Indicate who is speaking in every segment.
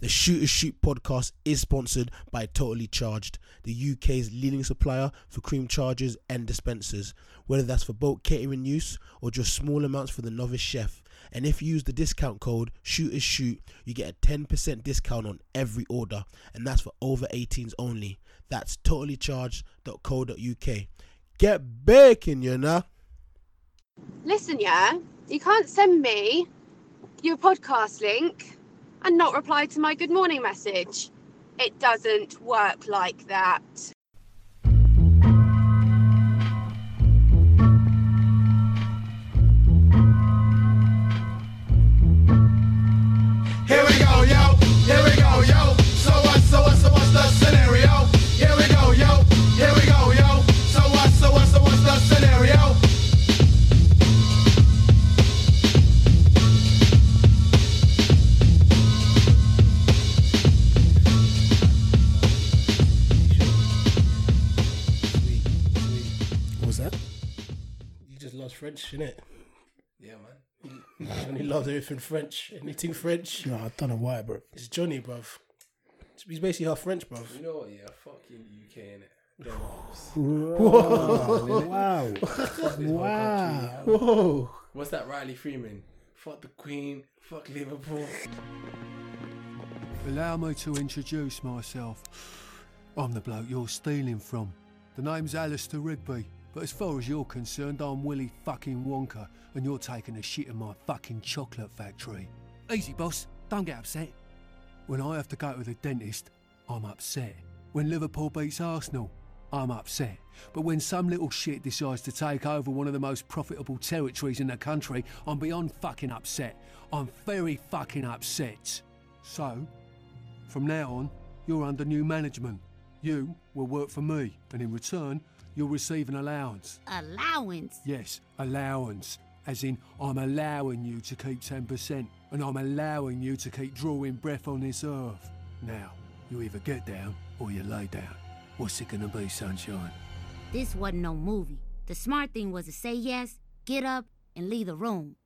Speaker 1: The Shooters Shoot podcast is sponsored by Totally Charged, the UK's leading supplier for cream chargers and dispensers, whether that's for bulk catering use or just small amounts for the novice chef. And if you use the discount code Shooters Shoot, you get a 10% discount on every order, and that's for over 18s only. That's totallycharged.co.uk. Get baking, you know.
Speaker 2: Listen, yeah, you can't send me your podcast link and not reply to my good morning message. It doesn't work like that.
Speaker 3: Here we go, yo. Here we go, yo. So what? So what? So what's the scenario? Here we go, yo. Here we go, yo. So what? So what? So what's the scenario?
Speaker 4: Sweet, sweet.
Speaker 1: What was that?
Speaker 4: You just loves French, innit?
Speaker 3: Yeah, man.
Speaker 4: Johnny loves everything French, anything French.
Speaker 1: No, I don't know why, bro.
Speaker 4: It's Johnny, bruv. He's basically half French, bruv.
Speaker 3: You know what? Yeah, fucking UK in it.
Speaker 1: Wow. wow.
Speaker 4: Whoa.
Speaker 3: What's that, Riley Freeman? Fuck the Queen. Fuck Liverpool.
Speaker 5: Allow me to introduce myself. I'm the bloke you're stealing from. The name's Alistair Rigby, but as far as you're concerned, I'm Willy fucking Wonka, and you're taking a shit in my fucking chocolate factory. Easy, boss. Don't get upset. When I have to go to the dentist, I'm upset. When Liverpool beats Arsenal, I'm upset. But when some little shit decides to take over one of the most profitable territories in the country, I'm beyond fucking upset. I'm very fucking upset. So, from now on, you're under new management. You will work for me, and in return, you'll receive an allowance.
Speaker 6: allowance.
Speaker 5: Yes, allowance. As in, I'm allowing you to keep 10%, and I'm allowing you to keep drawing breath on this earth. Now, you either get down or you lay down. What's it gonna be, sunshine?
Speaker 6: This wasn't no movie. The smart thing was to say yes, get up, and leave the room.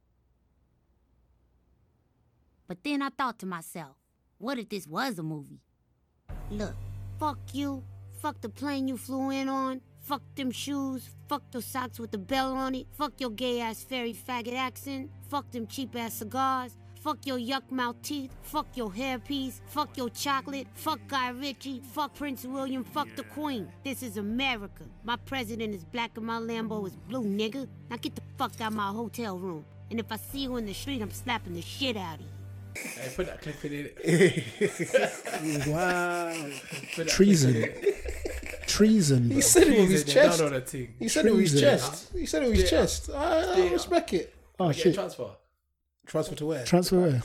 Speaker 6: But then I thought to myself, what if this was a movie? Look, fuck you, fuck the plane you flew in on, fuck them shoes, fuck your socks with the bell on it, fuck your gay ass fairy faggot accent, fuck them cheap ass cigars, fuck your yuck mouth teeth, fuck your hairpiece, fuck your chocolate, fuck Guy Ritchie, fuck Prince William, fuck the Queen. This is America. My president is black and my Lambo is blue, nigga. Now get the fuck out my hotel room. And if I see you in the street, I'm slapping the shit out of you.
Speaker 3: Hey, put that clip in it.
Speaker 1: Wow.
Speaker 3: Put that
Speaker 1: Treason. Treason.
Speaker 4: He
Speaker 1: bro.
Speaker 4: said it with his
Speaker 3: He's down
Speaker 4: chest.
Speaker 3: on a thing.
Speaker 4: He said it with his
Speaker 1: Treason.
Speaker 4: chest. He said it with his
Speaker 3: Yeah.
Speaker 4: chest. I, I
Speaker 3: Yeah.
Speaker 4: respect it.
Speaker 1: Oh,
Speaker 3: Get a
Speaker 1: shit.
Speaker 3: transfer.
Speaker 4: Transfer to where?
Speaker 1: Transfer. where?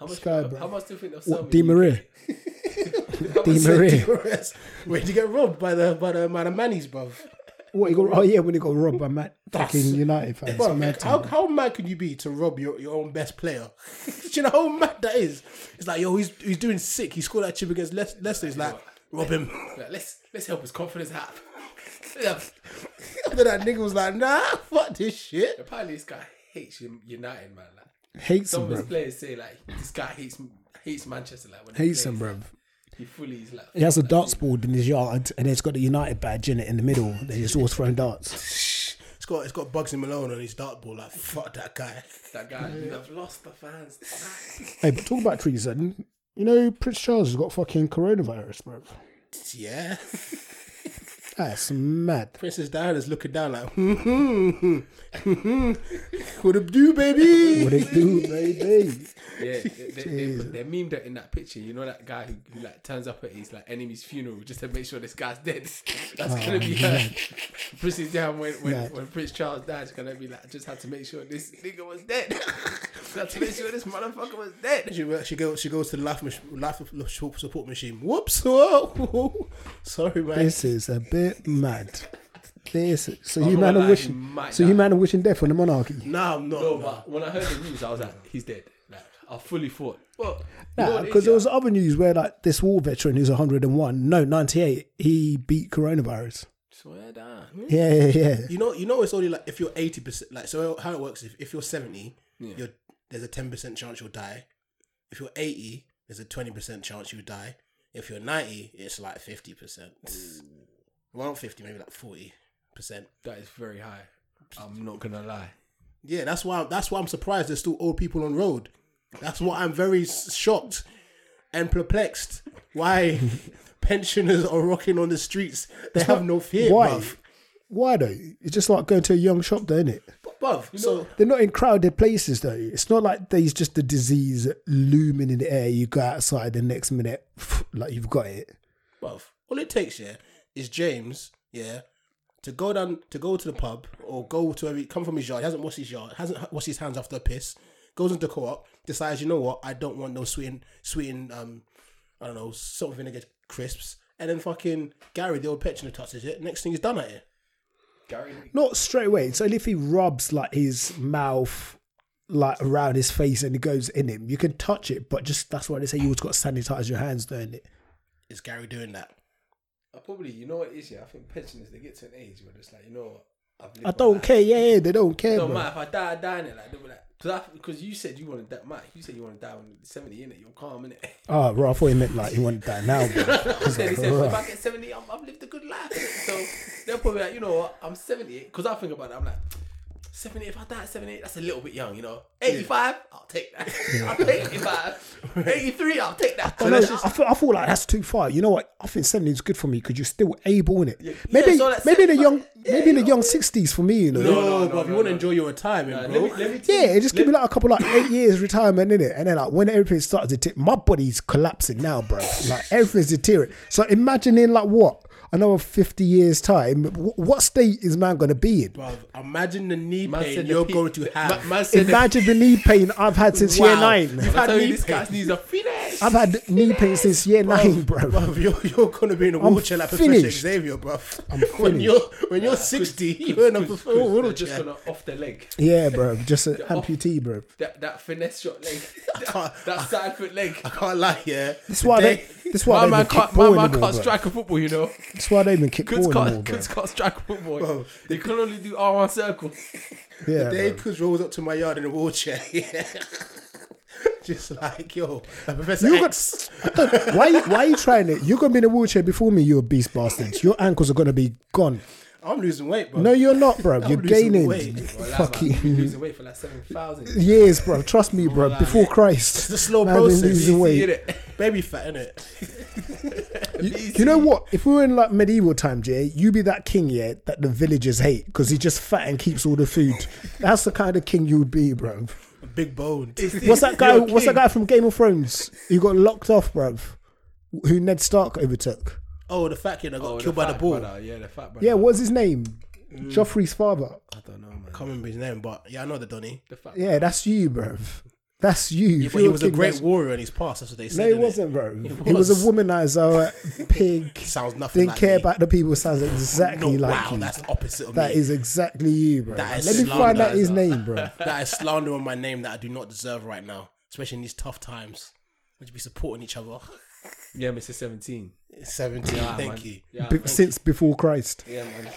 Speaker 3: How much?
Speaker 1: Sky, bro.
Speaker 3: how much do you think they'll sell
Speaker 1: What,
Speaker 3: me?
Speaker 1: Di Maria?
Speaker 3: How much-
Speaker 1: Di Maria.
Speaker 4: Where'd you get robbed by the by the man of Manny's, bruv?
Speaker 1: What, he got, oh, yeah, when he got robbed by Matt. Fucking United fans.
Speaker 4: Bruv,
Speaker 1: Mad
Speaker 4: how,
Speaker 1: time.
Speaker 4: how mad can you be to rob your, your own best player? Do you know how mad that is? It's like, yo, he's he's doing sick. He scored that chip against Leic- Leicester. It's like, rob him.
Speaker 3: Like, let's let's help his confidence up. Yeah.
Speaker 4: After that nigga was like, nah, fuck this shit.
Speaker 3: Apparently, this guy hates U- United, man. Like,
Speaker 1: Hates
Speaker 3: some
Speaker 1: him,
Speaker 3: of his
Speaker 1: bro.
Speaker 3: players say like this guy hates hates Manchester. Like when he
Speaker 1: Hates
Speaker 3: plays,
Speaker 1: him, bro.
Speaker 3: He fully is like.
Speaker 1: He has a darts board in his yard and it's got the United badge in it in the middle. They just always throwing darts.
Speaker 4: It's got it's got bugs in Malone on his dartboard. Like, fuck that guy.
Speaker 3: That guy, you have lost the fans.
Speaker 1: Hey, but talk about treason. You know, Prince Charles has got fucking coronavirus, bro.
Speaker 4: Yeah.
Speaker 1: That's mad.
Speaker 4: Princess Diana's looking down like, hmm, hmm, hmm, hmm. what up, do, baby?
Speaker 1: What they do, baby?
Speaker 3: yeah, they, they, they, they memed it in that picture. You know that guy who, who like turns up at his like enemy's funeral just to make sure this guy's dead. That's gonna be her. Princess Diana when when,
Speaker 1: Oh, Mad.
Speaker 3: when Prince Charles dies, gonna be like, just had to make sure this nigga was dead. had to make sure this motherfucker was dead.
Speaker 4: She, she goes she goes to the life, mach- life support support machine. Whoops! Whoa. Sorry, man.
Speaker 1: This is a bit mad. This so
Speaker 3: I'm
Speaker 1: you
Speaker 3: not
Speaker 1: man
Speaker 3: gonna
Speaker 1: are
Speaker 3: lie, he
Speaker 1: wishing
Speaker 3: might
Speaker 1: so you
Speaker 3: die.
Speaker 1: man are wishing death on the monarchy.
Speaker 4: Nah, I'm not.
Speaker 3: No, but when I heard the news, I was like, he's dead. Like, I fully thought. Well, you know
Speaker 1: Nah,
Speaker 3: what it
Speaker 1: because
Speaker 3: is,
Speaker 1: there
Speaker 3: yeah?
Speaker 1: was other news where like this war veteran who's 101, no 98, he beat coronavirus.
Speaker 3: Swear down.
Speaker 1: Yeah, yeah, yeah.
Speaker 4: you know, you know, it's only like if you're eighty percent. Like, so how it works? If, if you're seventy, you're there's a ten percent chance you'll die. if you're 80, there's a 20% chance you die. If you're 90, it's like 50%. Well, not 50, maybe like 40%.
Speaker 3: That is very high. I'm not gonna lie.
Speaker 4: Yeah, that's why that's why I'm surprised there's still old people on road. That's why I'm very s- shocked and perplexed why pensioners are rocking on the streets. They have no fear.
Speaker 7: Why?
Speaker 4: Bruv.
Speaker 7: Why though? It's just like going to a young shop, though, isn't it?
Speaker 4: But bruv, so
Speaker 7: They're not in crowded places though. It's not like there's just a disease looming in the air. You go outside the next minute, like you've got it.
Speaker 4: bruv, all it takes, yeah, is James, yeah, to go down to go to the pub or go to every come from his yard. He hasn't washed his yard, hasn't washed his hands after a piss. Goes into co-op, decides, you know what, I don't want no sweetened, sweetened, um, I don't know, salt and vinegar crisps. And then fucking Gary, the old pensioner, touches it. Next thing he's done at it.
Speaker 7: Not straight away. It's only if he rubs like his mouth like around his face and it goes in him. You can touch it, but just that's why they say you always got to sanitize your hands doing it.
Speaker 4: Is Gary doing that?
Speaker 3: I probably, you know what it is, yeah. I think pensioners they get to an age where it's like, you know what, I've lived
Speaker 7: I
Speaker 3: my
Speaker 7: don't
Speaker 3: life.
Speaker 7: care. Yeah, yeah, they don't care.
Speaker 3: It don't
Speaker 7: bro.
Speaker 3: matter if I die, I die in it. Like, they'll be like, cause I, because you said you want to die, Mike. You said you want to die when you're 70 in it. You're calm in it.
Speaker 7: Oh, right. I thought he meant like he wanted that now. Bro.
Speaker 3: he said, he said, if I get 70, I'm, I've lived a good life. innit?" So they're probably like, you know what, I'm 78. Because I think about it, I'm like, 70, if I die at 78, that's a little bit young, you know. 85, I'll take that. I'll take 85. 83, I'll take that.
Speaker 7: Oh, I, know, I, feel, I feel like that's too far. You know what? I think seventy is good for me because you're still able in it. maybe,
Speaker 3: so that's
Speaker 7: maybe in the
Speaker 3: 75.
Speaker 7: young, maybe in the young sixties for me. You know,
Speaker 4: No,
Speaker 3: no,
Speaker 4: no,
Speaker 3: no,
Speaker 4: bro. If you
Speaker 3: no,
Speaker 4: want to
Speaker 3: no.
Speaker 4: enjoy your retirement,
Speaker 3: Nah,
Speaker 4: bro.
Speaker 3: let me, let me tell
Speaker 7: yeah,
Speaker 3: you-
Speaker 7: just give me like a couple like eight years retirement in it, and then like when everything starts to tick, my body's collapsing now, bro. Like everything's deteriorating. So imagine in like what another fifty years time, wh- what state is man gonna be in?
Speaker 4: Bruv, imagine the knee
Speaker 3: Man
Speaker 4: pain
Speaker 3: said the
Speaker 4: you're
Speaker 3: pe-
Speaker 4: going to have.
Speaker 3: Man, man said the-
Speaker 7: Imagine the knee pain I've had since
Speaker 4: Wow.
Speaker 7: year nine.
Speaker 3: I tell
Speaker 4: knee
Speaker 3: you, this
Speaker 4: pain.
Speaker 3: guy's knees are finished.
Speaker 7: I've had knee pain since year nine, bro.
Speaker 4: Bruv, you're, you're going to be in a wheelchair like Professor
Speaker 7: finished.
Speaker 4: Xavier, bruv. when
Speaker 7: finished.
Speaker 4: you're when you're 60, you're in a
Speaker 3: Chris,
Speaker 4: professional
Speaker 3: Chris, they're
Speaker 4: wheelchair.
Speaker 3: just gonna off the leg.
Speaker 7: Yeah, bro. Just an amputee, bro.
Speaker 3: That that finesse shot leg. That,
Speaker 4: can't-
Speaker 3: that side foot leg.
Speaker 4: I can't lie, yeah.
Speaker 7: That's why they.
Speaker 4: Today-
Speaker 7: That's why
Speaker 3: My
Speaker 7: they
Speaker 3: man
Speaker 7: even kick
Speaker 3: can't, my
Speaker 7: ball
Speaker 3: man
Speaker 7: anymore,
Speaker 3: can't
Speaker 7: bro.
Speaker 3: strike a football, you know.
Speaker 7: That's why they even kick
Speaker 3: Goods
Speaker 7: ball anymore,
Speaker 3: can't,
Speaker 7: bro.
Speaker 3: goods can't strike a football.
Speaker 4: Bro.
Speaker 3: They can only do R one circle.
Speaker 7: Yeah,
Speaker 4: They
Speaker 7: bro.
Speaker 4: Cuz rolls up to my yard in a wheelchair, yeah. just like, yo, like Professor
Speaker 7: You
Speaker 4: X.
Speaker 7: got, I don't- why? Why are you trying it? You're gonna be in a wheelchair before me. You a beast bastard. Your ankles are gonna be gone.
Speaker 4: I'm losing weight, bro.
Speaker 7: No, you're not, bro. You're
Speaker 4: losing
Speaker 7: gaining
Speaker 4: weight.
Speaker 3: Well, like, man, you
Speaker 7: fucking
Speaker 3: losing weight for like seven thousand.
Speaker 7: years, bro. Trust me, bro. Before Christ,
Speaker 4: It's a slow
Speaker 7: man, I've been
Speaker 4: process.
Speaker 7: losing weight.
Speaker 3: it?
Speaker 4: Baby fat, innit?
Speaker 7: You, you know what? If we were in like medieval time, Jay, you be that king, yeah, that the villagers hate because he's just fat and keeps all the food. That's the kind of king you would be, bro.
Speaker 4: Big boned.
Speaker 7: What's that guy? What's that guy from Game of Thrones who got locked off, bruv? Who Ned Stark overtook?
Speaker 4: Oh, the fat kid that got
Speaker 3: Oh,
Speaker 4: killed by the
Speaker 3: fat
Speaker 4: ball.
Speaker 3: brother, Yeah, the fat brother.
Speaker 7: Yeah, what's his name?
Speaker 4: Mm.
Speaker 7: Joffrey's father.
Speaker 3: I don't know, man.
Speaker 4: can't remember his name, but yeah, I know the Donny.
Speaker 3: The fat.
Speaker 7: Yeah, that's you, bruv. That's you. If
Speaker 4: But he
Speaker 7: you're
Speaker 4: was a
Speaker 7: king,
Speaker 4: great
Speaker 7: that's-
Speaker 4: warrior in his past. That's what they said.
Speaker 7: No, he
Speaker 4: innit?
Speaker 7: wasn't, bro. He was a womanizer, a pig.
Speaker 4: Sounds nothing
Speaker 7: Didn't
Speaker 4: like
Speaker 7: care
Speaker 4: me.
Speaker 7: about the people. Sounds
Speaker 4: No,
Speaker 7: exactly like
Speaker 4: wow,
Speaker 7: you.
Speaker 4: that's the opposite of
Speaker 7: That
Speaker 4: me.
Speaker 7: is exactly you, bro.
Speaker 4: That is
Speaker 7: Let me find out his
Speaker 4: slanderizer.
Speaker 7: name, bro.
Speaker 4: that is slander on my name that I do not deserve right now, especially in these tough times. We should be supporting each other.
Speaker 3: Yeah, Mr. Seventeen.
Speaker 4: 17.
Speaker 3: Yeah,
Speaker 4: thank
Speaker 3: Ah, man.
Speaker 4: you.
Speaker 3: Yeah,
Speaker 7: Be-
Speaker 3: thank-
Speaker 7: Since before Christ.
Speaker 3: yeah, man.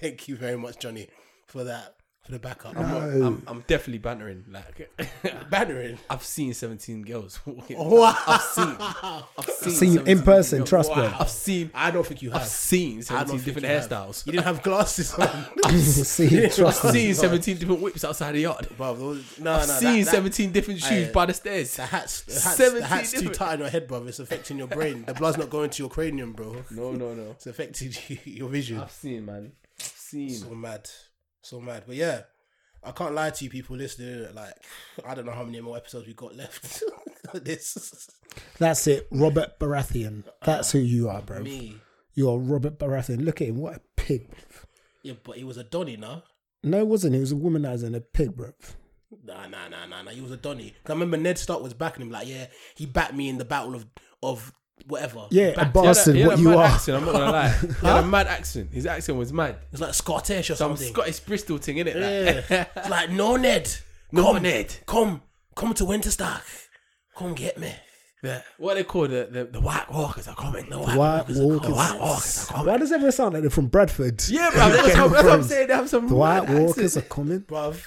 Speaker 4: Thank you very much, Johnny, for that, for the backup.
Speaker 3: I'm, I'm definitely bantering. Like,
Speaker 4: Bannering.
Speaker 3: I've seen 17 girls. walking.
Speaker 4: Wow.
Speaker 3: I've seen. I've seen,
Speaker 7: Seen in
Speaker 3: 17
Speaker 7: person,
Speaker 3: girls.
Speaker 7: trust me.
Speaker 3: I've seen.
Speaker 4: I don't think you
Speaker 3: I've
Speaker 4: have.
Speaker 3: seen
Speaker 4: I don't
Speaker 3: 17
Speaker 4: think
Speaker 3: different
Speaker 4: you have.
Speaker 3: hairstyles.
Speaker 4: You didn't have glasses on.
Speaker 7: See,
Speaker 3: I've
Speaker 7: trust me.
Speaker 3: seen 17 different whips outside the yard.
Speaker 4: Bro, those, no,
Speaker 3: I've
Speaker 4: no,
Speaker 3: seen
Speaker 4: that, that,
Speaker 3: 17 different shoes
Speaker 4: Aye.
Speaker 3: by the stairs.
Speaker 4: The hat's, the hat's,
Speaker 3: 17
Speaker 4: the hat's too
Speaker 3: different-
Speaker 4: tight on your head, bro. It's affecting your brain. The blood's not going to your cranium, bro.
Speaker 3: No, no, no.
Speaker 4: It's affecting you- your vision.
Speaker 3: I've seen, man. I've seen.
Speaker 4: So mad. So mad. But yeah, I can't lie to you people listening. innit? Like, I don't know how many more episodes we got left. this
Speaker 7: That's it, Robert Baratheon. That's who you are, bro.
Speaker 4: me.
Speaker 7: You're Robert Baratheon. Look at him. What a pig.
Speaker 4: Yeah, but he was a Donny, no?
Speaker 7: No, it wasn't. He was a womanizer and a pig, bro.
Speaker 4: Nah, nah, nah, nah, nah. He was a Donny. 'Cause I remember Ned Stark was backing him. Like, yeah, he backed me in the battle of of whatever.
Speaker 7: Yeah, a
Speaker 4: Backed-
Speaker 3: He had a-
Speaker 7: bastard.
Speaker 3: he had
Speaker 7: what
Speaker 3: a
Speaker 7: you
Speaker 3: mad
Speaker 7: are.
Speaker 3: Accent, I'm not gonna lie. He had a mad accent. His accent was mad.
Speaker 4: It's like Scottish or
Speaker 3: Some
Speaker 4: something.
Speaker 3: Scottish Bristol thing, innit?
Speaker 4: yeah.
Speaker 3: Like,
Speaker 4: It's like no Ned.
Speaker 3: No,
Speaker 4: come,
Speaker 3: Ned.
Speaker 4: Come, come to Winterstock. Come get me.
Speaker 3: the- what they call the, the, the White Walkers are coming. The White,
Speaker 7: White
Speaker 3: Walkers, are coming.
Speaker 7: Walkers.
Speaker 3: White Walkers are coming.
Speaker 7: Why does everyone sound like they're from Bradford?
Speaker 3: Yeah, bro. That's, what- that's what I'm saying. They have some
Speaker 7: The White
Speaker 3: mad
Speaker 7: Walkers are
Speaker 3: accent.
Speaker 7: coming.
Speaker 4: Bruv,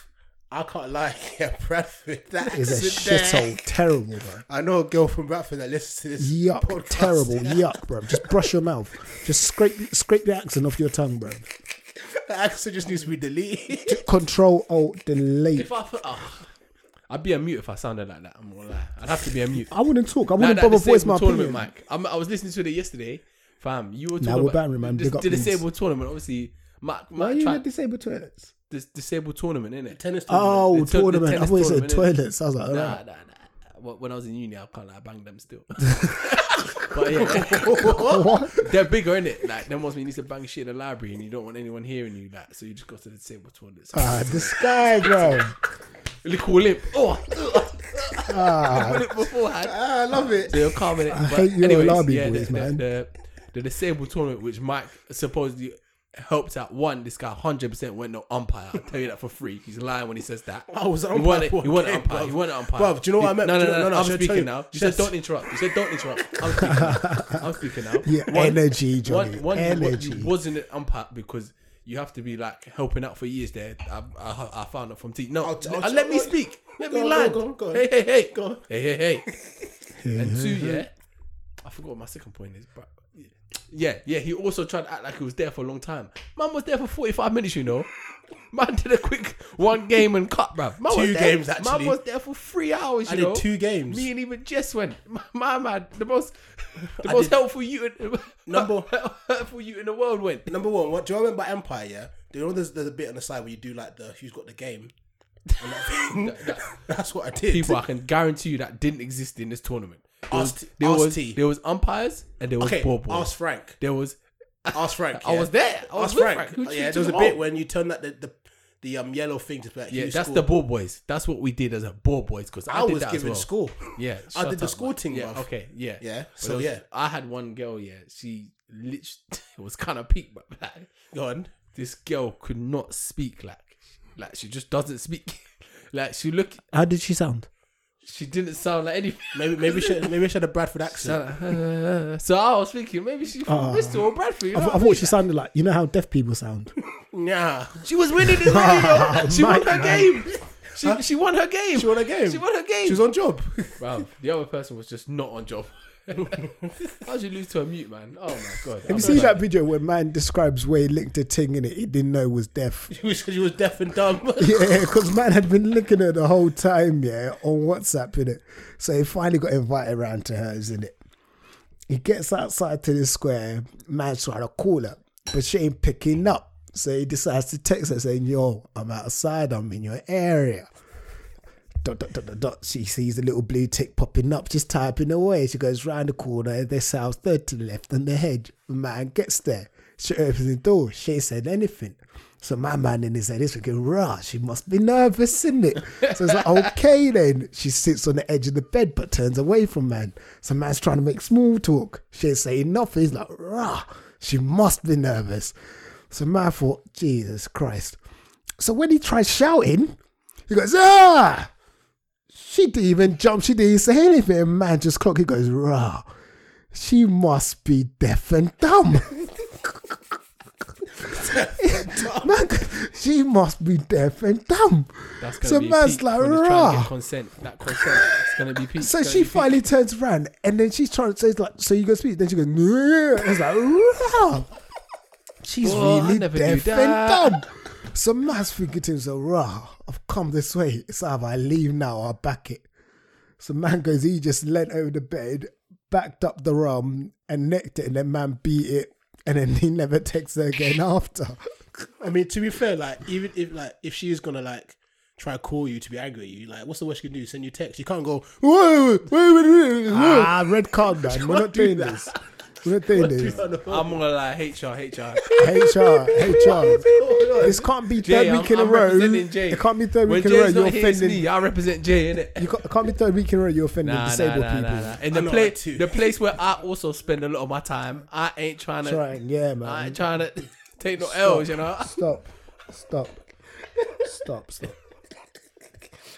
Speaker 4: I can't lie, yeah, Bradford. That
Speaker 7: It's a
Speaker 4: accent there.
Speaker 7: shithole. Terrible, bro.
Speaker 4: I know a girl from Bradford that listens to this.
Speaker 7: Yuck.
Speaker 4: podcast.
Speaker 7: Terrible. Yuck, bro. Just brush your mouth. Just scrape scrape the accent off your tongue, bro.
Speaker 4: The accent just needs to be deleted.
Speaker 7: Control Alt Delete.
Speaker 3: If I put, oh, I'd be a mute if I sounded like that. I'm gonna lie. I'd have to be a mute.
Speaker 7: I wouldn't talk. I
Speaker 3: Now
Speaker 7: wouldn't
Speaker 3: that
Speaker 7: bother
Speaker 3: disabled
Speaker 7: voice my
Speaker 3: tournament,
Speaker 7: opinion.
Speaker 3: Mike. I'm, I was listening to it yesterday, fam. You were talking
Speaker 7: Nah, we're
Speaker 3: about
Speaker 7: battering, man.
Speaker 3: Dis-
Speaker 7: Big up,
Speaker 3: the
Speaker 7: Beans.
Speaker 3: disabled tournament, obviously. Mike,
Speaker 7: Why are
Speaker 3: Mike
Speaker 7: you in
Speaker 3: tried
Speaker 7: the disabled toilets?
Speaker 3: this disabled tournament, innit?
Speaker 4: Tennis tournament.
Speaker 7: Oh,
Speaker 3: The tur- the
Speaker 7: tournament. I
Speaker 3: tennis
Speaker 7: thought you said
Speaker 3: tournament, innit?
Speaker 7: toilets. I was like, all
Speaker 3: Nah, nah,
Speaker 7: right.
Speaker 3: nah. Wh- When I was in uni, I can't like bang them still. but yeah,
Speaker 7: What?
Speaker 3: they're bigger, innit? Like, them ones when you need to bang shit in the library and you don't want anyone hearing you, like, so you just go to the disabled toilets.
Speaker 7: Ah, this guy, bro.
Speaker 3: Little lip. Oh, put it beforehand.
Speaker 4: Ah, I love it.
Speaker 3: They're calming it. I
Speaker 7: hate your lobby boys,
Speaker 3: the,
Speaker 7: man.
Speaker 3: The, the disabled tournament, which Mike supposedly helped out, won. This guy 100% went no umpire. I'll tell you that for free. He's lying when he says that.
Speaker 4: I was an
Speaker 3: He
Speaker 4: umpire
Speaker 3: won it.
Speaker 4: for
Speaker 3: He
Speaker 4: a
Speaker 3: won an
Speaker 4: game,
Speaker 3: umpire. He
Speaker 4: bruv.
Speaker 3: won an umpire.
Speaker 4: Bruv, do you know what I meant?
Speaker 3: No,
Speaker 4: Do
Speaker 3: no,
Speaker 4: you know-
Speaker 3: no.
Speaker 4: no, no,
Speaker 3: I'm
Speaker 4: should I
Speaker 3: speaking
Speaker 4: tell you?
Speaker 3: now. You
Speaker 4: Should I
Speaker 3: said don't interrupt. You said don't interrupt. I'm speaking now. I'm speaking now.
Speaker 7: Your energy, Johnny.
Speaker 3: One, one, you wa-
Speaker 7: energy.
Speaker 3: You wasn't an umpire because... You have to be like helping out for years there. I, I, I found out from T. No,
Speaker 4: I'll t- I'll
Speaker 3: uh,
Speaker 4: t-
Speaker 3: let me
Speaker 4: I'll-
Speaker 3: speak. Let
Speaker 4: Go
Speaker 3: me
Speaker 4: on, go
Speaker 3: land.
Speaker 4: on, go on.
Speaker 3: Hey, hey, hey.
Speaker 4: Go on.
Speaker 3: Hey, hey, hey. And two, yeah, I forgot what my second point is, but yeah, yeah, he also tried to act like he was there for a long time. Man was there for 45 minutes, you know. Man did a quick one game and cut, bruv. Man was
Speaker 4: Two
Speaker 3: there-
Speaker 4: games,
Speaker 3: Man
Speaker 4: actually.
Speaker 3: was there for three hours,
Speaker 4: I
Speaker 3: you
Speaker 4: did
Speaker 3: know.
Speaker 4: two games.
Speaker 3: Me and even Jess went. My, my man, the most, the
Speaker 4: I
Speaker 3: most
Speaker 4: did-
Speaker 3: helpful you, in,
Speaker 4: Number-
Speaker 3: helpful you in the world went.
Speaker 4: Number one, what do you remember by Empire? Yeah, do you know there's, there's a bit on the side where you do like the who's got the game. And that thing? That's what I did.
Speaker 3: People, I can guarantee you that didn't exist in this tournament. There was,
Speaker 4: Ask-
Speaker 3: there,
Speaker 4: ask
Speaker 3: was
Speaker 4: T.
Speaker 3: there was umpires and there was
Speaker 4: okay,
Speaker 3: ball boys.
Speaker 4: ask Frank.
Speaker 3: There was
Speaker 4: Ask Frank.
Speaker 3: I
Speaker 4: yeah.
Speaker 3: was there. I was
Speaker 4: ask
Speaker 3: with
Speaker 4: Frank.
Speaker 3: Frank. Who
Speaker 4: Oh,
Speaker 3: took
Speaker 4: yeah, there was a
Speaker 3: him
Speaker 4: bit
Speaker 3: out?
Speaker 4: when you turn that the the, the um yellow thing to be like,
Speaker 3: Yeah,
Speaker 4: who
Speaker 3: that's
Speaker 4: scored?
Speaker 3: the ball boys. That's what we did as a ball boys because I,
Speaker 4: I
Speaker 3: did
Speaker 4: was
Speaker 3: that as
Speaker 4: given
Speaker 3: well.
Speaker 4: score.
Speaker 3: Yeah,
Speaker 4: I
Speaker 3: shut
Speaker 4: did the
Speaker 3: up,
Speaker 4: score
Speaker 3: man.
Speaker 4: thing,
Speaker 3: Yeah,
Speaker 4: bruv.
Speaker 3: okay, yeah,
Speaker 4: Yeah,
Speaker 3: But
Speaker 4: so
Speaker 3: there was-
Speaker 4: yeah.
Speaker 3: I had one girl. Yeah, she literally it was kind of peak, but like,
Speaker 4: Go on.
Speaker 3: this girl could not speak. Like, like she just doesn't speak. like she look,
Speaker 7: How did she sound?
Speaker 3: she didn't sound like anything.
Speaker 4: Maybe maybe she maybe she had a Bradford accent.
Speaker 3: so I was thinking maybe she from
Speaker 7: Ah.
Speaker 3: Bristol or Bradford. You know
Speaker 7: I,
Speaker 3: what
Speaker 7: I
Speaker 3: mean?
Speaker 7: thought she sounded like you know how deaf people sound.
Speaker 4: Nah,
Speaker 3: She was winning this game. yo. She won
Speaker 7: Mike,
Speaker 3: her
Speaker 7: man.
Speaker 3: game. She, she won her game.
Speaker 4: she won a game.
Speaker 3: She won her game.
Speaker 4: She was on job.
Speaker 3: Bro, the other person was just not on job. How'd you lose to a mute, man? Oh my god.
Speaker 7: Have you seen that video where man describes where he linked a ting in it he didn't know was deaf?
Speaker 4: she was she was deaf and dumb.
Speaker 7: Yeah, because man had been looking at her the whole time, yeah, on WhatsApp, innit? So he finally got invited round to hers, innit? He gets outside to the square, man's trying to call her, but she ain't picking up. So he decides to text her saying, Yo, I'm outside, I'm in your area. Dot, dot, dot, dot, dot. She sees the little blue tick popping up, just typing away. She goes round the corner, this house, third to the left on the hedge. Man gets there. She opens the door. She ain't said anything. So my man in his head is thinking, rah, she must be nervous, isn't it? So it's like, okay then. She sits on the edge of the bed but turns away from man. So man's trying to make small talk. She ain't saying nothing. He's like, rah, she must be nervous. So man thought, Jesus Christ. So when he tries shouting, he goes, ah! She didn't even jump. She didn't even say anything. Man just clock. He goes, rah. She must be deaf and dumb. man, she must be deaf and dumb.
Speaker 3: That's gonna
Speaker 7: so
Speaker 3: be
Speaker 7: man's
Speaker 3: peak
Speaker 7: like,
Speaker 3: when he's trying to get
Speaker 7: rah.
Speaker 3: consent. That consent. It's gonna be peak.
Speaker 7: So
Speaker 3: It's gonna
Speaker 7: she
Speaker 3: be peak.
Speaker 7: finally turns around and then she's trying to say, like, so you go speak. Then she goes, no. It's like, rah. She's
Speaker 3: Oh, I
Speaker 7: really
Speaker 3: never knew
Speaker 7: deaf
Speaker 3: that.
Speaker 7: and dumb. So man's thinking to himself, rah, I've come this way. It's either I leave now or I back it. So man goes, he just leant over the bed, backed up the rum and necked it. And then man beat it. And then he never texts her again after.
Speaker 4: I mean, to be fair, like even if like if she is gonna like try to call you to be angry at you, like what's the worst she can do? Send you text. You can't go. Whoa, whoa, whoa, whoa, whoa.
Speaker 7: ah, red card, man. We're not
Speaker 4: do
Speaker 7: doing
Speaker 4: that.
Speaker 7: this. We're not doing this.
Speaker 3: I'm gonna lie, HR, HR.
Speaker 7: HR, HR. This can't be third
Speaker 3: Jay, I'm,
Speaker 7: week in a
Speaker 3: I'm
Speaker 7: row.
Speaker 3: representing Jay.
Speaker 7: It can't be third
Speaker 3: when
Speaker 7: week in a row.
Speaker 3: Jay's
Speaker 7: You're
Speaker 3: not here, it's
Speaker 7: offending.
Speaker 3: Me, I represent Jay, innit?
Speaker 7: You can't, it can't be third week in a row. You're offending
Speaker 3: Nah, nah,
Speaker 7: disabled
Speaker 3: nah,
Speaker 7: people.
Speaker 3: nah, nah. And the
Speaker 4: I'm not like
Speaker 3: place,
Speaker 4: two.
Speaker 3: the place where I also spend a lot of my time, I ain't trying to,
Speaker 7: Trying, yeah, man.
Speaker 3: I ain't trying to take no L's, you know.
Speaker 7: Stop, stop, stop, stop.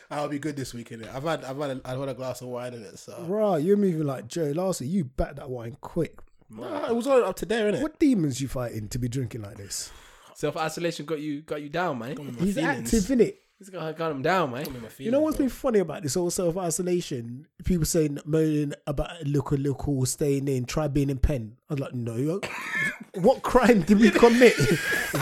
Speaker 4: I'll be good this weekend. I've had I've had a, I've had a glass of wine in it, so
Speaker 7: Bro, you're moving like Joe Larson. You back that wine quick.
Speaker 4: nah, it was all up to there, innit?
Speaker 7: What demons you fighting to be drinking like this?
Speaker 3: Self isolation got you, got you down, man.
Speaker 4: My
Speaker 7: He's
Speaker 4: feelings.
Speaker 7: active in it.
Speaker 3: He's gonna gun him down, man.
Speaker 7: You know what's been funny about this whole self isolation? People saying moaning about local local staying in, try being in pen. I was like, no. what crime did we commit?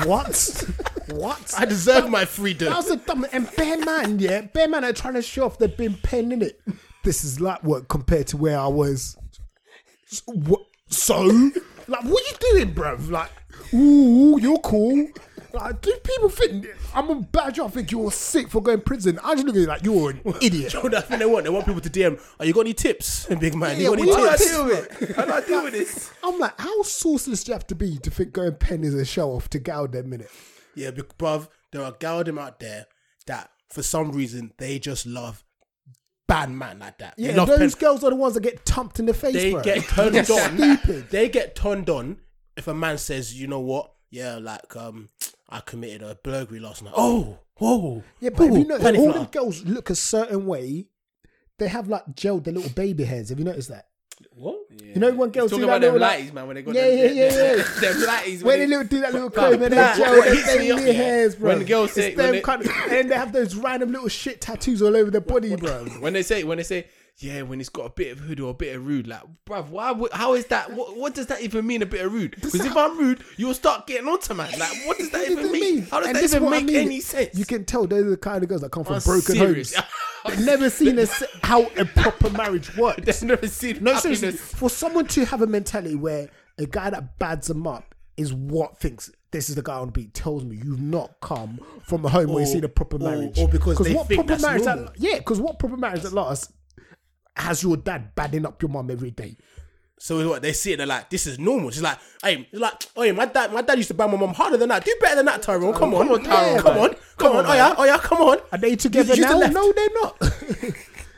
Speaker 7: what? What?
Speaker 4: I deserve my freedom.
Speaker 7: That was a dumb and bear man, yeah. Bear man are trying to show off they've been pen in it. This is light work compared to where I was. So, what? so? like, what you doing, bruv? Like, ooh, you're cool. Like, do people think I'm a badger? I think you're sick for going prison. I just look at you like you're an idiot.
Speaker 4: Do you know what I think they want? They want people to DM. Are you got any tips, big man?
Speaker 7: Yeah,
Speaker 4: you got
Speaker 7: what
Speaker 4: any
Speaker 7: do I
Speaker 4: tips?
Speaker 7: do
Speaker 3: with it? How do I deal with this?
Speaker 7: I'm like, how sauceless do you have to be to think going pen is a show off to get out that minute?
Speaker 4: Yeah, bec- bruv, there are Galdem out there that for some reason they just love bad man like that. They
Speaker 7: Yeah,
Speaker 4: love
Speaker 7: those
Speaker 4: pen-
Speaker 7: girls are the ones that get tumped in the face.
Speaker 4: they
Speaker 7: bro.
Speaker 4: get turned on.
Speaker 7: Stupid.
Speaker 4: they get turned on if a man says, you know what? Yeah, like um, I committed a burglary last night. Oh, whoa.
Speaker 7: Yeah, but if
Speaker 4: Ooh,
Speaker 7: you know,
Speaker 4: penny
Speaker 7: all
Speaker 4: flower.
Speaker 7: the girls look a certain way. They have like gelled their little baby hairs. Have you noticed that?
Speaker 4: What?
Speaker 7: You know when girls
Speaker 3: Talking
Speaker 7: do
Speaker 3: about
Speaker 7: that
Speaker 3: them
Speaker 7: little
Speaker 3: lighties, man. When they got
Speaker 7: Yeah,
Speaker 3: them,
Speaker 7: yeah, yeah,
Speaker 3: them-
Speaker 7: yeah.
Speaker 3: them lighties.
Speaker 7: when they little do that little comb and they
Speaker 3: Nah,
Speaker 7: gel
Speaker 3: what
Speaker 7: their
Speaker 3: hits me
Speaker 7: baby
Speaker 3: up, yeah.
Speaker 7: hairs, bro.
Speaker 3: When girls
Speaker 7: It's
Speaker 3: say- when
Speaker 7: them
Speaker 3: they-
Speaker 7: kind of- and they have those random little shit tattoos all over their body, bro.
Speaker 3: When they say, when they say, yeah, when it's got a bit of hood or a bit of rude, like, bruv, why? Would, how is that? What, what does that even mean? A bit of rude? Because if I'm rude, you'll start getting onto man. Like, what does that
Speaker 7: What do
Speaker 3: even
Speaker 7: you
Speaker 3: mean? How does
Speaker 7: And
Speaker 3: that
Speaker 7: this is
Speaker 3: even
Speaker 7: what I
Speaker 3: make
Speaker 7: mean.
Speaker 3: any sense?
Speaker 7: You can tell those are the kind of girls that come from
Speaker 3: I'm
Speaker 7: broken
Speaker 3: serious.
Speaker 7: homes. They've never seen a, se- how a proper marriage works.
Speaker 3: They've never seen
Speaker 7: No,
Speaker 3: happiness.
Speaker 7: seriously, for someone to have a mentality where a guy that bads him up is what thinks this is the guy on the beat tells me you've not come from a home where you've
Speaker 4: Or-
Speaker 7: seen a proper
Speaker 4: or-
Speaker 7: marriage.
Speaker 4: or because they
Speaker 7: what
Speaker 4: think
Speaker 7: proper
Speaker 4: that's
Speaker 7: marriage
Speaker 4: normal.
Speaker 7: that yeah, because what proper marriage that lasts has your dad badding up your mum every day.
Speaker 4: So what they see it, they're like, this is normal. She's like, hey, she's like, oh yeah, my dad, my dad used to bang my mum harder than that. Do better than that, Tyrone. Come on,
Speaker 7: on, Tyrone,
Speaker 4: come
Speaker 7: man.
Speaker 4: on, come on. Oh yeah, oh yeah, come on.
Speaker 7: Are they together
Speaker 4: you just
Speaker 7: now?
Speaker 4: left.
Speaker 7: No, they're not.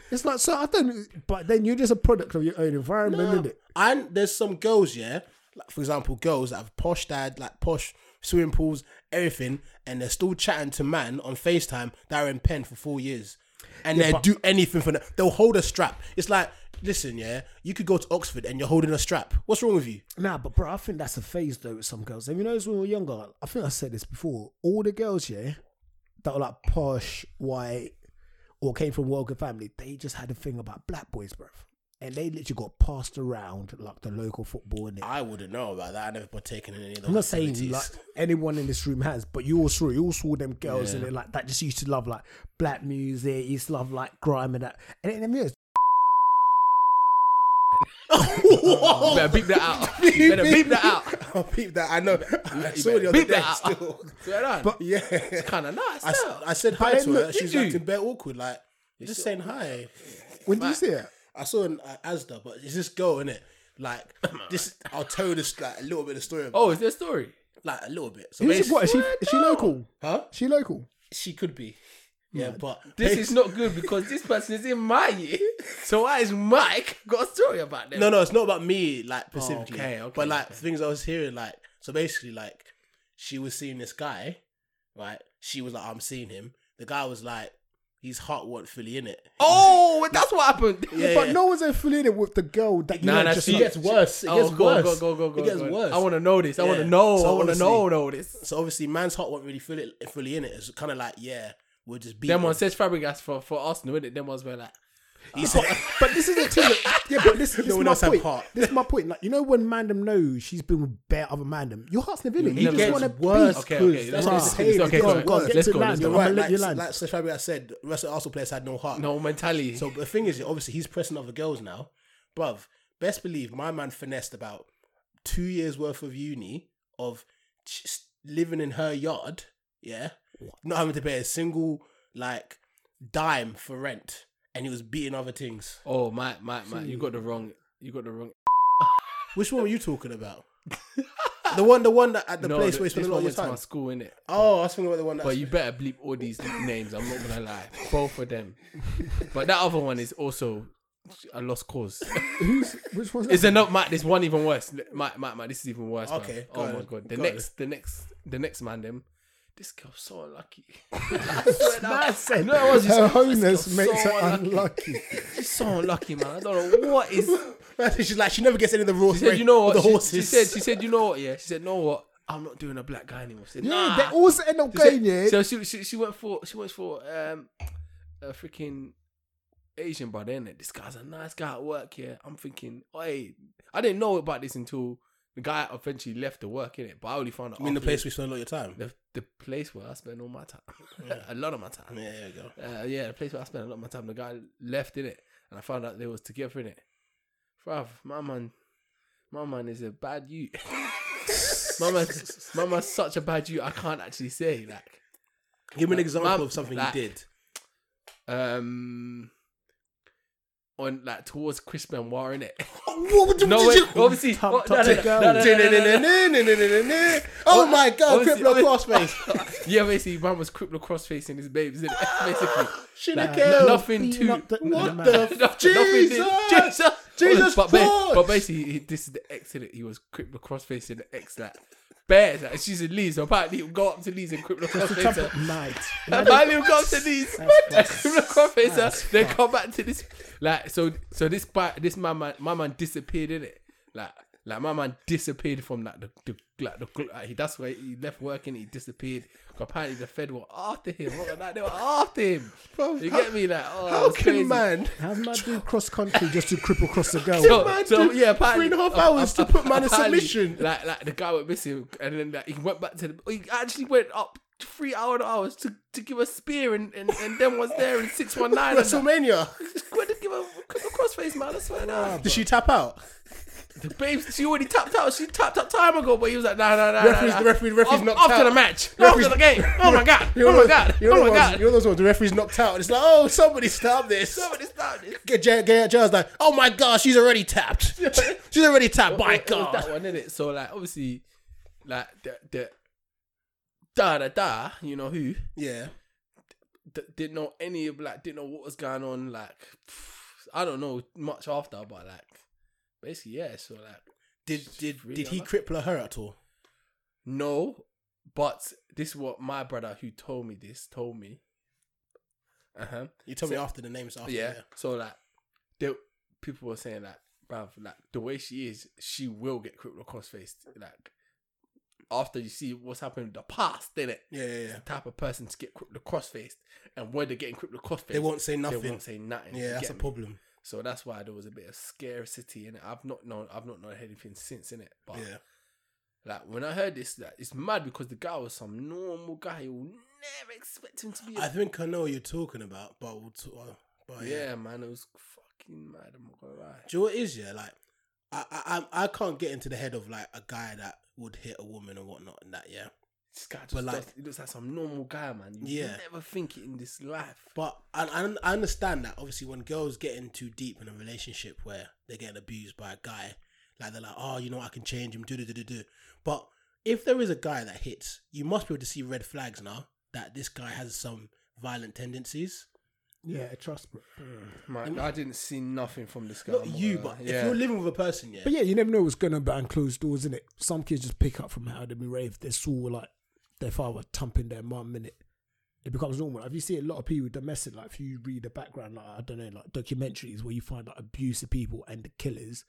Speaker 7: it's like so I don't but then you're just a product of your own environment, isn't it?
Speaker 4: And there's some girls, yeah, like for example, girls that have posh dad, like posh swimming pools, everything, and they're still chatting to man on FaceTime that are in pen for four years, and they do anything for them. They'll hold a strap. It's like, listen, yeah, you could go to Oxford and you're holding a strap. What's wrong with you?
Speaker 7: Nah, but bro, I think that's a phase though with some girls. Have you noticed when we were younger? I think I said this before. All the girls, yeah, that were like posh, white, or came from well good family, they just had a thing about black boys, bro. And they literally got passed around like the local football and
Speaker 4: I wouldn't know about that. I never partaken in any of those.
Speaker 7: I'm not saying
Speaker 4: activities.
Speaker 7: like anyone in this room has, but you all saw it. You all saw them girls and and like that just used to love like black music, used to love like grime and that. And then there's
Speaker 3: Oh. You better beep that out. You better beep that out.
Speaker 4: I'll beep that. I know. I saw the other
Speaker 3: beep
Speaker 4: day
Speaker 3: that out.
Speaker 4: still.
Speaker 3: Swear on.
Speaker 4: But yeah,
Speaker 3: kind of nice.
Speaker 4: I, s-
Speaker 3: though.
Speaker 4: I said hi
Speaker 7: then
Speaker 4: to
Speaker 7: look,
Speaker 4: her.
Speaker 7: did
Speaker 4: She's
Speaker 7: you?
Speaker 4: acting bare awkward. Like you're just saying hi.
Speaker 7: when do you see it?
Speaker 4: I saw an uh, Asda, but it's this girl in it. Like this, I'll tell this like a little bit of story.
Speaker 3: oh, is there a story?
Speaker 4: like a little bit. So
Speaker 7: Who's it?
Speaker 4: basi-
Speaker 7: What is she? Is she local?
Speaker 4: Huh?
Speaker 7: She local?
Speaker 4: She could be. Yeah, but
Speaker 3: This is not good because this person is in my year. So why is Mike got a story about them?
Speaker 4: No, no, it's not about me, like specifically.
Speaker 3: Oh, okay, okay,
Speaker 4: But like
Speaker 3: okay.
Speaker 4: things I was hearing, like so basically, like she was seeing this guy, right? She was like, "Oh, "I'm seeing him." The guy was like, "His heart weren't fully in it."
Speaker 3: Oh, that's what happened.
Speaker 4: Yeah,
Speaker 7: but
Speaker 4: yeah.
Speaker 7: no one's affiliated with the girl that you
Speaker 3: Nah,
Speaker 7: know,
Speaker 3: nah,
Speaker 7: just
Speaker 3: she
Speaker 7: like,
Speaker 4: gets worse. It
Speaker 3: Oh,
Speaker 4: gets
Speaker 3: go on,
Speaker 4: worse.
Speaker 3: Go, go, go, go,
Speaker 4: it gets
Speaker 3: go on.
Speaker 4: worse.
Speaker 3: I want to know this. I want
Speaker 4: Yeah.
Speaker 3: to know.
Speaker 4: So
Speaker 3: I want to
Speaker 4: obviously-
Speaker 3: know, know this.
Speaker 4: So obviously, man's heart weren't really fully fully in it. It's kind of like, yeah, we'll just beat
Speaker 3: Them
Speaker 4: him.
Speaker 3: on says Fabregas for, for Arsenal, isn't it? Them ones were like,
Speaker 4: He's-
Speaker 7: But this is the thing. that- Yeah, but this, this
Speaker 4: No
Speaker 7: is
Speaker 4: one
Speaker 7: my
Speaker 4: else had
Speaker 7: point.
Speaker 4: heart.
Speaker 7: This is my point. Like you know when Mandem knows she's been with bare other Mandem, your heart's never in it.
Speaker 3: You'll
Speaker 7: You
Speaker 3: never
Speaker 7: just
Speaker 3: know.
Speaker 7: want to
Speaker 3: It gets worse,
Speaker 7: beat.
Speaker 3: Okay, okay,
Speaker 4: that's
Speaker 7: Bruh.
Speaker 4: what I'm saying.
Speaker 7: Hey,
Speaker 3: okay,
Speaker 7: go on,
Speaker 3: sorry.
Speaker 7: go on, get
Speaker 3: Let's
Speaker 7: to
Speaker 3: go,
Speaker 7: land,
Speaker 3: let's
Speaker 7: you're
Speaker 3: go.
Speaker 7: right.
Speaker 4: Right,
Speaker 7: I'ma let
Speaker 4: like,
Speaker 7: you land.
Speaker 4: like Sir Fabi has said, the rest of the Arsenal players had no heart.
Speaker 3: no mentality.
Speaker 4: So the thing is, obviously, he's pressing other girls now. Bruv, best believe my man finessed about two years worth of uni of just living in her yard, yeah, not having to pay a single, like, dime for rent. And he was beating other things.
Speaker 3: oh, Mike, Mike, Mike, you got the wrong. You got the wrong.
Speaker 4: Which one were you talking about? the one, the one that at the
Speaker 3: no,
Speaker 4: place where you
Speaker 3: this
Speaker 4: spent a lot
Speaker 3: one
Speaker 4: of your
Speaker 3: went to my
Speaker 4: time.
Speaker 3: school, innit?
Speaker 4: Oh, I was thinking about the one that.
Speaker 3: But you better bleep all these names. I'm not gonna lie, both of them. But that other one is also a lost cause.
Speaker 7: Who's which one's
Speaker 3: Is
Speaker 7: that?
Speaker 3: there not Matt? This one even worse. Matt, Matt, Matt. This is even worse. man.
Speaker 4: Okay, go
Speaker 3: Oh my
Speaker 4: on,
Speaker 3: god. The
Speaker 4: go on.
Speaker 3: next, the next, the next man. Them. This girl's so unlucky. I swear down. No, it was
Speaker 7: Her
Speaker 3: just,
Speaker 7: holiness
Speaker 3: so
Speaker 7: makes her
Speaker 3: unlucky.
Speaker 7: unlucky.
Speaker 3: she's so unlucky, man. I don't know what is.
Speaker 4: She's like, she never gets any of the raw.
Speaker 3: She said, you know what?
Speaker 4: The
Speaker 3: she,
Speaker 4: horses.
Speaker 3: she said, she said, you know what? Yeah. She said, know what? I'm not doing a black guy anymore. She said,
Speaker 7: Yeah,
Speaker 3: nah.
Speaker 7: they always end up
Speaker 3: She said-
Speaker 7: going,
Speaker 4: eh?
Speaker 7: yeah.
Speaker 3: So she, she she went for she went for um a freaking Asian brother, innit? This guy's a nice guy at work, yeah. I'm thinking, hey, I didn't know about this until the guy eventually left the work, innit? But I only found out.
Speaker 4: I mean, the
Speaker 3: after
Speaker 4: place we spend a lot of your time.
Speaker 3: the, the place where I spend all my time, a lot of my time.
Speaker 4: Yeah, there we go.
Speaker 3: Uh, yeah, the place where I spent a lot of my time. The guy left in it, and I found out they was together in it. Bruv, my man, my man is a bad you. my man, my man's such a bad you. I can't actually say like.
Speaker 4: Give me an
Speaker 3: Like,
Speaker 4: example
Speaker 3: mum,
Speaker 4: of something
Speaker 3: like-
Speaker 4: you did.
Speaker 3: Um, on like towards Chris Benoit in it.
Speaker 4: What would you
Speaker 3: No,
Speaker 4: did
Speaker 3: wait,
Speaker 4: you-
Speaker 3: obviously.
Speaker 7: Top-
Speaker 3: oh, no,
Speaker 7: top
Speaker 3: no,
Speaker 7: to
Speaker 3: no,
Speaker 7: go.
Speaker 3: no, no, no, no, no, no.
Speaker 4: Oh my god,
Speaker 3: Obviously-
Speaker 4: Crippler
Speaker 3: obviously-
Speaker 4: Crossface.
Speaker 3: Yeah, basically, man was crippled cross facing his babes, innit? Basically.
Speaker 4: Shouldn't
Speaker 3: No-
Speaker 4: have
Speaker 3: nothing
Speaker 7: Beating
Speaker 3: too.
Speaker 7: up the-
Speaker 4: What
Speaker 7: man.
Speaker 4: the
Speaker 3: No-
Speaker 4: f-
Speaker 3: nothing
Speaker 4: Jesus?
Speaker 3: did- Jesus,
Speaker 4: Jesus
Speaker 3: but, ba-
Speaker 4: Christ!
Speaker 3: but basically, he- this is the ex in it. He was crippled cross facing the ex that bears. Like, she's in Leeds, so apparently he'll go up to Leeds and crippled cross
Speaker 7: Just to
Speaker 3: face
Speaker 7: jump
Speaker 3: her.
Speaker 7: up night.
Speaker 3: Apparently he'll go up to Leeds, crippled cross face her. Then come back to this. Like so, so this bi- this my man, my man disappeared in it. Like. Like my man disappeared from like the, the like the gl- like, he, that's why he left working. He disappeared. Apparently the Fed were after him. What, like, they were after him. you get me? Like oh,
Speaker 4: How
Speaker 3: it's
Speaker 4: can
Speaker 3: crazy.
Speaker 4: man?
Speaker 7: How's my dude cross country just to cripple across the girl?
Speaker 3: So,
Speaker 4: man
Speaker 3: so,
Speaker 4: do
Speaker 3: yeah, apparently,
Speaker 4: three and a half
Speaker 3: uh,
Speaker 4: hours
Speaker 3: uh,
Speaker 4: to put man in
Speaker 3: apparently,
Speaker 4: submission?
Speaker 3: Like, like the guy went missing, and then like, he went back to the. He actually went up three hour and hours to, to give a spear, and, and, and then was there in six one nine.
Speaker 4: WrestleMania.
Speaker 3: Went to give a, give a crossface, man. I swear now.
Speaker 4: Did she tap out?
Speaker 3: The babe, she already tapped out. She tapped out time ago, but he was like, nah, nah, nah.
Speaker 4: Referee's-
Speaker 3: nah, nah.
Speaker 4: the referee- the referee's
Speaker 3: Af-
Speaker 4: knocked
Speaker 3: after
Speaker 4: out.
Speaker 3: the match. After
Speaker 4: Referee's-
Speaker 3: the game. Oh my god.
Speaker 4: You're
Speaker 3: Oh my
Speaker 4: those-
Speaker 3: god.
Speaker 4: You're
Speaker 3: Oh my
Speaker 4: those ones-
Speaker 3: god.
Speaker 4: You're those ones. The referee's knocked out. It's like, oh, somebody stop this.
Speaker 3: Somebody started this.
Speaker 4: Get J- Get Jail's like, oh my gosh, she's already tapped. she's already tapped. My
Speaker 3: it, it was
Speaker 4: god.
Speaker 3: that one, innit? So like, obviously, like the the da da da, you know who
Speaker 4: Yeah.
Speaker 3: d- didn't know any of like didn't know what was going on. Like, I don't know much after, but like, basically, yeah. So like,
Speaker 4: Did did
Speaker 3: Really
Speaker 4: did he
Speaker 3: unlucky.
Speaker 4: cripple her at all?
Speaker 3: no, but this is what my brother who told me this told me. Uh huh.
Speaker 4: You told me after the names after.
Speaker 3: Oh, yeah. So like, there people were saying like, bruv, like the way she is, she will get crippled cross faced. Like after you see what's happened in the past, then it
Speaker 4: Yeah, yeah, yeah.
Speaker 3: the type of person to get crippled cross faced, and when they're getting crippled cross faced,
Speaker 4: They won't say
Speaker 3: They
Speaker 4: nothing.
Speaker 3: won't say nothing. you
Speaker 4: yeah, that's
Speaker 3: get
Speaker 4: a
Speaker 3: me?
Speaker 4: problem.
Speaker 3: So that's why there was a bit of scarcity in it. I've not known. I've not known anything since in it. But
Speaker 4: Yeah.
Speaker 3: like when I heard this, like, it's mad because the guy was some normal guy. You will never expect him to be. a-
Speaker 4: I think I know what you're talking about, but we'll t- uh, but yeah.
Speaker 3: yeah, man, it was fucking mad. I'm not gonna lie.
Speaker 4: Do you know what it is yeah? Like, I, I I I can't get into the head of like a guy that would hit a woman and whatnot and that. Yeah.
Speaker 3: This guy just
Speaker 4: But, like-
Speaker 3: does- he looks like some normal guy, man. You
Speaker 4: Yeah.
Speaker 3: never think it in this life.
Speaker 4: But I, I- I understand that obviously when girls get in too deep in a relationship where they're getting abused by a guy, like they're like, oh, you know, I can change him, do do do do do. But if there is a guy that hits, you must be able to see red flags now that this guy has some violent tendencies.
Speaker 7: Yeah, trust me.
Speaker 4: Mm.
Speaker 3: Man, I didn't see nothing from this guy.
Speaker 4: Not
Speaker 3: I'm
Speaker 4: you,
Speaker 3: gonna-
Speaker 4: but
Speaker 3: yeah.
Speaker 4: if you're living with a person, yeah,
Speaker 7: But yeah, you never know what's going on behind closed doors, innit? Some kids just pick up from how they've been raved. They saw like their father thumping their mum, innit? It becomes normal. Have you seen a lot of people domestic? Like if you read the background, like I don't know, like documentaries where you find like abusive people and the killers,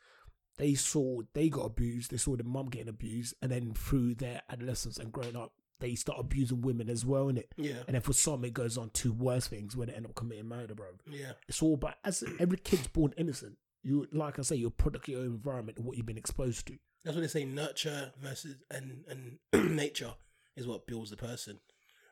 Speaker 7: they saw they got abused. They saw the mum getting abused, and then through their adolescence and growing up, they start abusing women as well, innit?
Speaker 4: Yeah.
Speaker 7: And then for some, it goes on to worse things when they end up committing murder, bro
Speaker 4: yeah,
Speaker 7: it's all about as every kid's born innocent. You like I say, you're a product of your environment and what you've been exposed to.
Speaker 4: that's what they say. Nurture versus and and nature is what builds the person.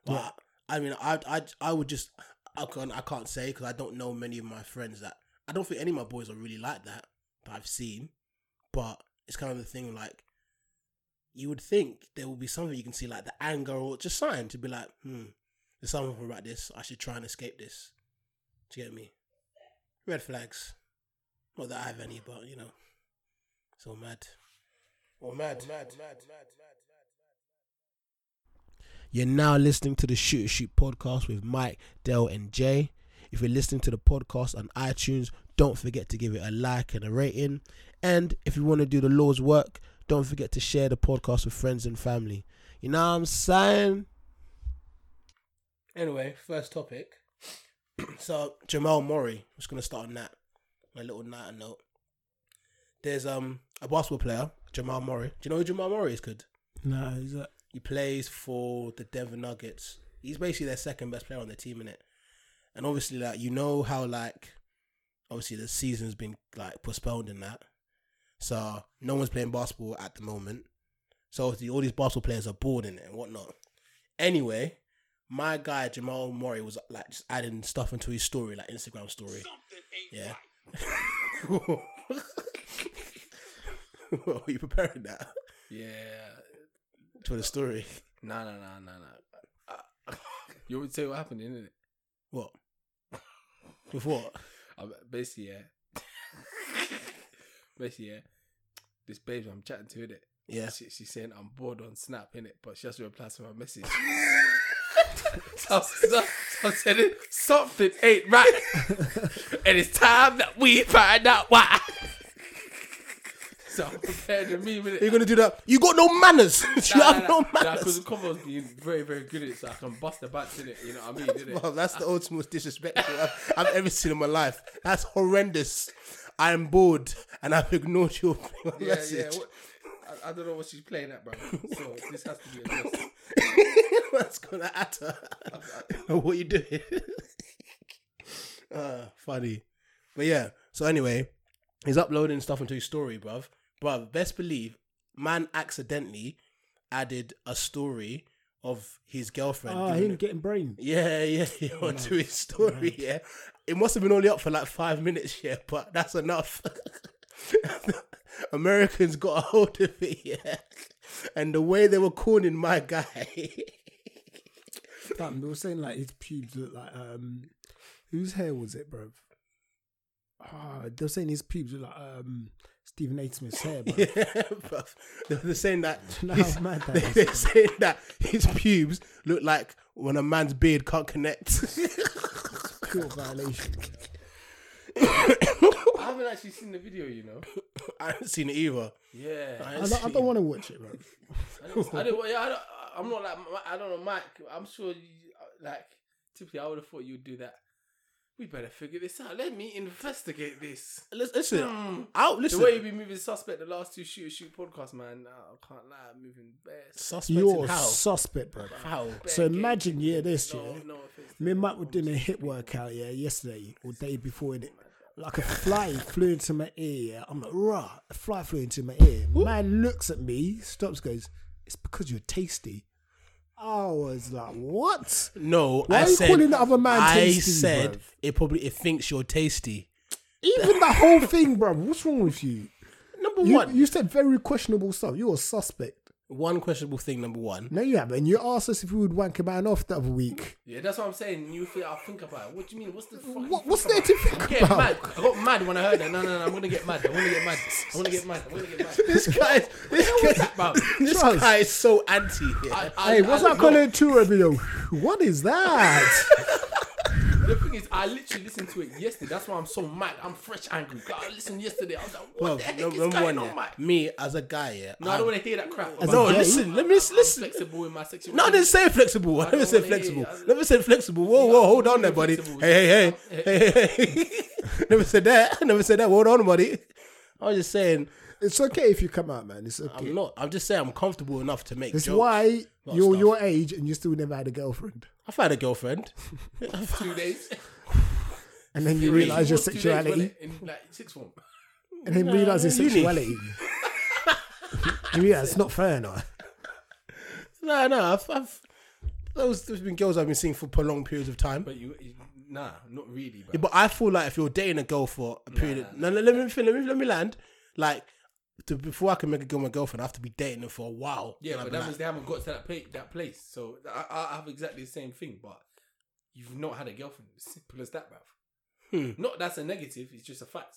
Speaker 4: But
Speaker 7: Yeah.
Speaker 4: I mean, I I I would just I can't I can't say because I don't know many of my friends that I don't think any of my boys are really like that that I've seen. But it's kind of the thing like you would think there would be something you can see like the anger or just sign to be like, hmm, there's something about this. I should try and escape this. Do you get me? Red flags. Not that I have any, but you know, it's all mad. Or mad. mad.
Speaker 1: You're now listening to the Shoot Shoot podcast with Mike, Dell, and Jay. If you're listening to the podcast on iTunes, don't forget to give it a like and a rating. And if you want to do the Lord's work, don't forget to share the podcast with friends and family. You know what I'm saying?
Speaker 4: Anyway, first topic. so Jamal Murray, I'm just gonna start on that. My little night note. There's um a basketball player, Jamal Murray. Do you know who Jamal Murray is? Good.
Speaker 8: No, is that
Speaker 7: He plays for the Denver Nuggets. He's basically their second best player on the team in it. And obviously, like you know how like obviously the season's been like postponed and that. So no one's playing basketball at the moment. So obviously, all these basketball players are bored in it and whatnot. Anyway, my guy Jamal Murray was like just adding stuff into his story, like Instagram story. yeah. Well, are you preparing that
Speaker 3: Yeah.
Speaker 7: for the story?
Speaker 3: Nah, nah, nah, nah, nah. Uh, you already tell what happened, innit?
Speaker 7: What? With what?
Speaker 3: I'm basically yeah. basically yeah. This babe I'm chatting to it.
Speaker 7: Yeah.
Speaker 3: She, she's saying I'm bored on Snap in it, but she has to reply to my message. so, so, so I said it, something ain't right, and it's time that we find out why. so I'm prepared to meme with it.
Speaker 7: You're gonna do that. You got no manners. you have no
Speaker 3: because
Speaker 7: manners.
Speaker 3: the combo's being very, very good at it, so I can bust the bats in it. You know what I mean? innit?
Speaker 7: Well, that's the ultimate disrespectful I've, I've ever seen in my life. That's horrendous. I am bored and I've ignored your your
Speaker 3: Yeah, yeah.
Speaker 7: message.
Speaker 3: What, I, I don't know what she's playing at, bro. So this has to be addressed.
Speaker 7: That's gonna add her. what you doing? uh, funny. But yeah, so anyway, he's uploading stuff into his story, bruv. Bruv, best believe, man accidentally added a story of his girlfriend.
Speaker 8: oh,
Speaker 7: giving
Speaker 8: him getting brain.
Speaker 7: Yeah, yeah, yeah. Onto his story, yeah. It must have been only up for like five minutes, yeah, but that's enough. Americans got a hold of it, yeah. And the way they were calling my guy,
Speaker 4: Damn, they were saying like his pubes look like um, whose hair was it, bro? Ah, they were saying his pubes look like um Stephen A. Smith's hair, bro.
Speaker 7: bruv, they- they're saying that,
Speaker 4: know
Speaker 7: his-
Speaker 4: how mad that
Speaker 7: they-
Speaker 4: is?
Speaker 7: they're saying that his pubes look like when a man's beard can't connect.
Speaker 4: Pure violation.
Speaker 3: I haven't actually seen the video, you know.
Speaker 7: I haven't seen it either.
Speaker 3: Yeah,
Speaker 4: I don't, I don't want to watch it, bro.
Speaker 3: I don't. Yeah, I don't, I'm not like I don't know, Mike. I'm sure, you, like typically, I would have thought you'd do that. We better figure this out. Let me investigate this.
Speaker 7: Lis- Listen,
Speaker 3: Hmm.
Speaker 7: out.
Speaker 3: The
Speaker 7: Listen,
Speaker 3: way you've been moving suspect the last two shoot shoot podcast, man. Nah, I can't lie, I'm moving best.
Speaker 7: suspects
Speaker 4: You're
Speaker 7: in how?
Speaker 4: suspect, bro.
Speaker 7: How?
Speaker 4: So imagine, yeah, this,
Speaker 3: No,
Speaker 4: yeah.
Speaker 3: no offense.
Speaker 4: Me and Mike were doing a hit workout, yeah, yesterday or day before, innit? Like a fly flew into my ear. yeah. I'm like, rah, a fly flew into my ear. Man looks at me, stops, goes, it's because you're tasty. I was like, what?
Speaker 7: No,
Speaker 4: Why
Speaker 7: I
Speaker 4: are you
Speaker 7: said,
Speaker 4: calling the other man
Speaker 7: I
Speaker 4: tasty,
Speaker 7: said
Speaker 4: bruv?
Speaker 7: it probably it thinks you're tasty.
Speaker 4: Even the whole thing, bro. What's wrong with you?
Speaker 7: Number
Speaker 4: You,
Speaker 7: one,
Speaker 4: you said very questionable stuff. You're a suspect.
Speaker 7: one questionable thing. Number one,
Speaker 4: No, you haven't. You asked us if we would wank a man off the other week.
Speaker 3: Yeah, that's what I'm saying. You feel I'll think about it. What do you mean? What's the fuck? you
Speaker 4: What, what's
Speaker 3: think
Speaker 4: there
Speaker 3: about?
Speaker 4: to think
Speaker 3: I'm getting
Speaker 4: about?
Speaker 3: mad. I got mad when I heard that. No, no, no. I'm gonna get mad. I'm gonna get mad. I'm gonna get mad. I'm gonna get mad.
Speaker 7: this guy, is- this guy,
Speaker 3: Bro,
Speaker 7: this
Speaker 4: Trust.
Speaker 7: guy is so anti. Yeah.
Speaker 3: I, I,
Speaker 4: Hey, what's
Speaker 3: I,
Speaker 4: that
Speaker 3: no,
Speaker 4: Colin Tour video? What is that?
Speaker 3: The thing is, I literally listened to it yesterday. That's why I'm so mad. I'm fresh angry. God, I listened yesterday. I was like, what
Speaker 7: Bruv,
Speaker 3: the heck
Speaker 7: num-
Speaker 3: is
Speaker 7: number
Speaker 3: going
Speaker 7: one,
Speaker 3: on,
Speaker 7: yeah.
Speaker 3: Mike?
Speaker 7: me as a guy, yeah.
Speaker 3: No, I don't want to hear that crap.
Speaker 4: As a
Speaker 7: no,
Speaker 4: gay?
Speaker 7: listen. Let me
Speaker 3: I'm
Speaker 7: listen.
Speaker 3: Flexible in my sexuality.
Speaker 7: No, I didn't say flexible. I, never
Speaker 3: don't
Speaker 7: said
Speaker 3: wanna hear
Speaker 7: flexible.
Speaker 3: it. I-
Speaker 7: Never said flexible. Whoa, whoa, hold on there, buddy.
Speaker 3: flexible.
Speaker 7: Hey, hey, hey, hey, hey, hey. never said that. I never said that. Hold on, buddy. I was just saying.
Speaker 4: It's okay if you come out, man. It's okay.
Speaker 7: I'm not. I'm just saying. I'm comfortable enough to make
Speaker 4: It's
Speaker 7: jokes.
Speaker 4: why
Speaker 7: Not
Speaker 4: you're
Speaker 7: stuff.
Speaker 4: your age and you still never had a girlfriend,
Speaker 7: I've had a girlfriend.
Speaker 3: Two days.
Speaker 4: and then you realize your sexuality,
Speaker 3: In like sixth form.
Speaker 4: and then realize your
Speaker 7: uni.
Speaker 4: sexuality. you realize it's not fair, no.
Speaker 7: No, no, I've, I've those there's been girls I've been seeing for prolonged periods of time. But,
Speaker 3: But you, you nah, not really, bro.
Speaker 7: yeah, but I feel like if you're dating a girl for a period, of, no, no, let me fin- let me let me land. Like to, before I can make a girl my girlfriend, I have to be dating her for a while.
Speaker 3: Yeah,
Speaker 7: And I'd
Speaker 3: but
Speaker 7: be
Speaker 3: that
Speaker 7: like,
Speaker 3: means they haven't got to that, pla- that place. So I, I have exactly the same thing, but you've not had a girlfriend. It's simple as that, bruv.
Speaker 7: Hmm.
Speaker 3: Not that's a negative, it's just a fact.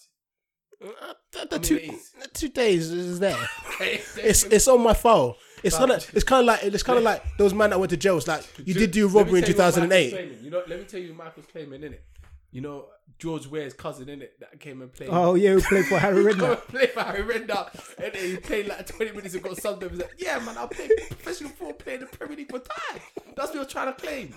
Speaker 7: uh, the, the
Speaker 3: mean,
Speaker 7: two
Speaker 3: it is.
Speaker 7: the two days is there.
Speaker 3: it's,
Speaker 7: It's it's on my file. It's
Speaker 3: Fam.
Speaker 7: kind of it's kind of like it's kind of like those men that went to jail. It's like you did do robbery in two thousand and eight.
Speaker 3: You know, let me tell you who Michael's claiming, innit? You know, George Ware's cousin, innit? That came and played.
Speaker 4: Oh yeah, we played for Harry Redknapp.
Speaker 3: Play for Harry Redknapp, and then he played like 20 minutes and got subbed. and was like, "Yeah, man, I play professional football, play in the Premier League for time." That's what you're trying to claim.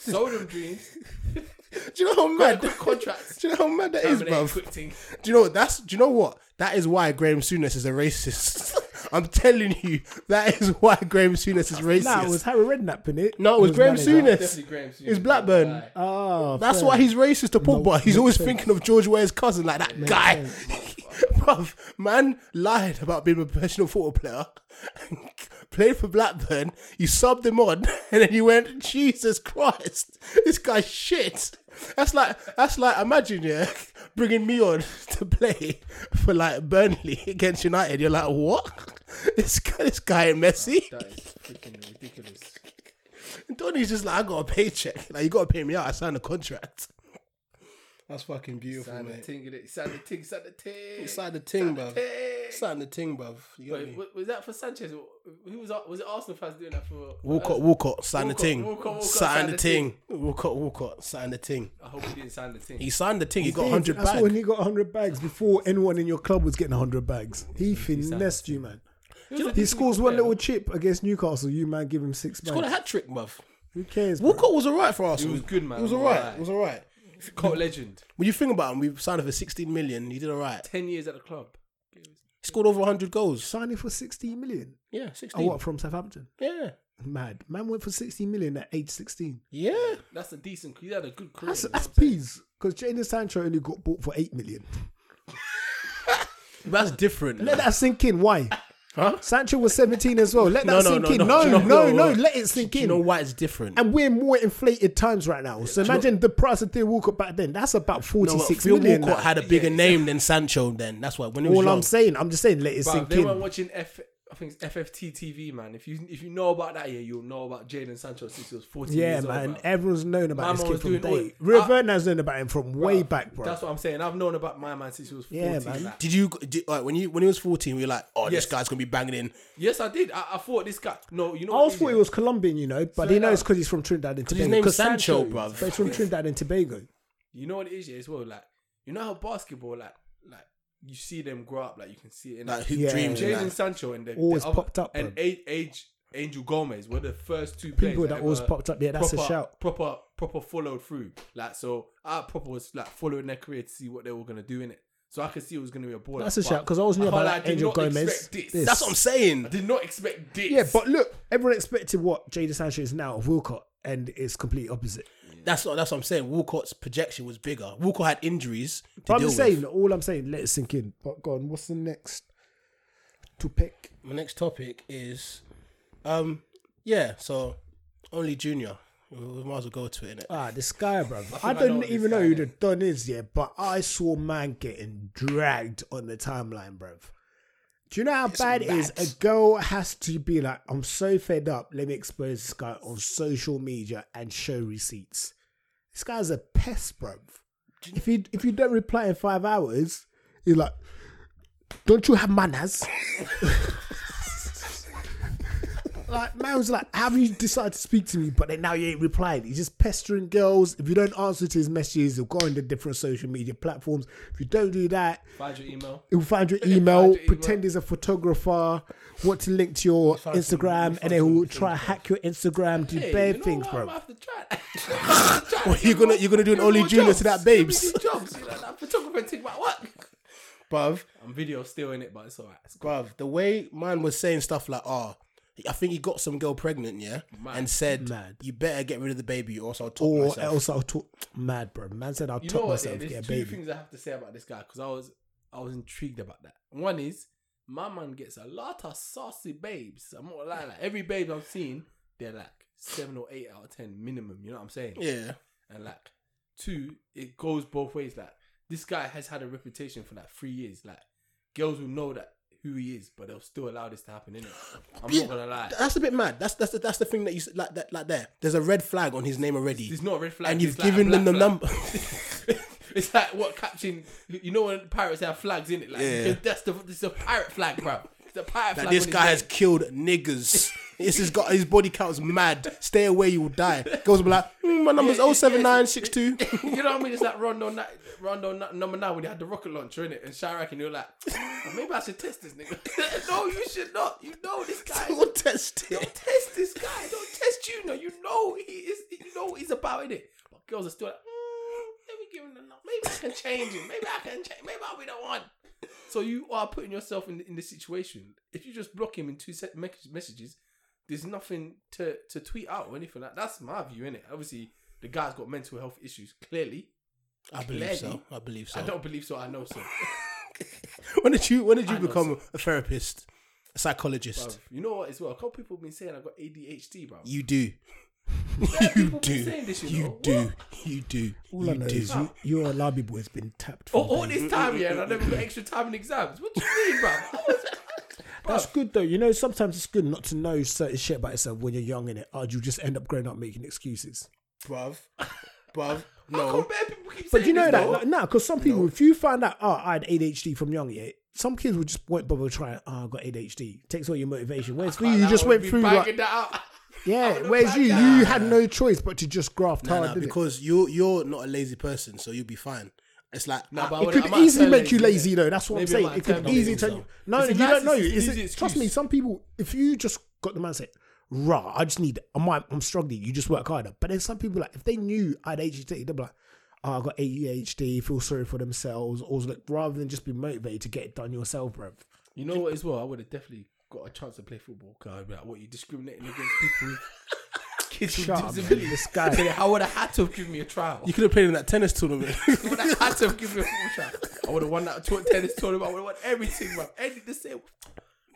Speaker 3: Sold them dreams.
Speaker 7: Do you know how mad?
Speaker 3: Quick contracts.
Speaker 7: Do you know how mad that is,
Speaker 3: Terminate
Speaker 7: bruv?
Speaker 3: quick thing.
Speaker 7: Do you know what? That's do you know what? That is why Graham Souness is a racist.
Speaker 4: I'm telling you, that is why Graham Souness is racist.
Speaker 7: Nah, it was Harry Redknapp in it.
Speaker 4: No, it was
Speaker 7: Who
Speaker 4: Graham
Speaker 7: managed that.
Speaker 4: Souness.
Speaker 3: Definitely Graham Souness.
Speaker 4: It's Blackburn.
Speaker 3: Right.
Speaker 7: Ah,
Speaker 4: That's
Speaker 7: fair.
Speaker 4: why he's racist to Pogba.
Speaker 7: No,
Speaker 4: he's always
Speaker 7: makes sense.
Speaker 4: thinking of George Ware's cousin, like that guy. Bruv, man lied about being a professional football player, played for Blackburn, you subbed him on, and then you went, Jesus Christ, this guy's shit. That's like, that's like, imagine, yeah, bringing me on to play for like Burnley against United. You're like, what? This guy, this guy ain't messy.
Speaker 3: That is freaking ridiculous.
Speaker 4: Donny's just like, I got a paycheck. Like, you got to pay me out. I signed a contract. That's fucking beautiful,
Speaker 3: Sign the
Speaker 4: mate.
Speaker 3: ting, innit? sign the ting, sign the ting.
Speaker 4: Sign the ting,
Speaker 3: Sign the
Speaker 4: bruv.
Speaker 3: ting.
Speaker 4: Sign the ting, bruv. You got
Speaker 3: Wait,
Speaker 4: me.
Speaker 3: wa- was that for Sanchez? Who was was it Arsenal fans doing that for?
Speaker 4: Walcott, Walcott, sign the
Speaker 3: Walcott,
Speaker 4: ting.
Speaker 3: Walcott, Walcott,
Speaker 4: sign the ting. Walcott, Walcott, sign the ting.
Speaker 3: I hope he didn't sign the ting.
Speaker 4: He signed the ting. He got
Speaker 7: Dave,
Speaker 4: 100
Speaker 7: That's when
Speaker 4: back.
Speaker 7: he got 100 bags before anyone in your club was getting 100 bags. He finessed you, man. He scores one little chip against Newcastle. You, man, give him six
Speaker 4: He got a
Speaker 7: bags.
Speaker 4: hat trick, bruv.
Speaker 7: Who cares? bro?
Speaker 4: Walcott was alright for Arsenal.
Speaker 3: was good, man.
Speaker 4: He was
Speaker 3: I'm not
Speaker 4: alright.
Speaker 3: gonna
Speaker 4: He was alright.
Speaker 3: cult legend.
Speaker 4: When you think about him, we signed him for 16 million. He did alright.
Speaker 3: Ten years at the club.
Speaker 4: He scored over 100 goals.
Speaker 7: Signing for 16 million.
Speaker 4: Yeah,
Speaker 7: Oh,
Speaker 4: 16.
Speaker 7: what, from Southampton?
Speaker 4: Yeah.
Speaker 7: Mad. Man went for 16 million at age 16.
Speaker 4: Yeah.
Speaker 3: That's a decent. He had a good career.
Speaker 7: That's,
Speaker 3: you know
Speaker 7: that's
Speaker 3: what I'm saying?
Speaker 7: peas. Because Jadon Sancho only got bought for 8 million.
Speaker 4: That's different.
Speaker 7: Let that sink in. Why?
Speaker 4: Huh?
Speaker 7: Sancho was 17 as well. Let
Speaker 4: No,
Speaker 7: that
Speaker 4: no,
Speaker 7: sink
Speaker 4: no,
Speaker 7: in.
Speaker 4: no,
Speaker 7: No,
Speaker 4: do you
Speaker 7: no,
Speaker 4: know-
Speaker 7: no,
Speaker 4: no, no.
Speaker 7: Let it sink
Speaker 4: Do you
Speaker 7: in.
Speaker 4: know why it's different?
Speaker 7: And we're in more inflated times right now. So imagine the price of Theo Walcott back then. That's about
Speaker 4: No, but
Speaker 7: 46
Speaker 4: Phil
Speaker 7: million.
Speaker 4: Walcott
Speaker 7: now.
Speaker 4: had a bigger name than Sancho. Then that's why when he was
Speaker 7: All
Speaker 4: young,
Speaker 7: I'm saying, I'm just saying, let it
Speaker 3: Bruv,
Speaker 7: sink
Speaker 3: they weren't
Speaker 7: in.
Speaker 3: watching F. I think it's FFT TV, man. If you if you know about that year, you'll know about Jadon Sancho since he was 14
Speaker 7: Yeah,
Speaker 3: years
Speaker 7: man.
Speaker 3: old. bruv.
Speaker 7: Everyone's known
Speaker 3: My
Speaker 7: about
Speaker 3: man
Speaker 7: this
Speaker 3: was
Speaker 7: kid from
Speaker 3: doing all-
Speaker 7: day. Rio
Speaker 3: I-
Speaker 7: Ferdinand's known about him from way
Speaker 3: Bruv,
Speaker 7: back, bro.
Speaker 3: That's what I'm saying. I've known about my man since he was 14.
Speaker 7: Yeah, man.
Speaker 3: like.
Speaker 4: Did you did, like, when you when he was fourteen? We were like, oh,
Speaker 3: Yes.
Speaker 4: this guy's gonna be banging in
Speaker 3: yes, I did. I, I thought this guy. No, you know.
Speaker 7: I
Speaker 3: what
Speaker 7: always thought
Speaker 3: is,
Speaker 7: he
Speaker 3: yeah?
Speaker 7: was Colombian, you know, but they know
Speaker 3: no.
Speaker 7: it's because he's from Trinidad and
Speaker 4: because his
Speaker 7: Tobago.
Speaker 4: name's
Speaker 7: 'Cause
Speaker 4: Sancho,
Speaker 7: Sancho,
Speaker 4: bruv.
Speaker 7: But he's from Trinidad and Tobago.
Speaker 3: You know what it is yeah, as well. Like you know how basketball, like like you see them grow up, like you can see it. In
Speaker 4: Like his
Speaker 7: Yeah.
Speaker 4: dreams. and
Speaker 3: Jaden
Speaker 4: that.
Speaker 3: Sancho and the,
Speaker 7: Always
Speaker 3: the
Speaker 7: popped up,
Speaker 3: and
Speaker 7: bro.
Speaker 3: age, age Angel Gomez were the first two
Speaker 7: People
Speaker 3: players
Speaker 7: that always
Speaker 3: ever
Speaker 7: popped up. Yeah, that's a
Speaker 3: proper-
Speaker 7: shout.
Speaker 3: Proper proper followed through. Like so, I proper was like following their career to see what they were gonna do in it. So I could see it was gonna be a baller.
Speaker 7: That's a
Speaker 3: but
Speaker 7: shout, 'cause I always knew
Speaker 3: can't
Speaker 7: about
Speaker 3: lie, I
Speaker 7: that
Speaker 3: did
Speaker 7: Angel
Speaker 3: not
Speaker 7: Gomez.
Speaker 3: expect This.
Speaker 7: This.
Speaker 4: That's what I'm
Speaker 3: I
Speaker 4: saying.
Speaker 3: did not expect this.
Speaker 7: Yeah, but look, everyone expected what Jadon Sancho is now of Wilcott, and it's complete opposite.
Speaker 4: That's what that's what I'm saying. Walcott's projection was bigger. Walcott had injuries. To
Speaker 7: But I'm
Speaker 4: deal
Speaker 7: just
Speaker 4: with.
Speaker 7: saying, all I'm saying, let it sink in. But go on, what's the next to pick?
Speaker 4: My next topic is, um, yeah. So only junior. We we might as well go to it. Innit? Uh,
Speaker 7: Ah, this guy, bro. I,
Speaker 3: I know
Speaker 7: don't
Speaker 3: this
Speaker 7: even know
Speaker 3: guy,
Speaker 7: who
Speaker 3: innit?
Speaker 7: the Don is yet, but I saw man getting dragged on the timeline, bro. Do you know how bad it is?
Speaker 4: mad.
Speaker 7: A girl has to be like, I'm so fed up. Let me expose this guy on social media and show receipts. This guy's a pest, bro. If you if you don't reply in five hours, you're like, don't you have manners? Like man was like, "How you decided to speak to me?" But then now you ain't replied. He's just pestering girls. If you don't answer to his messages, he'll go on the different social media platforms. If you don't do that,
Speaker 3: find your email.
Speaker 7: he'll find your
Speaker 3: your
Speaker 7: email,
Speaker 3: email.
Speaker 7: pretend he's a photographer, want to link to your Instagram, and then he'll try to hack your Instagram, do
Speaker 3: Hey,
Speaker 7: bare
Speaker 3: you know
Speaker 7: things,
Speaker 3: what? I
Speaker 7: bro.
Speaker 3: might have to try. I might have to try.
Speaker 4: What, you gonna- you gonna do an
Speaker 3: Give me
Speaker 4: Oli
Speaker 3: more
Speaker 4: Junior to
Speaker 3: jobs.
Speaker 4: that,
Speaker 3: Give me
Speaker 4: babes?
Speaker 3: these jobs, you know, that photographer take my work.
Speaker 4: Bruv,
Speaker 3: I'm video still in it, but it's alright. It's
Speaker 4: bruv, the way man was saying stuff like, oh, I think he got some girl pregnant, yeah, and said,
Speaker 7: Mad.
Speaker 4: you better get rid of the baby, or else I'll talk
Speaker 7: Or
Speaker 4: myself.
Speaker 7: else I'll talk mad, bro. Man said I'll
Speaker 3: you know
Speaker 7: top
Speaker 3: what?
Speaker 7: myself,
Speaker 3: yeah,
Speaker 7: yeah,
Speaker 3: there's two
Speaker 7: baby.
Speaker 3: things I have to say about this guy because I was I was intrigued about that. One is my man gets a lot of saucy babes. I'm not gonna lie, like every babe I've seen, they're like seven or eight out of ten minimum. You know what I'm saying?
Speaker 4: Yeah.
Speaker 3: And like two, it goes both ways. Like this guy has had a reputation for like three years. Like girls will know that who he is, but they'll still allow this to happen. In it, I'm
Speaker 4: Yeah,
Speaker 3: not gonna lie.
Speaker 4: That's a bit mad. That's that's the, that's the thing that you s- like that like there. There's a red flag on his name already.
Speaker 3: It's not a red flag.
Speaker 4: And you've
Speaker 3: it's like a
Speaker 4: given them the
Speaker 3: black flag.
Speaker 4: number.
Speaker 3: it's like what caption? You know when pirates have flags in it, like
Speaker 4: Yeah.
Speaker 3: that's the this is a pirate flag, bro. It's a pirate
Speaker 4: Like
Speaker 3: flag.
Speaker 4: this
Speaker 3: on his
Speaker 4: guy has
Speaker 3: head.
Speaker 4: killed niggas. this has got his body count's mad. Stay away, you will die. Goes be like, "Hmm, my number's
Speaker 3: Yeah, yeah, yeah.
Speaker 4: 07962.
Speaker 3: you know what I mean? It's like Rondo, ni- Rondo ni- number nine when they had the rocket launcher in it, and Chirac, and you're like, "Oh, maybe I should test this nigga. no, you should not. You know this guy. is-
Speaker 4: Don't test
Speaker 3: Don't
Speaker 4: it.
Speaker 3: test this guy. Don't test you. No, you know he is. You know what he's about in it. But girls are still like, mm, let me give him the number. Maybe I can change him. Maybe I can change. Maybe I'll be the one. So you are putting yourself in in the situation. If you just block him in two set mec- messages, there's nothing to to tweet out or anything like. That's my view, innit? Obviously, the guy's got mental health issues. Clearly,
Speaker 4: I believe so.
Speaker 3: Clearly.
Speaker 4: I believe so.
Speaker 3: I don't believe so. I know so.
Speaker 4: when did you When did you
Speaker 3: I know
Speaker 4: become a therapist, a psychologist?
Speaker 3: Bruv, you know what? As well, a couple people have been saying I got ADHD, bro.
Speaker 4: You do. you
Speaker 3: people been
Speaker 4: do.
Speaker 3: saying this, you
Speaker 4: you
Speaker 3: know.
Speaker 4: do. You do.
Speaker 7: All I
Speaker 4: you
Speaker 7: know
Speaker 4: do.
Speaker 7: is you, your Alabi boy has been tapped
Speaker 3: Oh,
Speaker 7: for.
Speaker 3: all
Speaker 7: ban.
Speaker 3: this time, yeah, and I
Speaker 7: mm,
Speaker 3: never got extra time in exams. What do you mean, bro?
Speaker 7: That's good though. You know, sometimes it's good not to know certain shit about yourself when you're young in it. Or you just end up growing up making excuses.
Speaker 4: bruv, bruv.
Speaker 3: How
Speaker 4: No,
Speaker 3: come bare people keep
Speaker 7: But
Speaker 3: saying
Speaker 7: you know
Speaker 3: this,
Speaker 7: that
Speaker 3: though?
Speaker 7: like, nah, because some people, if you find out, oh, I had ADHD from young, yeah, some kids would just won't bother trying. Oh, I got ADHD. Takes all your motivation. Whereas for you, you
Speaker 3: Like, I
Speaker 7: just
Speaker 3: would
Speaker 7: went
Speaker 3: be
Speaker 7: through
Speaker 3: banging
Speaker 7: like,
Speaker 3: that out.
Speaker 7: yeah.
Speaker 3: would've
Speaker 7: Whereas you,
Speaker 3: banged that
Speaker 7: you
Speaker 3: out.
Speaker 7: had no choice but to just graft
Speaker 4: Nah,
Speaker 7: hard.
Speaker 4: nah,
Speaker 7: didn't it?
Speaker 4: because you you're not a lazy person, so you'll be fine. It's like
Speaker 3: Nah,
Speaker 4: I-
Speaker 3: but I
Speaker 7: It
Speaker 3: wouldn't-
Speaker 7: could
Speaker 3: I might
Speaker 7: easily
Speaker 3: turn
Speaker 7: make you
Speaker 3: lazy,
Speaker 7: lazy,
Speaker 3: innit?
Speaker 7: though. That's what
Speaker 3: Maybe I
Speaker 7: I'm saying.
Speaker 3: might
Speaker 7: It could
Speaker 3: turn
Speaker 7: easily
Speaker 3: lazy,
Speaker 7: turn you.
Speaker 3: though.
Speaker 7: No,
Speaker 3: It's a
Speaker 7: you
Speaker 3: nice-
Speaker 7: don't know.
Speaker 3: it's an
Speaker 7: It's
Speaker 3: easy
Speaker 7: trust me,
Speaker 3: excuse.
Speaker 7: some people, if you just got the mindset, rah, I just need, I might, I'm struggling. You just work harder. But then some people, like, if they knew I had ADHD, they'd be like, oh, I got ADHD, feel sorry for themselves, or like, rather than just be motivated to get it done yourself, bruv.
Speaker 3: You know what? As well, I would have definitely got a chance to play football. Cause I'd be like, what you discriminating against people, with kids with
Speaker 7: Shut up, man.
Speaker 3: disabilities?
Speaker 7: This guy.
Speaker 3: So I would have had to have given me a trial.
Speaker 4: you could have played in that tennis tournament.
Speaker 3: I would have had to have given me a full shot. I would have won that tour- tennis tournament. I would have won everything, man. Any disabled.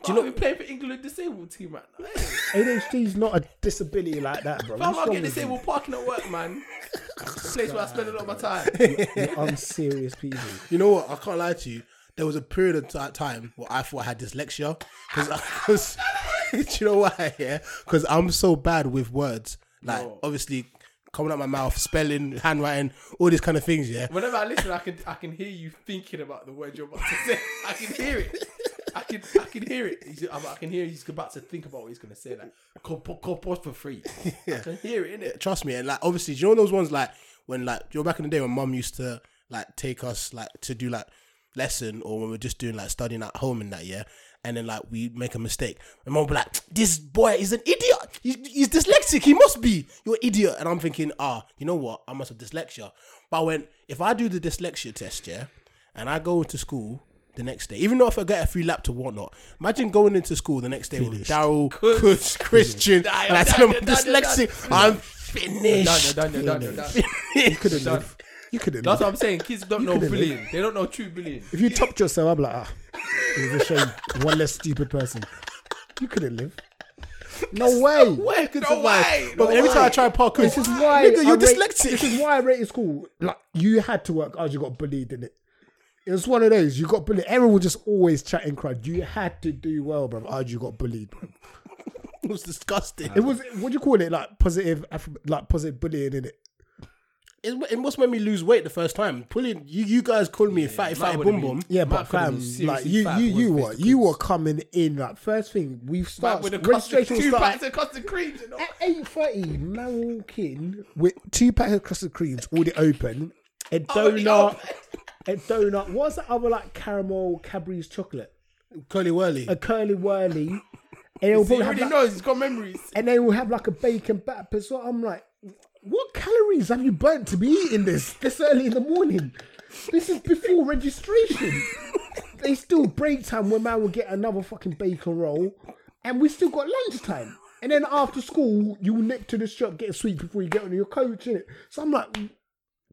Speaker 3: Do you know we're playing for England disabled team right now? Hey,
Speaker 7: ADHD is not a disability like that, bro.
Speaker 3: if I'm
Speaker 7: What's
Speaker 3: not
Speaker 7: wrong
Speaker 3: getting
Speaker 7: with you?
Speaker 3: disabled parking at work, man. It's a place where I spend a lot of my time.
Speaker 7: You're unserious people.
Speaker 4: you know what? I can't lie to you. There was a period of ti- time where I thought I had dyslexia because I was. do you know why? Yeah, because I'm so bad with words. Like obviously coming out my mouth, spelling, handwriting, all these kind of things. Yeah,
Speaker 3: Whenever I listen, I can I can hear you thinking about the word you're about to say. I can hear it. I can I can hear it. He's- I'm- I can hear he's about to think about what he's gonna say. Like cop cop for free. I can hear it in it.
Speaker 4: trust me. And like obviously, do you know those ones like when like you know back in the day when mum used to like take us like to do like lesson or when we're just doing like studying at home and that yeah. And then like we make a mistake, and mum would be like, "This boy is an idiot. He, he's dyslexic. He must be. You're an idiot." And I'm thinking, "Ah, you know what? I must have dyslexia." But when if I do the dyslexia test, yeah, and I go into school the next day, even though if I get a free laptop, whatnot, imagine going into school the next day with Daryl, Kush, Christian, and I tell him
Speaker 3: Daniel, Daniel,
Speaker 4: dyslexic. I'm finished.
Speaker 3: Done, you're done, you're done, you're done.
Speaker 7: Couldn't
Speaker 3: Done.
Speaker 7: live. You couldn't
Speaker 3: That's
Speaker 7: live.
Speaker 3: what I'm saying. Kids don't know
Speaker 7: couldn't
Speaker 3: bullying. They don't know true bullying.
Speaker 7: If you topped yourself, I'm like, ah, it was a shame. One less stupid person. You couldn't live. No way.
Speaker 4: Where could
Speaker 3: No
Speaker 4: survive?
Speaker 3: way,
Speaker 4: But
Speaker 3: no
Speaker 4: every time
Speaker 3: way.
Speaker 4: I try parkour,
Speaker 7: This is why
Speaker 4: nigga,
Speaker 7: I
Speaker 4: you're
Speaker 7: rate-
Speaker 4: dyslexic.
Speaker 7: This is why I rated school. Like you had to work hard. You got bullied in it. It was one of those. You got bullied. Everyone was just always chatting crud. You had to do well, bro. Hard. You got bullied. Bro.
Speaker 4: it was disgusting.
Speaker 7: It was what do you call it? Like positive, Afro- like positive bullying in it.
Speaker 4: It, it must make me lose weight the first time. Pulling you, you guys called me a fatty, fatty
Speaker 3: man
Speaker 4: bum
Speaker 3: would've
Speaker 4: bum.
Speaker 3: been-
Speaker 7: Yeah,
Speaker 3: Man
Speaker 7: but
Speaker 3: could've
Speaker 7: fam,
Speaker 3: been seriously
Speaker 7: like you,
Speaker 3: fat
Speaker 7: you,
Speaker 3: if it
Speaker 7: you
Speaker 3: was
Speaker 7: were,
Speaker 3: based on
Speaker 7: you
Speaker 3: kids.
Speaker 7: were coming in. Like first thing, we
Speaker 3: Man
Speaker 7: start
Speaker 3: would have cost
Speaker 7: registration will
Speaker 3: two
Speaker 7: start
Speaker 3: packs of custard creams. You know?
Speaker 7: At eight thirty, man walking with two packs of custard creams, all the open, a
Speaker 3: Already
Speaker 7: donut,
Speaker 3: open.
Speaker 7: a donut. What's that other like caramel Cadbury's chocolate?
Speaker 4: Curly whirly.
Speaker 7: A curly whirly, and they'll
Speaker 3: He
Speaker 7: probably have
Speaker 3: already
Speaker 7: like,
Speaker 3: knows. He's got memories.
Speaker 7: and they will have like a bacon batter. So I'm like, what calories have you burnt to be eating this this early in the morning? This is before registration. they still break time where man will get another fucking bacon roll, and we still got lunchtime. And then after school, you will nip to the shop get a sweet before you get on your coach. Innit? So I'm like,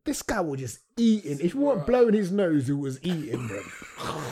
Speaker 7: this guy was just eating. If you weren't blowing his nose, he was eating, bro.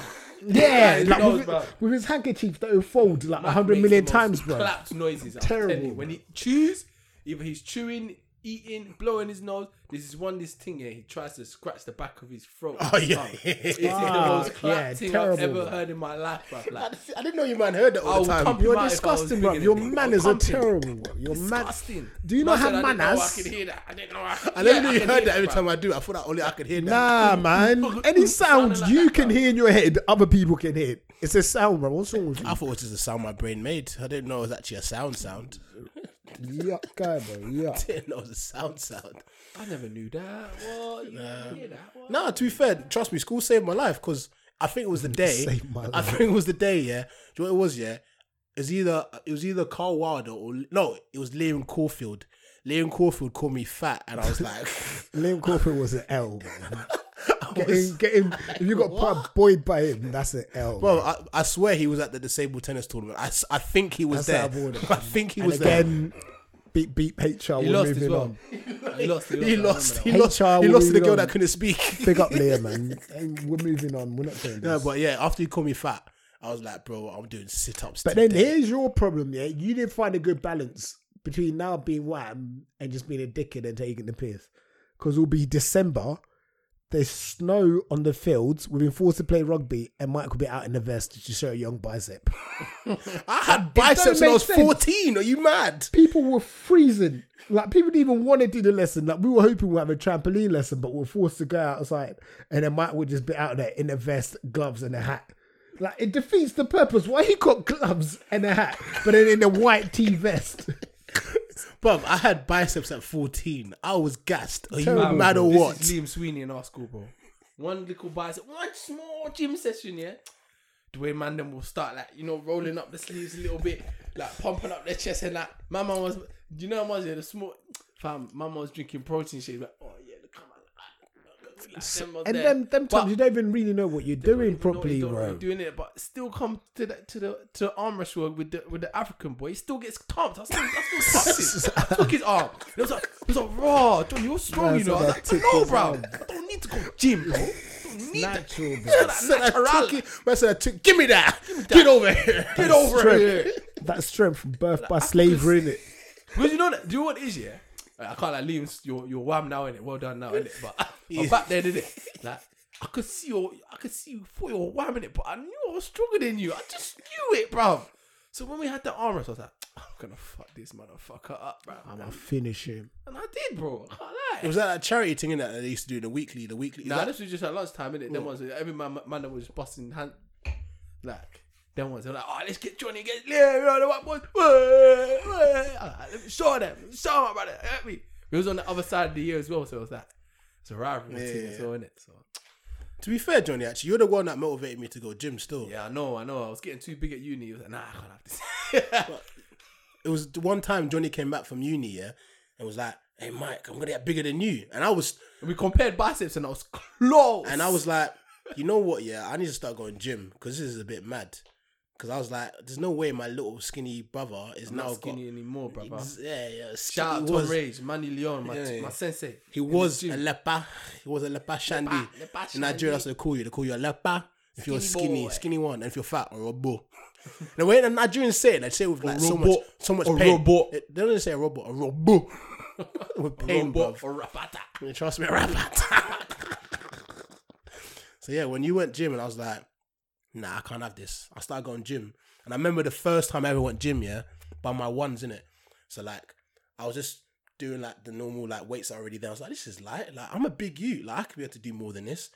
Speaker 7: Yeah,
Speaker 3: his
Speaker 7: like
Speaker 3: nose,
Speaker 7: with,
Speaker 3: bro.
Speaker 7: with his handkerchief that he'll fold like a
Speaker 3: Matt
Speaker 7: hundred
Speaker 3: makes
Speaker 7: million
Speaker 3: the most
Speaker 7: times, bro.
Speaker 3: Clapped noises. I'm
Speaker 7: Terrible.
Speaker 3: telling you. When he chews, either he's chewing, eating, blowing his nose. This is one this thing here. He tries to scratch the back of his throat.
Speaker 4: Oh yeah.
Speaker 3: It's the most clapped
Speaker 7: yeah,
Speaker 3: thing
Speaker 7: terrible,
Speaker 3: I've ever
Speaker 7: bro.
Speaker 3: heard in my life, bro. Like,
Speaker 4: I didn't know you man heard that all the
Speaker 3: I'll
Speaker 4: time.
Speaker 3: Oh, come-
Speaker 7: You're
Speaker 3: Right, if I
Speaker 7: disgusting,
Speaker 3: was
Speaker 7: bro.
Speaker 3: bigger
Speaker 7: Your
Speaker 3: than you,
Speaker 7: manners
Speaker 3: I'll
Speaker 7: are
Speaker 3: come to you.
Speaker 7: terrible, bro. Your man-
Speaker 3: disgusting.
Speaker 7: Do you not
Speaker 3: Man
Speaker 7: have
Speaker 3: said,
Speaker 7: manners?
Speaker 3: I didn't know I could hear that. I didn't know. I,
Speaker 4: I never
Speaker 3: Yeah,
Speaker 4: knew
Speaker 3: I
Speaker 4: you
Speaker 3: can
Speaker 4: heard
Speaker 3: hear
Speaker 4: that every
Speaker 3: it,
Speaker 4: time I do. I thought that only I could hear that.
Speaker 7: Nah, man. Any sound
Speaker 3: Sounding like
Speaker 7: you
Speaker 3: that,
Speaker 7: can
Speaker 3: bro.
Speaker 7: hear in your head, other people can hear. It's a sound, bro. What's wrong with you?
Speaker 4: I thought it was just a sound my brain made. I didn't know it was actually a sound sound.
Speaker 7: Yuck, guy, bro. Yuck.
Speaker 4: didn't know it was a sound sound.
Speaker 3: I never knew that. What? You didn't hear that? What?
Speaker 4: No, to be fair, trust me, school saved my life because I think it was the day.
Speaker 7: Saved my
Speaker 4: I
Speaker 7: life.
Speaker 4: think it was the day. Yeah, do you know what it was? Yeah, it was either it was either Carl Wilder or no, it was Liam Caulfield. Liam Caulfield called me fat, and I was like,
Speaker 7: Liam Corporate was an L, bro. Get him, get him. If you got part buoyed by him, that's an L.
Speaker 4: Bro, I, I swear he was at the disabled tennis tournament. I, s- I think he was
Speaker 7: That's how I
Speaker 4: there.
Speaker 7: bought it.
Speaker 4: I think he
Speaker 7: and
Speaker 4: was
Speaker 7: again, beep beep HR.
Speaker 3: He
Speaker 7: we're
Speaker 3: lost as
Speaker 7: moving
Speaker 3: well.
Speaker 7: on.
Speaker 3: He lost.
Speaker 4: there. He lost. He
Speaker 7: HR
Speaker 4: lost. He
Speaker 7: will
Speaker 4: lost to the
Speaker 7: be
Speaker 4: girl
Speaker 7: on.
Speaker 4: that couldn't speak.
Speaker 7: Big up Leah, man. And we're moving on. We're not doing
Speaker 4: no,
Speaker 7: this. but,
Speaker 4: but yeah, after you called me fat, I was like, bro, I'm doing sit ups.
Speaker 7: then here's your problem. Yeah, you didn't find a good balance between now being wham and just being a dickhead and taking the piss. Because it'll be December. There's snow on the fields. We've been forced to play rugby, and Mike will be out in the vest to show a young bicep.
Speaker 4: I had biceps when I
Speaker 7: make
Speaker 4: was
Speaker 7: sense.
Speaker 4: 14. Are you mad?
Speaker 7: people were freezing. Like people didn't even want to do the lesson. Like we were hoping we'd have a trampoline lesson, but we are forced to go outside. And then Mike would just be out there in a vest, gloves, and a hat. Like it defeats the purpose. Why he got gloves and a hat, but then in a white tee vest?
Speaker 4: Bro, I had biceps at 14. I was gassed. Are you
Speaker 7: Terrible,
Speaker 4: mad or
Speaker 3: this
Speaker 4: what?
Speaker 3: Is Liam Sweeney in our school, bro. One little bicep, one small gym session, yeah. The way man them will start like you know rolling up the sleeves a little bit, like pumping up their chest and that. My mum was, do you know, my mum yeah, the small fam. My mum was drinking protein shakes, like oh yeah, look come on. Like, them was
Speaker 7: And
Speaker 3: there.
Speaker 7: them them
Speaker 3: But
Speaker 7: times you don't even really know what you're doing
Speaker 3: don't know
Speaker 7: properly,
Speaker 3: you don't know
Speaker 7: bro.
Speaker 3: you're doing it, but still come to the to the to the arm wrestle with the with the African boy. He still gets thumped. I still, I still thumped him. I took his arm. It was like it was like raw. John, you're strong,
Speaker 7: Man
Speaker 3: you know. I
Speaker 7: said
Speaker 3: was
Speaker 7: I
Speaker 3: like,
Speaker 7: took
Speaker 3: no,
Speaker 7: his
Speaker 3: bro.
Speaker 7: arm.
Speaker 3: I don't need to go gym, bro. I don't need that.
Speaker 7: Natural, bro.
Speaker 3: Shut up,
Speaker 4: Said I
Speaker 3: natural.
Speaker 4: took it. Man said I took. Give me that. Get over here.
Speaker 3: Get over
Speaker 7: Strength,
Speaker 3: here.
Speaker 7: that strength from birth by slavery, innit?
Speaker 3: Because you know that. Do you know what it is? Yeah. Like, I can't like leave your your wham now in it. Well done now in it. But I'm back there in it. Like I could see your I could see you for your wham in it, but I knew I was stronger than you. I just knew it, bruv. So when we had the arm wrestle, I was like, I'm gonna fuck this motherfucker up, bruv.
Speaker 7: I'ma finish him.
Speaker 3: and I did, bro. I can't lie.
Speaker 4: Was that that charity thing innit, that they used to do the weekly? The weekly. is
Speaker 3: Nah,
Speaker 4: that-
Speaker 3: this was just at lunchtime, innit? Then ones every man man that was busting hand like them ones were like, oh let's get Johnny, get Lear, you know, the white boys. Wah, wah." I'm like, Let me show them, show them about it, help me. We was on the other side of the year as well, so it was like it's a rivalry team as well, innit? So
Speaker 4: To be fair, Johnny, actually, you're the one that motivated me to go gym. Still,
Speaker 3: yeah, I know, I know. I was getting too big at uni. I was like, nah, I can't have this.
Speaker 4: it was the one time Johnny came back from uni, yeah, and was like, "Hey, Mike, I'm gonna get bigger than you," and I was,
Speaker 3: and we compared biceps and I was close.
Speaker 4: and I was like, "You know what? Yeah, I need to start going gym because this is a bit mad." Because I was like, "There's no way my little skinny brother is
Speaker 3: I'm
Speaker 4: now
Speaker 3: not skinny anymore,
Speaker 4: got."
Speaker 3: brother.
Speaker 4: Yeah, yeah. skinny-
Speaker 3: Shout out
Speaker 4: he
Speaker 3: to
Speaker 4: was,
Speaker 3: Rage, Manny Leon, my,
Speaker 4: Yeah, yeah.
Speaker 3: my sensei.
Speaker 4: He
Speaker 3: in the
Speaker 4: was a
Speaker 3: gym.
Speaker 4: leper. He was a leper shandy.
Speaker 3: leper
Speaker 4: In Nigeria, that's what
Speaker 3: shandy.
Speaker 4: they call you. They call you a leper if you're
Speaker 3: Skinny
Speaker 4: skinny,
Speaker 3: boy.
Speaker 4: skinny one, and if you're fat or a bo. the way the Nigerians say it, they say it with like so much,
Speaker 3: robot.
Speaker 4: so much
Speaker 3: A
Speaker 4: pain.
Speaker 3: robot.
Speaker 4: They don't even say a robot, a robo. with pain,
Speaker 3: Robot
Speaker 4: bruv.
Speaker 3: for Rapata.
Speaker 4: Trust me, rapat. so yeah, when you went gym, and I was like, nah, I can't have this. I started going gym, and I remember the first time I ever went gym, yeah, by my ones in it. So like, I was just doing like the normal like weights that are already there. I was like, this is light. Like I'm a big you. Like I could be able to do more than this.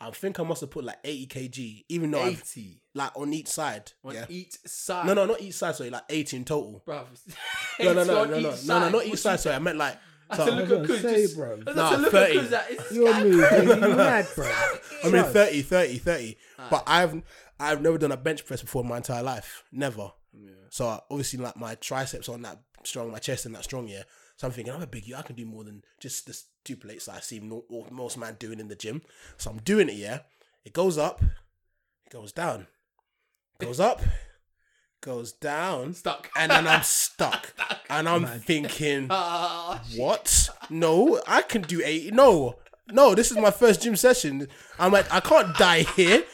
Speaker 4: I think I must have put like 80 kg, even though I've
Speaker 3: 80
Speaker 4: like on each side.
Speaker 3: on
Speaker 4: yeah.
Speaker 3: each side.
Speaker 4: No, no, not each side. Sorry, like 80 in total.
Speaker 3: Bruv.
Speaker 4: No, no,
Speaker 3: 80
Speaker 4: no,
Speaker 3: on
Speaker 4: no, no,
Speaker 3: each
Speaker 4: no, no,
Speaker 3: side.
Speaker 4: not each
Speaker 3: What's
Speaker 4: side. Sorry, I meant like.
Speaker 3: I said,
Speaker 4: so-
Speaker 3: look
Speaker 7: I
Speaker 3: at
Speaker 7: was gonna
Speaker 3: Kuz.
Speaker 7: say,
Speaker 3: just-
Speaker 7: bro.
Speaker 3: I said,
Speaker 4: Nah,
Speaker 3: look at
Speaker 4: 30.
Speaker 3: Kuz. that is-
Speaker 7: You're moving mad, bro.
Speaker 4: I mean,
Speaker 7: Trust.
Speaker 4: 30, 30, 30. But I've I've never done a bench press before in my entire life. Never. So uh, obviously, like my triceps aren't that strong, my chest isn't that strong yeah. So I'm thinking, I'm a big you. I can do more than just the two plates that I see mo- mo- most man doing in the gym. So I'm doing it, yeah. It goes up, it goes down, goes up, goes down,
Speaker 3: Stuck.
Speaker 4: and then I'm stuck. and I'm thinking,
Speaker 3: Ah, shit.
Speaker 4: what? No, I can do eight. No, no, this is my first gym session. I'm like, I can't die here.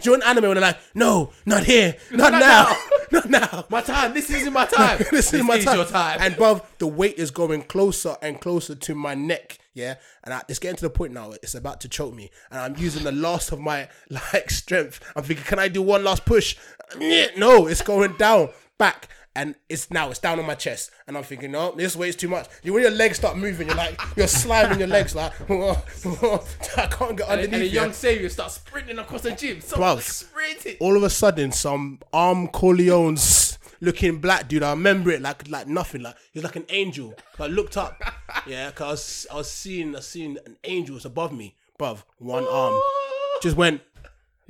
Speaker 4: Do you want anime when they're like, no, not here, not,
Speaker 3: Not
Speaker 4: now,
Speaker 3: now.
Speaker 4: not now.
Speaker 3: My time. This isn't my time.
Speaker 4: this is my time.
Speaker 3: your time.
Speaker 4: And above, the weight is going closer and closer to my neck. Yeah, and I, it's getting to the point now. It's about to choke me, and I'm using the last of my like strength. I'm thinking, can I do one last push? Yeah, No, it's going down, back, and it's now it's down on my chest, and I'm thinking, no, this weight's too much. You when your legs start moving, you're like you're sliding your legs like I can't get
Speaker 3: And a-
Speaker 4: underneath.
Speaker 3: and a
Speaker 4: yeah.
Speaker 3: young savior starts sprinting across the gym.
Speaker 4: Bruv.
Speaker 3: Someone sprinted.
Speaker 4: all of a sudden some arm Corleone's looking black dude. I remember it like like nothing. Like he was like an angel. 'Cause I looked up, yeah, cause I was, I was seeing I was seeing an angel was above me, bruv. One arm just went,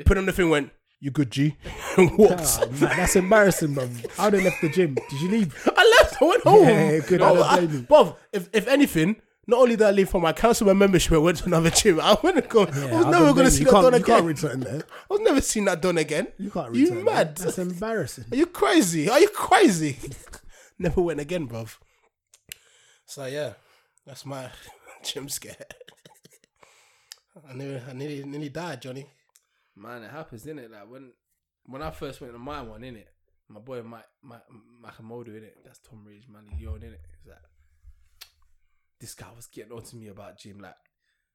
Speaker 4: put on the thing, went. You good, G? And walked.
Speaker 7: Ah, man, that's embarrassing, bro. I would have left the gym. Did you leave?
Speaker 4: I left. I went home.
Speaker 7: Yeah, good, I
Speaker 4: No,
Speaker 7: don't
Speaker 4: I-
Speaker 7: blame you.
Speaker 4: bruv, if if anything, Not only did I leave from my councilman membership, I went to another gym. I wouldn't go. I was
Speaker 7: I
Speaker 4: never
Speaker 7: don't
Speaker 4: going to
Speaker 7: blame
Speaker 4: see that
Speaker 7: you. You can't-
Speaker 4: done
Speaker 7: You can't
Speaker 4: again.
Speaker 7: return that.
Speaker 4: I was never seen that done again.
Speaker 7: You can't
Speaker 4: You
Speaker 7: return
Speaker 4: mad?
Speaker 7: that. That's embarrassing.
Speaker 4: Are you crazy? Are you crazy? Never went again, bruv. So yeah, that's my gym scare. I nearly, I nearly, nearly died, Johnny.
Speaker 3: Man, it happens, didn't it? Like when when I first went to my one, innit? My boy Mike Mike Makamodu, innit? That's Tom Rage, man, he yawned, innit? It's like this guy was getting on to me about Jim, like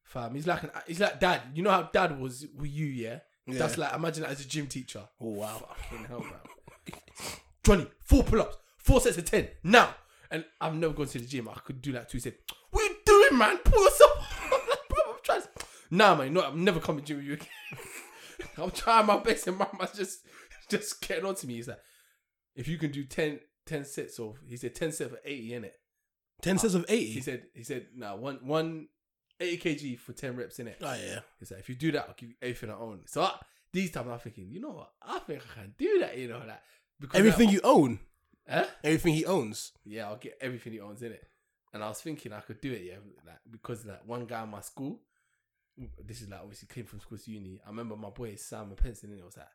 Speaker 3: fam, he's like an he's like dad. You know how dad was with you, yeah? That's like imagine that as a gym teacher. Oh wow. Fucking hell, man. Johnny, four pull-ups, four sets of ten, now. And I've never gone to the gym. I could do like two sets. What you doing, man? Pull yourself up. Bro, I'm trying to... Nah, man, no, I'm never coming to gym with you again. I'm trying my best and mama's just just getting on to me. He's like, if you can do 10, 10 sets of he said ten sets of eighty in it.
Speaker 4: Ten sets of
Speaker 3: He
Speaker 4: eighty.
Speaker 3: said he said nah one one 80 kg for ten reps in it.
Speaker 4: Oh yeah.
Speaker 3: He's like if you do that I'll give you everything I own. So I, these times I'm thinking you know what I think I can do that you know like because
Speaker 4: Everything
Speaker 3: I-
Speaker 4: you own.
Speaker 3: huh?
Speaker 4: Everything he owns.
Speaker 3: yeah I'll get everything he owns in it. And I was thinking I could do it yeah like because like one guy in my school this is like obviously came from school to uni. I remember my boy Simon Penson, and it was like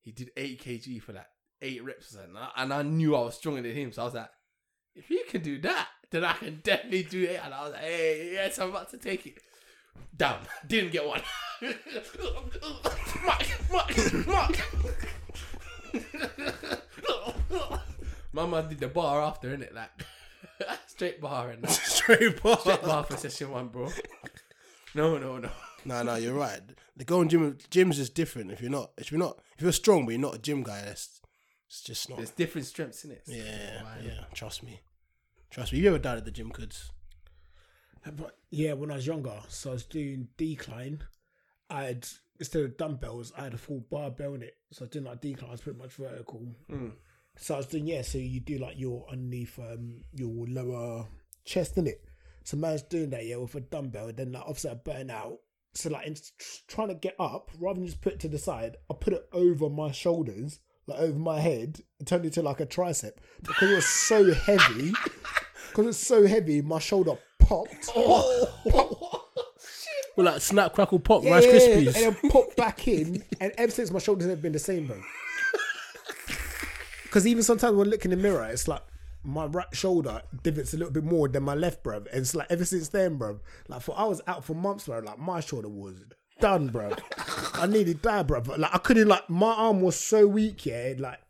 Speaker 3: he did eight kg for like eight reps, or something, and I, and I knew I was stronger than him. So I was like, if he can do that, then I can definitely do it. And I was like, hey, yes, I'm about to take it. Down, didn't get one. Mark, Mark, Mark. Mama did the bar after, innit? Like straight bar and that.
Speaker 4: Straight bar.
Speaker 3: straight bar for session one, bro. No, no, no.
Speaker 4: No, no, you're right. The going gym gyms is different. If you're not, if you're not, if you're strong but you're not a gym guy, that's it's just not.
Speaker 3: There's different strengths in it.
Speaker 4: yeah, yeah. Trust me, trust me. You ever died at the gym, kids?
Speaker 7: But yeah, when I was younger, so I was doing decline. I had instead of dumbbells, I had a full barbell in it. So I was doing like decline, I was pretty much vertical. So I was doing yeah, so you do like your underneath um your lower chest in it. So man's doing that, yeah, with a dumbbell, then like obviously I burn out. So like in tr- trying to get up, rather than just put it to the side, I put it over my shoulders, like over my head, and turned into like a tricep. Because it was so heavy. Because it's so heavy, my shoulder popped.
Speaker 4: Well, like snap, crackle, pop,
Speaker 7: Yeah,
Speaker 4: Rice
Speaker 7: yeah, yeah.
Speaker 4: Krispies.
Speaker 7: And then pop back in, and ever since my shoulders have been the same, bro. Because even sometimes when I look in the mirror, it's like my right shoulder divots a little bit more than my left, bro. And it's like ever since then, bro. Like for I was out for months, bro. Like my shoulder was done, bro. I nearly died, bro. But, like I couldn't, like my arm was so weak, yeah. Like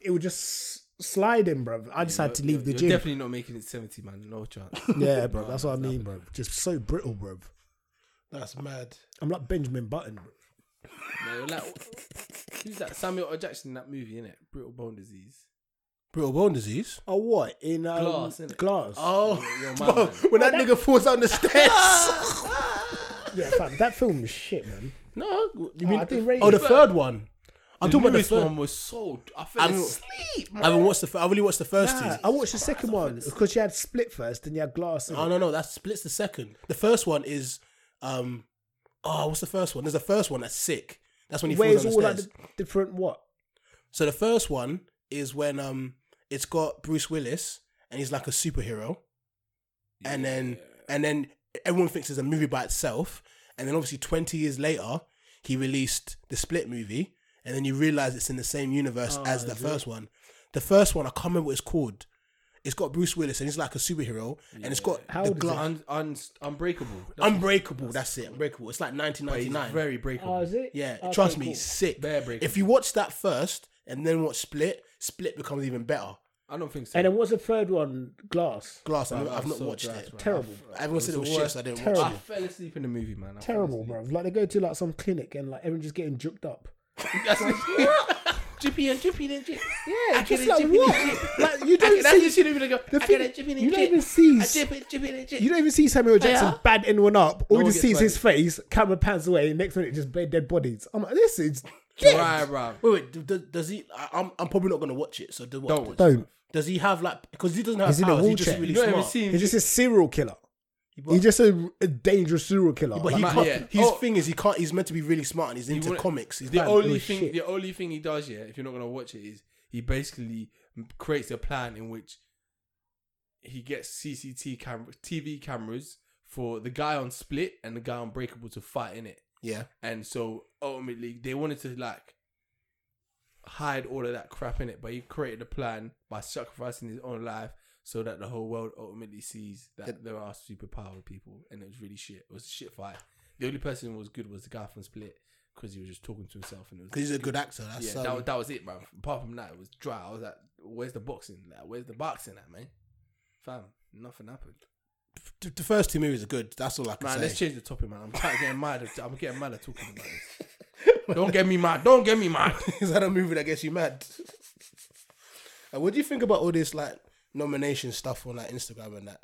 Speaker 7: it was just sliding, bro. I just had to leave the
Speaker 3: You're
Speaker 7: gym.
Speaker 3: definitely not making it 70, man. No chance.
Speaker 7: Yeah, bro. That's what I mean, bro. Just so brittle, bro.
Speaker 4: That's mad.
Speaker 7: I'm like Benjamin Button. Bro.
Speaker 3: No, you're like, who's that? Samuel L. Jackson in that movie, innit? Brittle bone disease.
Speaker 4: Brittle bone disease.
Speaker 7: Oh, what in um,
Speaker 3: Glass,
Speaker 7: glass?
Speaker 3: innit?
Speaker 7: Glass.
Speaker 4: Oh,
Speaker 3: Your
Speaker 4: bro,
Speaker 3: man, man.
Speaker 4: when that nigga falls down the stairs.
Speaker 7: Yeah, fam, that film was shit, man.
Speaker 4: no, you
Speaker 7: I didn't rate
Speaker 4: oh, the
Speaker 7: it.
Speaker 4: third one. I'm talking about the
Speaker 3: Lewis
Speaker 4: third
Speaker 3: one was so. I fell
Speaker 4: I haven't-
Speaker 3: asleep.
Speaker 4: I haven't watched the. fir- I've only watched the first
Speaker 7: Nah,
Speaker 4: two.
Speaker 7: I watched the second one because you had Split first, and you had Glass.
Speaker 4: Oh no, no, that splits the second. The first one is, um, oh, what's the first one? There's the first one that's sick. That's when he
Speaker 7: Where's
Speaker 4: falls
Speaker 7: all
Speaker 4: down the
Speaker 7: like
Speaker 4: stairs.
Speaker 7: the different what?
Speaker 4: So the first one is when um, it's got Bruce Willis and he's like a superhero, and then and then everyone thinks it's a movie by itself, and then obviously twenty years later he released the Split movie, and then you realize it's in the same universe
Speaker 3: Oh,
Speaker 4: as the first one. The first one I can't remember what it's called. It's got Bruce Willis and he's like a superhero, and it's got
Speaker 7: How
Speaker 4: the
Speaker 7: old is
Speaker 4: glass.
Speaker 3: Un, un, unbreakable. That's
Speaker 4: Unbreakable, that's it. Unbreakable. It's like
Speaker 3: what he's
Speaker 4: 1999.
Speaker 3: Very breakable.
Speaker 7: Oh, is it?
Speaker 4: yeah,
Speaker 7: Okay,
Speaker 4: trust me,
Speaker 7: cool.
Speaker 4: it's sick.
Speaker 3: Bare breakable.
Speaker 4: If you watch that first and then watch Split, Split becomes even better.
Speaker 3: I don't think so.
Speaker 7: And then what's the third one? Glass.
Speaker 4: Glass,
Speaker 3: Bro,
Speaker 4: I've, I've
Speaker 3: I'm
Speaker 4: not
Speaker 3: so
Speaker 4: watched
Speaker 3: glad,
Speaker 4: it.
Speaker 3: bro.
Speaker 7: Terrible.
Speaker 4: Everyone said it was shit, so I didn't watch
Speaker 3: I
Speaker 4: it.
Speaker 3: fell asleep in the movie, man. I fell
Speaker 7: Terrible,
Speaker 3: asleep.
Speaker 7: bro. Like they go to like some clinic and like everyone just getting juked up.
Speaker 3: That's what? Jippy and jippy and jippy.
Speaker 7: Yeah,
Speaker 3: get
Speaker 7: just
Speaker 3: it,
Speaker 7: like
Speaker 3: jippy,
Speaker 7: what?
Speaker 3: jippy.
Speaker 7: like you don't
Speaker 3: That's
Speaker 7: see.
Speaker 3: the shit even go. I
Speaker 7: thing-
Speaker 3: get a jippy and
Speaker 7: you don't
Speaker 3: jip.
Speaker 7: even see-
Speaker 3: I jippy, jippy and jip.
Speaker 7: You don't even see Samuel Jackson
Speaker 3: Yeah.
Speaker 7: bad anyone up. All
Speaker 3: No
Speaker 7: you
Speaker 3: one
Speaker 7: just see
Speaker 3: gets
Speaker 7: is his face. Camera pans away. Next minute, just bare dead bodies. I'm like, this is
Speaker 3: Right, bro.
Speaker 4: Wait, wait, do- do- does he? I, I'm, I'm probably not going to watch it, so do what?
Speaker 3: Don't watch
Speaker 7: don't.
Speaker 4: Does he have like. Because he doesn't have
Speaker 7: He's in a
Speaker 4: powers, he's just
Speaker 7: wheelchair.
Speaker 4: really
Speaker 3: You don't even
Speaker 4: smart.
Speaker 3: see him.
Speaker 7: He's just a serial killer. He's just a, a dangerous serial killer.
Speaker 4: But he
Speaker 3: Like,
Speaker 4: can't,
Speaker 3: yeah.
Speaker 4: his
Speaker 3: Oh.
Speaker 4: thing is he can't. He's meant to be really smart and he's into
Speaker 3: wouldn't-
Speaker 4: comics. He's
Speaker 3: The
Speaker 4: bad.
Speaker 3: only
Speaker 7: was
Speaker 3: thing,
Speaker 7: Oh, shit.
Speaker 3: the only thing he does, yeah, if you're not gonna watch it, is he basically creates a plan in which he gets CCT cam- TV cameras for the guy on Split and the guy on Breakable to fight in it.
Speaker 4: Yeah.
Speaker 3: And so ultimately, they wanted to like hide all of that crap in it, but he created a plan by sacrificing his own life so that the whole world ultimately sees that there are superpowered people, and it was really shit. It was a shit fight. The only person who was good was the guy from Split because he was just talking to himself, and it was
Speaker 4: Because he's a good actor. That's
Speaker 3: yeah,
Speaker 4: um,
Speaker 3: that, was, that was it, man. Apart from that, it was dry. I was like, where's the boxing? Like, where's the boxing at, man? Fam, nothing happened.
Speaker 4: the, the first two movies are good. That's all I can
Speaker 3: Man, let's
Speaker 4: say.
Speaker 3: change the topic, man. I'm tired of getting mad. at- I'm getting mad at talking about this. Don't get me mad. Don't get me mad.
Speaker 4: Is that a movie that gets you mad? and what do you think about all this like nomination stuff on like Instagram and that?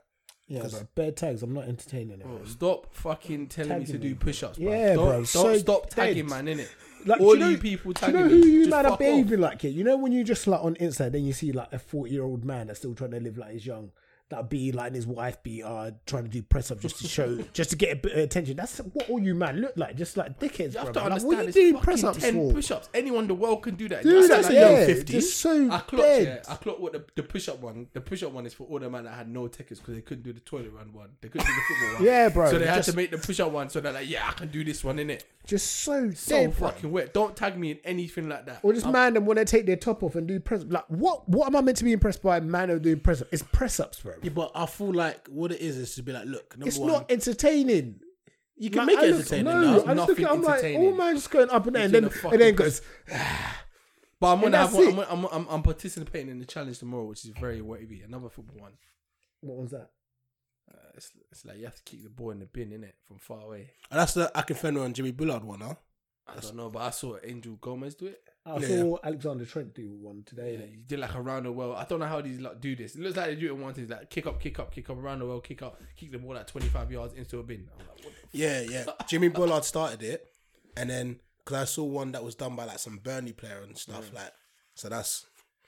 Speaker 7: Yeah, bro. Bare tags. I'm not entertaining it.
Speaker 3: Bro, stop fucking telling me to
Speaker 7: Tagging
Speaker 3: do
Speaker 7: me.
Speaker 3: push-ups, bro.
Speaker 7: Yeah,
Speaker 3: don't,
Speaker 7: bro,
Speaker 3: Don't
Speaker 7: so
Speaker 3: stop tagging,
Speaker 7: dead.
Speaker 3: man. Innit?
Speaker 7: Like, do
Speaker 3: All
Speaker 7: know-
Speaker 3: you people
Speaker 7: do you
Speaker 3: tagging
Speaker 7: know who
Speaker 3: me.
Speaker 7: you
Speaker 3: Just
Speaker 7: man are
Speaker 3: fuck off.
Speaker 7: behaving like it? You know when you just like on Insta, then you see like a forty-year-old man that's still trying to live like he's young. That be like his wife be uh trying to do press up just to show, just to get a bit of attention. That's what all you man look like, just like dickheads.
Speaker 3: You have
Speaker 7: bruv.
Speaker 3: to
Speaker 7: Like,
Speaker 3: understand
Speaker 7: what you
Speaker 3: it's
Speaker 7: doing
Speaker 3: fucking
Speaker 7: press ups
Speaker 3: 10
Speaker 7: for?
Speaker 3: push-ups. Anyone in the world can do that.
Speaker 7: Dude,
Speaker 3: I sound
Speaker 7: that's
Speaker 3: like
Speaker 7: a-
Speaker 3: young
Speaker 7: yeah,
Speaker 3: 50.
Speaker 7: just
Speaker 9: so
Speaker 3: I clocked,
Speaker 9: dead.
Speaker 3: yeah, I clocked what the, the push-up one. The push-up one is for all the man that had no tickets because they couldn't do the toilet run one. They couldn't do the football one.
Speaker 7: Yeah, bro,
Speaker 3: So they had
Speaker 7: just-
Speaker 3: to make the push-up one so they're like, yeah, I can do this one, innit?
Speaker 7: Just so
Speaker 3: So
Speaker 7: dead, bruv.
Speaker 3: fucking wet. Don't tag me in anything like that.
Speaker 7: Or just man them when they take their top off and do press Like what? What am I meant to be impressed by? Man who doing press up? It's press ups, bro.
Speaker 4: Yeah, but I feel like what it is is to be like, look, number
Speaker 7: It's
Speaker 4: one,
Speaker 7: not entertaining.
Speaker 4: you can
Speaker 7: Like,
Speaker 4: make
Speaker 7: I
Speaker 4: it
Speaker 7: look-
Speaker 4: entertaining.
Speaker 7: No,
Speaker 4: No,
Speaker 7: I just look
Speaker 3: nothing
Speaker 7: at, I'm like, oh
Speaker 3: entertaining.
Speaker 7: all man just going up and down, and
Speaker 3: You're
Speaker 7: then
Speaker 3: doing a
Speaker 7: and then
Speaker 3: fucking
Speaker 7: goes.
Speaker 3: But I'm
Speaker 7: And
Speaker 3: gonna have
Speaker 7: that's
Speaker 3: one, I'm, I'm, I'm, I'm participating in the challenge tomorrow, which is very wavy. Another football one.
Speaker 7: What was that?
Speaker 3: Uh, it's, it's like you have to kick the ball in the bin, innit, from far away.
Speaker 4: And that's the Akifeno and Jimmy Bullard one, huh?
Speaker 3: I don't know, but I saw Angel Gomez do it.
Speaker 7: I
Speaker 4: Yeah.
Speaker 7: saw Oh, Alexander Trent do one today.
Speaker 3: Yeah, he did like around the world. I don't know how these like do this. It looks like they do it once. It's like kick up, kick up, kick up around the world, kick up, kick the ball like twenty five yards into a bin. I'm like, what the
Speaker 4: Yeah, yeah. Jimmy Bullard started it, and then because I saw one that was done by like some Burnley player and stuff like. So that's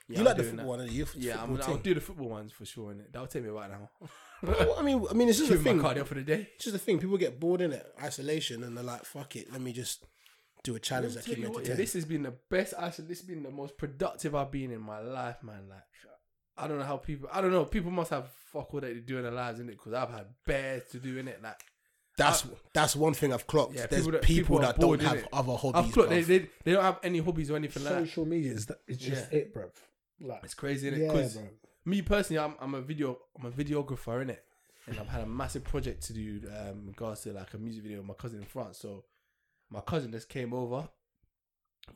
Speaker 3: Yeah,
Speaker 4: you
Speaker 3: I'm
Speaker 4: like the
Speaker 3: doing that.
Speaker 4: football one, and you
Speaker 3: yeah, I'm,
Speaker 4: football
Speaker 3: I'll
Speaker 4: team.
Speaker 3: do the football ones for sure. Innit? That'll take me right now.
Speaker 4: Well, I mean, I mean, it's just the
Speaker 3: Give me
Speaker 4: thing.
Speaker 3: my cardio for the day.
Speaker 4: It's just the thing. People get bored in it, isolation, and they're like, "Fuck it, let me just do a challenge that
Speaker 3: Tell
Speaker 4: keep me
Speaker 3: you what, yeah,
Speaker 4: entertained."
Speaker 3: this has been the best. Actually, this has been the most productive I've been in my life, man. Like, I don't know how people. I don't know. People must have fuck all that they do in their lives, innit? Because I've had bears to do in it. Like,
Speaker 4: That's that's one thing I've clocked.
Speaker 3: yeah,
Speaker 4: There's people that,
Speaker 3: are bored,
Speaker 4: don't have
Speaker 3: innit?
Speaker 4: other hobbies.
Speaker 3: I've clocked, they,
Speaker 4: bruv.
Speaker 3: they, they don't have any hobbies or anything like that.
Speaker 7: Social media is that, it's just
Speaker 3: Yeah.
Speaker 7: it, bro. Like
Speaker 3: It's crazy, innit?
Speaker 7: yeah,
Speaker 3: 'Cause
Speaker 7: bro.
Speaker 3: me personally, I'm, I'm a video, I'm a videographer, innit? And I've had a massive project to do um, in regards to like a music video with my cousin in France. So my cousin just came over.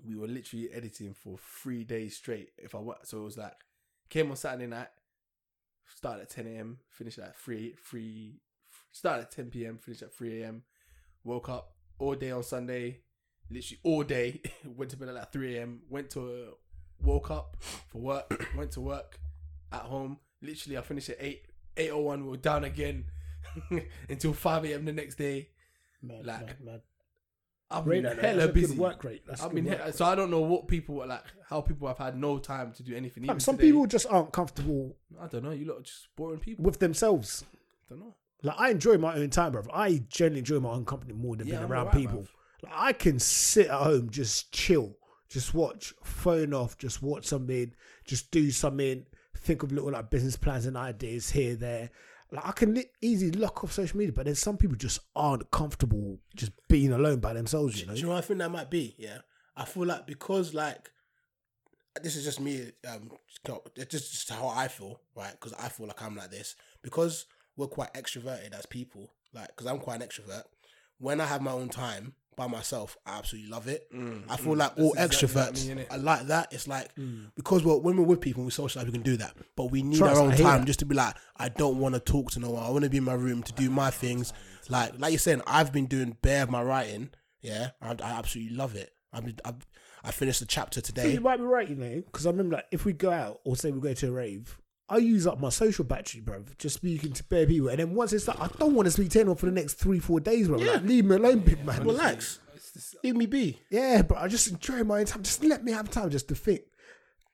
Speaker 3: We were literally editing for three days straight. If I work, so it was like came on Saturday night, started at 10 a.m., finished at 3, 3, started at 10 p.m., finished at 3 a.m., woke up all day on Sunday, literally all day, went to bed at like 3 a.m., went to, woke up for work, went to work, at home. Literally, I finished at 8, 8.01, we were down again until 5 a.m. the next day.
Speaker 7: Mad,
Speaker 3: like,
Speaker 7: mad, mad.
Speaker 3: I've
Speaker 7: Great,
Speaker 3: been
Speaker 7: that, that's
Speaker 3: hella
Speaker 7: a good
Speaker 3: busy.
Speaker 7: work rate. That's
Speaker 3: I've
Speaker 7: good
Speaker 3: been
Speaker 7: work
Speaker 3: he- so I don't know what people are like, how people have had no time to do anything.
Speaker 7: Fam,
Speaker 3: Even
Speaker 7: Some
Speaker 3: today.
Speaker 7: people just aren't comfortable
Speaker 3: I don't know, you lot are just boring people.
Speaker 7: with themselves.
Speaker 3: I don't know.
Speaker 7: Like I enjoy my own time, bro. I generally enjoy my own company more than
Speaker 3: Yeah,
Speaker 7: being
Speaker 3: I'm
Speaker 7: around
Speaker 3: alright,
Speaker 7: people.
Speaker 3: bruv.
Speaker 7: Like I can sit at home, just chill, just watch, phone off, just watch something, just do something, think of little like business plans and ideas here, there. Like I can li- easily lock off social media, but then some people just aren't comfortable just being alone by themselves. You know,
Speaker 4: Do you know what I think that might be? Yeah, I feel like because like this is just me. Um, it's just, just how I feel, right? Because I feel like I'm like this because we're quite extroverted as people. Like, because I'm quite an extrovert. When I have my own time by myself, I absolutely love it. I feel like all
Speaker 3: That's exactly
Speaker 4: extroverts
Speaker 3: like me, innit?
Speaker 4: I like that. It's like because we're, when we're with people, we socialize, we can do that. But we need
Speaker 7: Trust,
Speaker 4: our own
Speaker 7: I hear
Speaker 4: time
Speaker 7: that.
Speaker 4: just to be like, I don't want to talk to no one. I want to be in my room to do my things. Like like you're saying, I've been doing bare of my writing. Yeah, I, I absolutely love it. I mean, I, I finished the chapter
Speaker 7: So
Speaker 4: today.
Speaker 7: you might be right, you know, because I remember like if we go out or say we go to a rave, I use up my social battery, bro, just speaking to bare people. And then once it's like, I don't want to speak to anyone for the next three, four days, bro. Like, leave me alone, big man.
Speaker 4: Relax. Leave me be.
Speaker 7: Yeah, bro. I just enjoy my own time. Just let me have time just to think.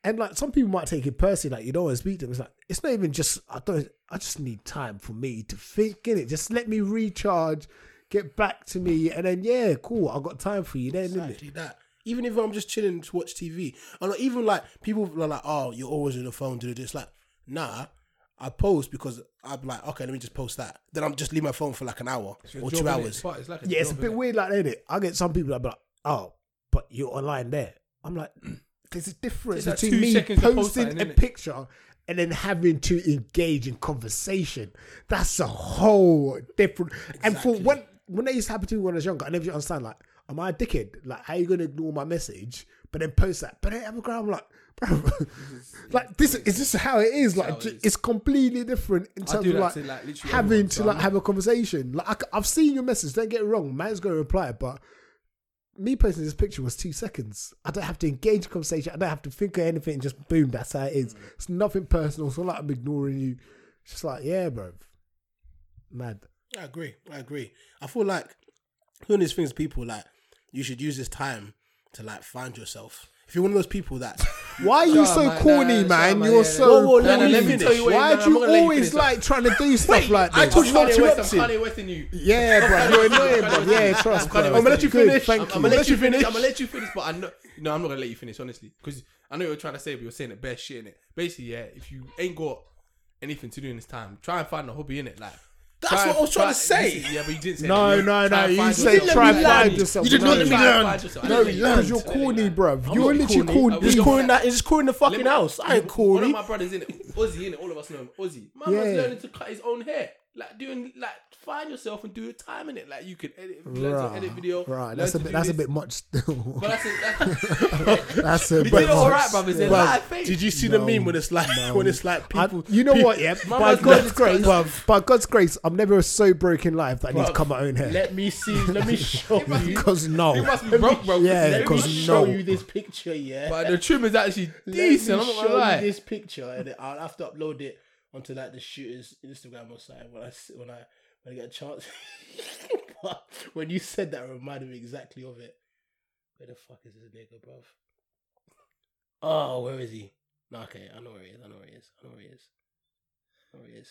Speaker 7: And like some people might take it personally, like you don't want to speak to them. It's like it's not even just I don't I just need time for me to think in it. Just let me recharge, get back to me, and then yeah, cool. I got time for you then, innit?
Speaker 4: Exactly that. Even if I'm just chilling to watch TV, or like, even like people are like, "Oh, you're always on the phone." Do this, like, nah. I post because I'm like, okay, let me just post that. Then I'm just leave my phone for like an hour or two hours.
Speaker 3: But it's like a
Speaker 7: Yeah, it's a
Speaker 3: job,
Speaker 7: bit
Speaker 3: innit?
Speaker 7: weird like that, innit? I get some people that be like, oh, but you're online there. I'm like, there's a difference
Speaker 3: It's like
Speaker 7: between
Speaker 3: two
Speaker 7: me
Speaker 3: seconds of post
Speaker 7: posting
Speaker 3: sign,
Speaker 7: a
Speaker 3: innit?
Speaker 7: picture and then having to engage in conversation. That's a whole different. And for
Speaker 4: Exactly.
Speaker 7: when when that used to happen to me when I was younger, I never used to understand. Like, am I a dickhead? Like, how you gonna ignore my message but then post that? But then I'm like, I'm like, bro, like this is this how it is? Like,
Speaker 3: how it
Speaker 7: ju- it's completely different in
Speaker 3: I
Speaker 7: terms
Speaker 3: do
Speaker 7: of
Speaker 3: that
Speaker 7: like,
Speaker 3: to, like, literally
Speaker 7: having
Speaker 3: everyone,
Speaker 7: to
Speaker 3: so
Speaker 7: like
Speaker 3: I'm-
Speaker 7: have a conversation. Like I, c- I've seen your message. Don't get it wrong. Man's going to reply, but me posting this picture was two seconds. I don't have to engage in conversation. I don't have to think of anything. Just boom. That's how it
Speaker 3: Mm.
Speaker 7: is. It's nothing personal. So like I'm ignoring you. It's just like yeah, bro. Mad.
Speaker 4: I agree. I agree. I feel like doing these things, people like you should use this time to like find yourself. If you're one of those people that
Speaker 7: Why are
Speaker 3: Shut
Speaker 7: you
Speaker 3: up,
Speaker 7: so
Speaker 3: man. Nah,
Speaker 7: corny,
Speaker 3: shut
Speaker 7: man?
Speaker 3: up, man.
Speaker 7: You're
Speaker 3: Yeah, yeah.
Speaker 7: so
Speaker 3: Whoa, whoa,
Speaker 7: corny.
Speaker 3: no, no, let me finish. Wait,
Speaker 7: Why
Speaker 3: no, no,
Speaker 7: do
Speaker 3: I'm
Speaker 7: you
Speaker 3: gonna let you
Speaker 7: always
Speaker 3: finish.
Speaker 7: like trying to do stuff like
Speaker 3: I
Speaker 7: this?
Speaker 3: told you
Speaker 7: What's
Speaker 3: Kanye
Speaker 7: you
Speaker 3: West,
Speaker 7: up
Speaker 3: I'm
Speaker 7: to?
Speaker 3: Kanye West in you.
Speaker 7: Yeah, bro. You're annoying, bro. Yeah, trust, bro.
Speaker 3: Kanye
Speaker 7: I'm
Speaker 3: West
Speaker 7: gonna let you
Speaker 3: in you.
Speaker 7: finish.
Speaker 3: I'm,
Speaker 7: Thank
Speaker 3: I'm
Speaker 7: you.
Speaker 3: gonna let you finish. I'm gonna let you finish, but I know. No, I'm not gonna let you finish, honestly, because I know what you're trying to say, but you're saying the best shit in it. Basically, yeah, if you ain't got anything to do in this time, try and find a hobby in it. Like
Speaker 4: That's what I was trying to say.
Speaker 3: listen, yeah, but you didn't say.
Speaker 7: No,
Speaker 3: that. Try
Speaker 7: no, no,
Speaker 3: and
Speaker 7: you
Speaker 3: find
Speaker 7: said
Speaker 3: yourself.
Speaker 7: try
Speaker 3: You didn't
Speaker 7: and
Speaker 3: let
Speaker 7: find
Speaker 3: me
Speaker 7: yourself.
Speaker 3: learn.
Speaker 7: You did not
Speaker 3: No,
Speaker 7: let me
Speaker 3: try and
Speaker 4: learn.
Speaker 3: find yourself. I
Speaker 4: No,
Speaker 3: didn't
Speaker 4: you
Speaker 3: let
Speaker 4: learned.
Speaker 3: you
Speaker 7: You're
Speaker 3: learn. I didn't let
Speaker 7: corny,
Speaker 3: you learn.
Speaker 7: bruv.
Speaker 3: I'm
Speaker 7: You're
Speaker 3: not
Speaker 7: literally
Speaker 3: corny.
Speaker 7: corny.
Speaker 3: I'm
Speaker 7: He's
Speaker 3: not
Speaker 7: calling that.
Speaker 4: He's calling the fucking house. I ain't
Speaker 3: One of
Speaker 4: corny.
Speaker 3: my brothers in it, Ozzy in it. All of us know him. Ozzy, my man's
Speaker 7: Yeah.
Speaker 3: learning to cut his own hair. Like doing, like find yourself and do your time in it. Like you can edit, learn to edit video. learn
Speaker 7: Right, that's a
Speaker 3: to
Speaker 7: bit.
Speaker 3: do
Speaker 7: That's a
Speaker 3: this.
Speaker 7: bit much still.
Speaker 3: But that's it. That's,
Speaker 7: that's a
Speaker 3: we
Speaker 7: bit
Speaker 3: did all right,
Speaker 7: much.
Speaker 3: bruv. It's a
Speaker 7: Bruv,
Speaker 3: live thing.
Speaker 4: Did you see the
Speaker 7: No,
Speaker 4: meme when it's like when it's like
Speaker 7: I-
Speaker 4: people?
Speaker 7: you know
Speaker 4: people-
Speaker 7: what? Yeah,
Speaker 3: My
Speaker 7: by
Speaker 3: man's
Speaker 7: God's
Speaker 3: got-
Speaker 7: grace,
Speaker 3: got-
Speaker 7: by God's grace, I'm never so broke in life that I need to
Speaker 4: Bruv,
Speaker 7: cut my own hair.
Speaker 4: Let me see. Let me show you.
Speaker 7: Because no,
Speaker 3: You must be broke, bro. Let me
Speaker 7: Yeah,
Speaker 4: Let me
Speaker 7: because
Speaker 4: show
Speaker 3: show
Speaker 7: no.
Speaker 4: you this picture. Yeah.
Speaker 3: But the trim is actually
Speaker 4: Let me
Speaker 3: decent. I'm not
Speaker 4: show
Speaker 3: gonna
Speaker 4: you
Speaker 3: lie.
Speaker 4: this picture, and then I'll have to upload it onto like the shooter's Instagram or something when I s- when I when I get a chance. but when you said that, it reminded me exactly of it. Where the fuck is this nigga, bruv? Oh, where is he? Nah, okay, I know where he is. I know where he is. I know where he is. I know where he is.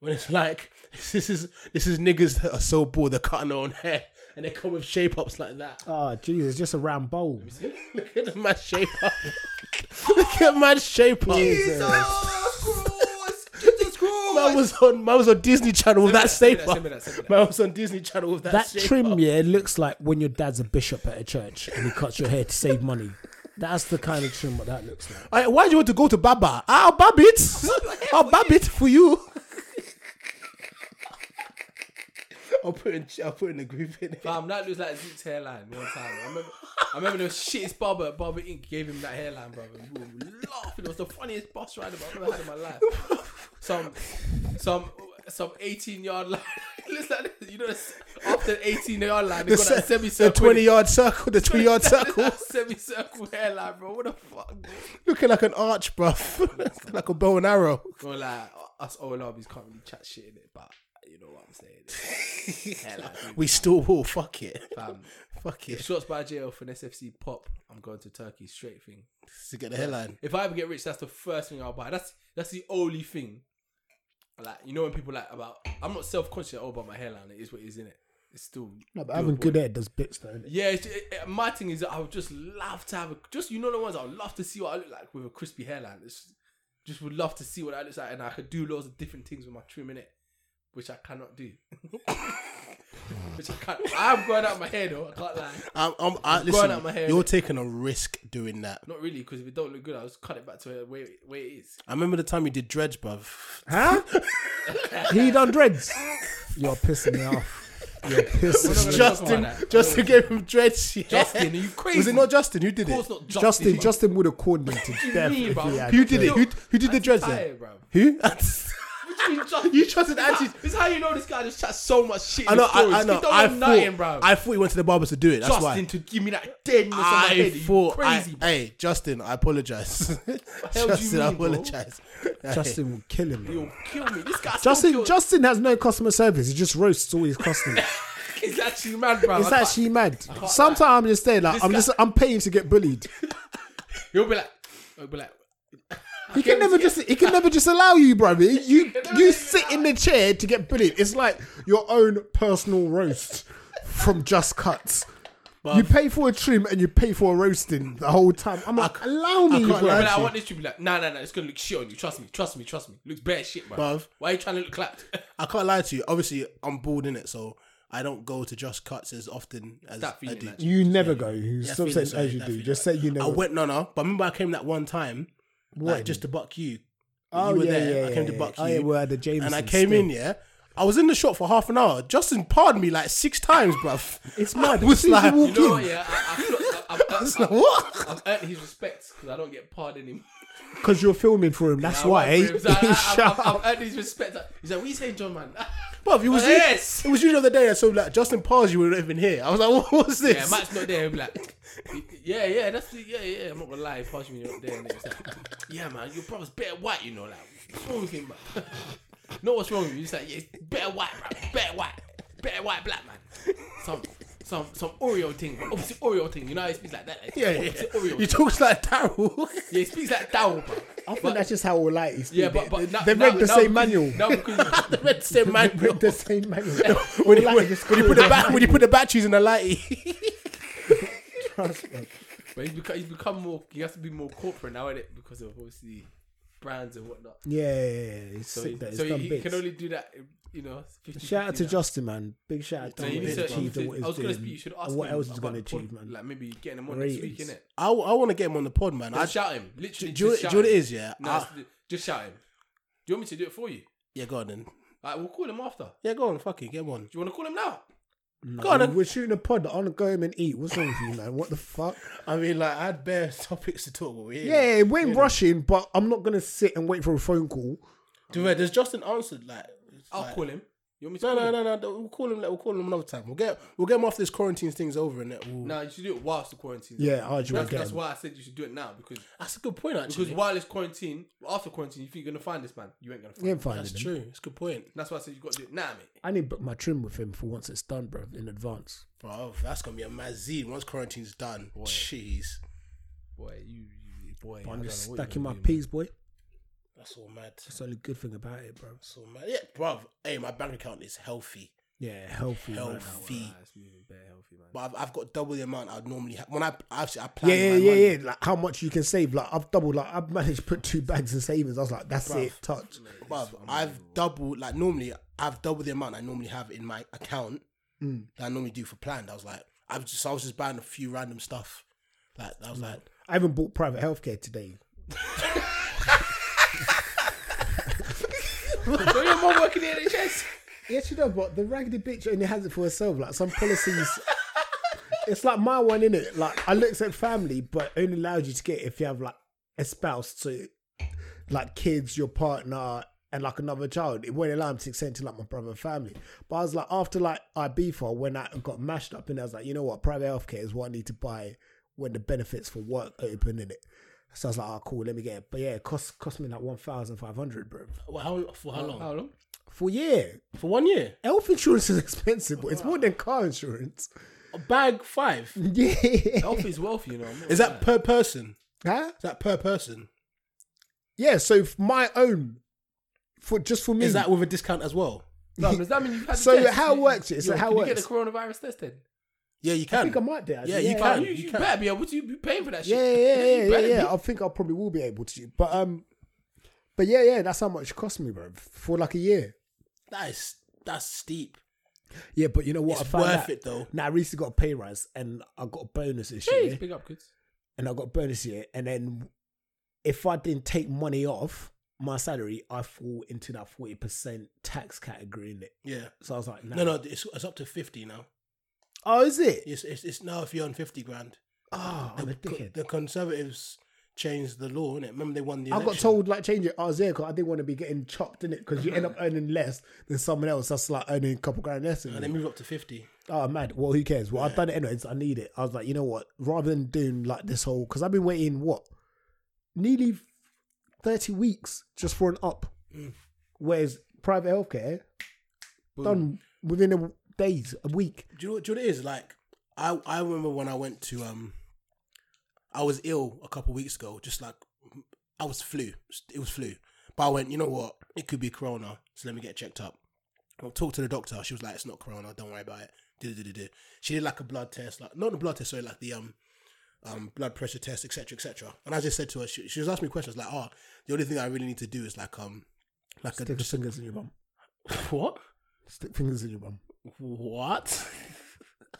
Speaker 4: When it's like this is this is niggas that are so bored they're cutting their own hair and they come with shape ups like that.
Speaker 7: Oh Jesus, just a round bowl.
Speaker 4: Look at my shape up. Look at my shape up.
Speaker 3: Jesus Christ! Jesus Christ!
Speaker 4: Man was on man was on Disney Channel with that
Speaker 3: Send me
Speaker 4: shape
Speaker 3: that,
Speaker 4: up.
Speaker 3: send me that, send me that.
Speaker 4: Man was on Disney Channel with that,
Speaker 7: That
Speaker 4: shape
Speaker 7: trim,
Speaker 4: up.
Speaker 7: yeah, looks like when your dad's a bishop at a church and he cuts your hair to save money. That's the kind of trim what that looks like.
Speaker 4: Alright, why do you want to go to Baba? I'll bab it. I'll bab it for you. I'll put in I'll put in the group in it.
Speaker 3: Fam, that looks like Zeke's hairline one time. I remember, I remember the shittest barber at Barber Inc. gave him that hairline, brother. We were laughing. It was the funniest bus ride I've ever had in my life. Some, some, some 18 yard line. It looks like this. you know, this- after the 18 yard line, they got that
Speaker 4: se-
Speaker 3: semicircle.
Speaker 4: the twenty yard circle, the twenty yard circle,
Speaker 3: That semicircle hairline, bro. What the fuck? bro?
Speaker 4: looking like an arch, bruv, like a bow and arrow.
Speaker 3: Well, like us OLRBs can't really chat shit in it, but you know what I'm saying. Hairline, dude.
Speaker 4: We still will. Fuck it.
Speaker 3: Fam.
Speaker 4: Fuck
Speaker 3: If
Speaker 4: it.
Speaker 3: shots by JL for an SFC pop, I'm going to Turkey straight thing.
Speaker 4: To get the headline.
Speaker 3: If I ever get rich, that's the first thing I'll buy. That's that's the only thing. Like you know when people like about, I'm not self conscious at all about my hairline. It is what it is in it. It's still
Speaker 7: No, but having
Speaker 3: doable.
Speaker 7: good hair does bits though. innit?
Speaker 3: Yeah, it's, it, it- my thing is that I would just love to have a, just you know the ones I would love to see what I look like with a crispy hairline. It's, just would love to see what I look like, and I could do loads of different things with my trim in it, which I cannot do. which I can't. I'm growing out my hair though. I can't lie.
Speaker 4: I'm, I'm, I,
Speaker 3: growing
Speaker 4: listen,
Speaker 3: out my hair,
Speaker 4: you're
Speaker 3: innit?
Speaker 4: taking a risk doing that.
Speaker 3: Not really, because if it don't look good, I'll just cut it back to where it- where it is.
Speaker 4: I remember the time you did dredge, bruv.
Speaker 7: Huh? he done dreads. You're pissing me off. You're
Speaker 3: We're not
Speaker 7: pissing
Speaker 3: gonna
Speaker 7: me
Speaker 3: talk
Speaker 7: off.
Speaker 4: Justin,
Speaker 3: about that.
Speaker 4: Justin gave him dreads. yeah.
Speaker 3: Justin, are you crazy?
Speaker 4: Was it not Justin? Who did
Speaker 3: Of course
Speaker 4: it?
Speaker 3: not Justin.
Speaker 7: Justin,
Speaker 3: bro.
Speaker 7: Justin would have cornered him to
Speaker 3: you
Speaker 7: death
Speaker 3: mean,
Speaker 7: if
Speaker 3: bro?
Speaker 7: he had
Speaker 4: Who did it?
Speaker 7: dreads.
Speaker 4: Who, who did the dreads
Speaker 3: Tired,
Speaker 4: then?
Speaker 3: bro.
Speaker 4: Who?
Speaker 3: What do you mean, Justin?
Speaker 4: You trusted
Speaker 3: This is
Speaker 4: Anti-
Speaker 3: how- This is how you know this guy just chats so much shit.
Speaker 4: I know,
Speaker 3: In the
Speaker 4: I, I
Speaker 3: stories.
Speaker 4: know.
Speaker 3: He don't
Speaker 4: I
Speaker 3: know
Speaker 4: thought,
Speaker 3: nothing, bro.
Speaker 4: I thought he went to the barber to do it. That's
Speaker 3: Justin
Speaker 4: why.
Speaker 3: to give me that deadness on my head. Are
Speaker 4: I
Speaker 3: you
Speaker 4: thought,
Speaker 3: crazy,
Speaker 4: I,
Speaker 3: bro?
Speaker 4: hey Justin, I apologize.
Speaker 3: hell do you
Speaker 4: Justin, I
Speaker 3: mean, bro?
Speaker 4: apologize.
Speaker 7: Justin would kill him.
Speaker 3: You'll
Speaker 7: bro.
Speaker 3: kill me. This guy. still
Speaker 7: Justin,
Speaker 3: kills-
Speaker 7: Justin has no customer service. He just roasts all his customers.
Speaker 3: He's actually mad, bro.
Speaker 7: It's
Speaker 3: I can't-
Speaker 7: actually mad. Sometimes I'm just there, like
Speaker 3: This
Speaker 7: I'm
Speaker 3: guy-
Speaker 7: just, I'm paying to get bullied.
Speaker 3: He'll be like, he'll be like,
Speaker 7: He can never just, he can never just allow you, brother. You, you sit in the chair to get bullied. It's like your own personal roast from Just Cuts.
Speaker 3: But
Speaker 7: You pay for a trim and you pay for a roasting the whole time. I'm like, allow
Speaker 3: I
Speaker 7: me.
Speaker 3: can't.
Speaker 7: bro.
Speaker 3: Like, when I want this to be like, nah, nah, nah. It's gonna look shit on you. Trust me. Trust me. Trust me. Looks bare shit, man.
Speaker 4: Bruv.
Speaker 3: Why are you trying to look clapped?
Speaker 4: I can't lie to you. Obviously, I'm bored in it, so I don't go to Just Cuts as often as
Speaker 3: That feeling,
Speaker 4: I do.
Speaker 3: like,
Speaker 7: You never go. You
Speaker 4: That
Speaker 7: stop
Speaker 4: feeling,
Speaker 7: saying
Speaker 4: sorry,
Speaker 7: as you
Speaker 4: that
Speaker 7: do.
Speaker 4: feeling.
Speaker 7: Just say you
Speaker 4: I
Speaker 7: never.
Speaker 4: went no, no. But remember, I came that one time, like just to buck you.
Speaker 7: Oh,
Speaker 4: you were
Speaker 7: yeah,
Speaker 4: there.
Speaker 7: yeah,
Speaker 4: I came to
Speaker 7: yeah,
Speaker 4: buck
Speaker 7: yeah. Oh,
Speaker 4: you.
Speaker 7: yeah, we were at the
Speaker 4: and I
Speaker 7: Jameson
Speaker 4: came
Speaker 7: still.
Speaker 4: in. Yeah, I was in the shop for half an hour. Justin pardoned me like six times, bruv.
Speaker 7: It's
Speaker 4: I
Speaker 7: mad.
Speaker 4: was
Speaker 7: As soon as you
Speaker 4: like,
Speaker 7: walk
Speaker 3: You know what? Yeah, I, I, I've, I've,
Speaker 4: It's
Speaker 3: I've,
Speaker 4: like,
Speaker 3: I've,
Speaker 4: what?
Speaker 3: I've earned his respect because I don't get pardoned anymore.
Speaker 7: Because you're filming for him. That's
Speaker 3: I
Speaker 7: why.
Speaker 3: work for him, so I, I,
Speaker 7: Shut
Speaker 3: I've, I've
Speaker 7: up.
Speaker 3: earned his respect. He's like, "What you saying, John, man?"
Speaker 4: Bruv, it was
Speaker 3: Yes.
Speaker 4: you, it was you the other day, and so like Justin Pars, you were even here. I was like, what was
Speaker 3: Yeah,
Speaker 4: this?
Speaker 3: Matt's not there. He'll be like, yeah, yeah, that's the, yeah, yeah. I'm not gonna lie, pass me you're not there. And it's like, yeah, man, your brother's better white, you know. Like, what's wrong with him, man? Know what's wrong with you? He's like, yeah, it's better white, bro. Better white, better white black man. Some, some, some Oreo thing, bro. Obviously Oreo thing. You know how he speaks like that. Like,
Speaker 4: yeah, yeah.
Speaker 3: opposite Oreo.
Speaker 4: You
Speaker 3: thing.
Speaker 4: talked like Daryl.
Speaker 3: yeah, he speaks like Dow, bro.
Speaker 7: I think that's just how all light is.
Speaker 3: Yeah, but but now-
Speaker 7: they
Speaker 3: now-
Speaker 7: read the
Speaker 3: now
Speaker 7: same
Speaker 3: because-
Speaker 7: manual.
Speaker 3: Now because you,
Speaker 4: Red said man.
Speaker 7: Read the same manual.
Speaker 4: When you,
Speaker 7: All
Speaker 4: when,
Speaker 7: light is
Speaker 4: when you put
Speaker 7: called
Speaker 4: the bat, when you put the batteries in the light,
Speaker 3: but he's become, he's become more. He has to be more corporate now, is it? Because of obviously brands and whatnot.
Speaker 7: Yeah, yeah, yeah. It's
Speaker 3: So,
Speaker 7: sick
Speaker 3: he,
Speaker 7: that it's
Speaker 3: so he,
Speaker 7: done
Speaker 3: he
Speaker 7: bits.
Speaker 3: can only do that, you know. 50,
Speaker 7: Shout out to
Speaker 3: 50 now.
Speaker 7: Justin, man. Big shout out to
Speaker 3: No, you
Speaker 7: what
Speaker 3: need
Speaker 7: he's
Speaker 3: to, you need
Speaker 7: achieved
Speaker 3: to-
Speaker 7: and what he's
Speaker 3: I was gonna
Speaker 7: doing.
Speaker 3: speak. You should ask
Speaker 7: and what
Speaker 3: him
Speaker 7: else he's
Speaker 3: about
Speaker 7: going to
Speaker 3: the pod-
Speaker 7: achieve, man.
Speaker 3: Like maybe getting him on next week,
Speaker 7: Ratings.
Speaker 3: innit?
Speaker 4: I, I want to get him on the pod, man. I,
Speaker 3: Just shout him. Literally,
Speaker 4: do you-
Speaker 3: just
Speaker 4: do you
Speaker 3: shout
Speaker 4: know what it
Speaker 3: him.
Speaker 4: is, yeah? Ah.
Speaker 3: No,
Speaker 4: I-
Speaker 3: it's- just shout him. Do you want me to do it for you?
Speaker 4: yeah, go on then.
Speaker 3: Like we'll call him after. Do
Speaker 4: Yeah, go on. Fuck it, get him on.
Speaker 3: you want to call him now?
Speaker 7: No,
Speaker 4: God, I-
Speaker 7: we're shooting a pod. I want to go home and eat. What's wrong with you, man? What the fuck?
Speaker 4: I mean, like, I had bare topics to talk about.
Speaker 7: Yeah, we ain't rushing, but I'm not going to sit and wait for a phone call.
Speaker 4: Dude, man, there's Justin answered like. it's
Speaker 3: I'll
Speaker 4: like-
Speaker 3: call him. You want me to?
Speaker 4: No,
Speaker 3: call
Speaker 4: no,
Speaker 3: him?
Speaker 4: no, no. We'll call him. We'll call him another time. We'll get. We'll get him off this quarantine thing's over, and it. We'll,
Speaker 3: No, you should do it whilst the quarantine.
Speaker 7: Yeah, I do
Speaker 3: that's,
Speaker 7: again.
Speaker 3: that's why I said you should do it now because
Speaker 4: That's a good point, actually.
Speaker 3: because while it's quarantine, after quarantine, if you're gonna find this man, you ain't gonna find.
Speaker 7: You
Speaker 3: him.
Speaker 7: ain't finding
Speaker 4: That's
Speaker 7: him.
Speaker 4: true. It's a good point,
Speaker 3: That's why I said you got to do it now, mate.
Speaker 7: I need to book my trim with him for once it's done, bro, in advance.
Speaker 4: bro. That's gonna be a mazine once quarantine's done. Jeez,
Speaker 3: Boy, you, you boy.
Speaker 7: But
Speaker 3: I
Speaker 7: I'm just
Speaker 3: don't know what
Speaker 7: stacking
Speaker 3: you're
Speaker 7: my
Speaker 3: gonna do,
Speaker 7: peas, boy.
Speaker 4: that's all mad. That's
Speaker 7: That's the only good thing about it, bro.
Speaker 4: all mad. Yeah, bro. Hey, my bank account is healthy,
Speaker 7: Yeah, healthy. right now.
Speaker 4: healthy.
Speaker 3: man. Nah, it's moving bare healthy, man.
Speaker 4: But I've, I've got double the amount I'd normally have. When I actually I plan.
Speaker 7: Yeah, yeah,
Speaker 4: my
Speaker 7: yeah,
Speaker 4: money.
Speaker 7: yeah. Like how much you can save. Like I've doubled. Like I've managed to put two bags in savings. I was like, that's
Speaker 4: Bruv.
Speaker 7: it. Touch.
Speaker 4: Bruv, I've doubled like normally I've doubled the amount I normally have in my account
Speaker 7: Mm.
Speaker 4: that I normally do for planned. I was like, I was just I was just buying a few random stuff. Like I was like,
Speaker 7: I even bought private healthcare today.
Speaker 3: So your mom working in the NHS?
Speaker 7: Yeah, she does, but the raggedy bitch only has it for herself. Like some policies, it's like my one in it. Like I looked at family, but only allows you to get it if you have like a spouse, so like kids, your partner, and like another child. It won't allow them to extend to like my brother and family. But I was like, after like Ibiza, when I got mashed up, and I was like, you know what, private healthcare is what I need to buy when the benefits for work open in it. So I was like, oh cool, let me get it. But yeah, it cost cost me like one thousand five hundred, bro,
Speaker 4: well, how for how long?
Speaker 3: How long?
Speaker 7: for a year
Speaker 4: For one year,
Speaker 7: health insurance is expensive, but it's more than car insurance.
Speaker 4: a bag five.
Speaker 7: Yeah.
Speaker 3: Health is wealth, you know. I'm not
Speaker 4: Is that per person?
Speaker 7: Huh?
Speaker 4: Is that per person?
Speaker 7: Yeah, so f- my own for just for me.
Speaker 4: Is that with a discount as well?
Speaker 3: No, does that mean you've had the
Speaker 7: So
Speaker 3: test?
Speaker 7: how it
Speaker 3: You-
Speaker 7: works is-
Speaker 3: you-
Speaker 7: so how
Speaker 3: can
Speaker 7: it
Speaker 3: you get
Speaker 7: works-
Speaker 3: the coronavirus test then?
Speaker 4: Yeah, you can.
Speaker 7: I think I might do. actually.
Speaker 4: Yeah, you
Speaker 3: Oh,
Speaker 4: can.
Speaker 3: you, you
Speaker 4: can.
Speaker 3: better be able to you be paying for that
Speaker 7: Yeah,
Speaker 3: shit.
Speaker 7: yeah, yeah,
Speaker 3: You
Speaker 7: yeah,
Speaker 3: better
Speaker 7: yeah.
Speaker 3: be.
Speaker 7: I think I probably will be able to. But um but yeah, yeah, that's how much it cost me, bro, for like a year.
Speaker 4: That is that's steep.
Speaker 7: Yeah, but you know what?
Speaker 4: It's
Speaker 7: I found
Speaker 4: worth
Speaker 7: out-
Speaker 4: it, though.
Speaker 7: Now I recently got a pay rise and I got a bonus this year.
Speaker 3: Jeez, big up, kids.
Speaker 7: and I got a bonus year. And then if I didn't take money off my salary, I fall into that forty percent tax category in it.
Speaker 4: Yeah.
Speaker 7: So I was like, nah.
Speaker 4: No, no, it's, it's up to fifty now.
Speaker 7: Oh, is it?
Speaker 4: It's, it's it's now if you're on fifty grand.
Speaker 7: Oh, I'm a dickhead.
Speaker 4: The conservatives changed the law, innit? Remember they won the
Speaker 7: I
Speaker 4: election.
Speaker 7: got told like change it. I was there because I didn't want to be getting chopped in it because you end up earning less than someone else. That's like earning a couple grand less. Than
Speaker 4: and
Speaker 7: you.
Speaker 4: they moved up to fifty.
Speaker 7: Oh man, well who cares? Well I've done it anyways. I need it. I was like, you know what? Rather than doing like this whole, because I've been waiting what nearly thirty weeks just for an up.
Speaker 4: Mm.
Speaker 7: Whereas private healthcare done within a, days, a week.
Speaker 4: do you know, do you know what it is? Like, I I remember when I went to um, I was ill a couple weeks ago. Just like I was flu, it was flu. But I went, you know what? It could be corona, so let me get checked up. I talked to the doctor. She was like, "It's not corona. Don't worry about it. do do do do. She did like a blood test, like not a blood test, sorry, like the um um blood pressure test, etc. etc. And I just said to her, she, she was asking me questions like, oh, the only thing I really need to do is like um like a
Speaker 7: Stick your fingers in your bum.
Speaker 4: what
Speaker 7: Stick fingers in your bum.
Speaker 4: what?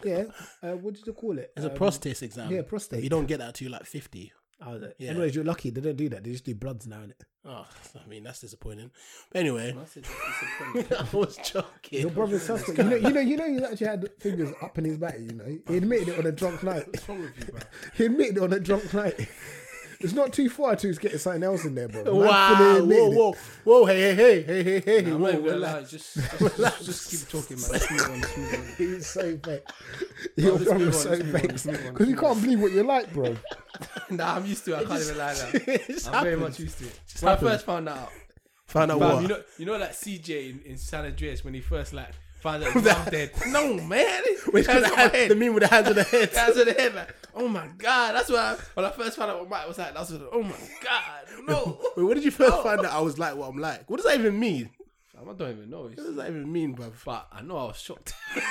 Speaker 7: Yeah. Uh, what did you call it?
Speaker 4: It's a
Speaker 7: Um,
Speaker 4: prostate exam.
Speaker 7: yeah, prostate.
Speaker 4: You don't get that till you're like fifty.
Speaker 7: I was like,
Speaker 4: Yeah.
Speaker 7: Anyways, you're lucky they don't do that. They just do bloods now, innit?
Speaker 4: Oh, I mean that's disappointing. But anyway,
Speaker 3: Massive disappointment.
Speaker 4: I was joking.
Speaker 7: Your brother's suspect. You know, you know, you know, he's actually had fingers up in his back. You know, he admitted it on a drunk night.
Speaker 4: What's wrong with you, bro?
Speaker 7: He admitted it on a drunk night. It's not too far to get something else in there, bro. Man fully
Speaker 4: Wow! Whoa!
Speaker 7: admitted it.
Speaker 4: Whoa! Whoa! Hey! Hey! Hey! Hey! Hey!
Speaker 3: Nah,
Speaker 4: whoa,
Speaker 3: I'm not even gonna
Speaker 4: relax.
Speaker 3: lie, just, just, just, just keep talking, man. Just move on, just move on.
Speaker 7: He's so fake. Your
Speaker 3: let's move
Speaker 7: brother's
Speaker 3: on,
Speaker 7: so
Speaker 3: let's move on,
Speaker 7: fake.
Speaker 3: let's move on,
Speaker 7: Because you
Speaker 3: let's move
Speaker 7: can't believe what you're like, bro.
Speaker 3: Nah, I'm used to it. I can't even lie now. I'm
Speaker 4: It just
Speaker 3: very
Speaker 4: happened.
Speaker 3: much used to it. When I first found that out,
Speaker 4: Found out
Speaker 3: Fam,
Speaker 4: what?
Speaker 3: you know, you know, like CJ in, in San Andreas when he first like found out his mom dead. No man,
Speaker 4: Which
Speaker 3: hands on my
Speaker 4: had
Speaker 3: head.
Speaker 4: the meme with the hands on the head.
Speaker 3: Hands on the head, like, oh my god, that's what I, when I first found out what Mike was like. That's what, oh my god,
Speaker 4: Wait,
Speaker 3: no,
Speaker 4: what did you first
Speaker 3: No.
Speaker 4: find out I was like what I'm like? What does that even mean?
Speaker 3: Fam, I don't even know. It's,
Speaker 4: What does that even mean, bruv?
Speaker 3: but I know I was shocked.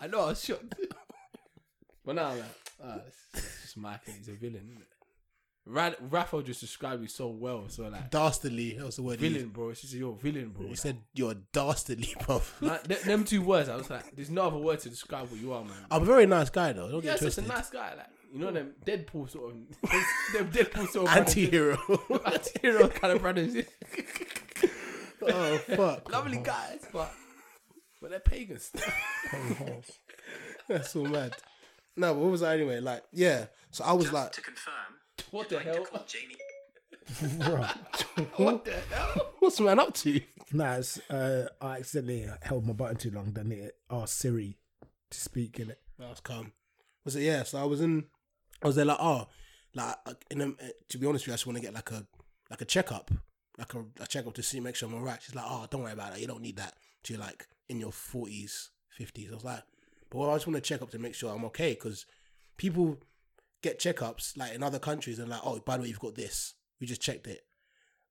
Speaker 3: I know I was shocked. But now, man, ah, that's, that's just Mike. He's a villain. Isn't it? Ra- Raphael just described me so well. So like,
Speaker 4: Dastardly. That was the word he
Speaker 3: villain, bro. It's just your villain, bro.
Speaker 4: used. He
Speaker 3: Like,
Speaker 4: said, You're a dastardly, bruv.
Speaker 3: like, th- them two words, I was like, there's no other word to describe what you are, man.
Speaker 4: I'm a very nice guy, though. Don't
Speaker 3: Yeah,
Speaker 4: get
Speaker 3: it's just a
Speaker 4: twisted.
Speaker 3: nice guy. Like you know them Deadpool sort of, them Deadpool sort of
Speaker 4: Anti hero.
Speaker 3: anti-hero kind of brothers.
Speaker 4: oh, fuck.
Speaker 3: Lovely guys, but but they're pagans.
Speaker 4: Oh, That's so mad. No, but what was I anyway? Like, yeah. So I was like,
Speaker 10: to confirm,
Speaker 3: what the
Speaker 10: to
Speaker 3: hell?
Speaker 10: call Jamie.
Speaker 3: What the hell?
Speaker 4: What's man up to?
Speaker 7: Nah, it's, uh, I accidentally held my button too long. Then it asked Siri to speak in it.
Speaker 4: I was calm. Was it yeah? So I was in. I was there like oh, like uh, in a, uh, to be honest with you, I just want to get like a like a checkup, like a, a checkup to see make sure I'm alright. She's like oh, don't worry about that. You don't need that. To like in your forties, fifties. I was like, but well, I just want to check up to make sure I'm okay because people get checkups like in other countries and like oh by the way you've got this. We just checked it,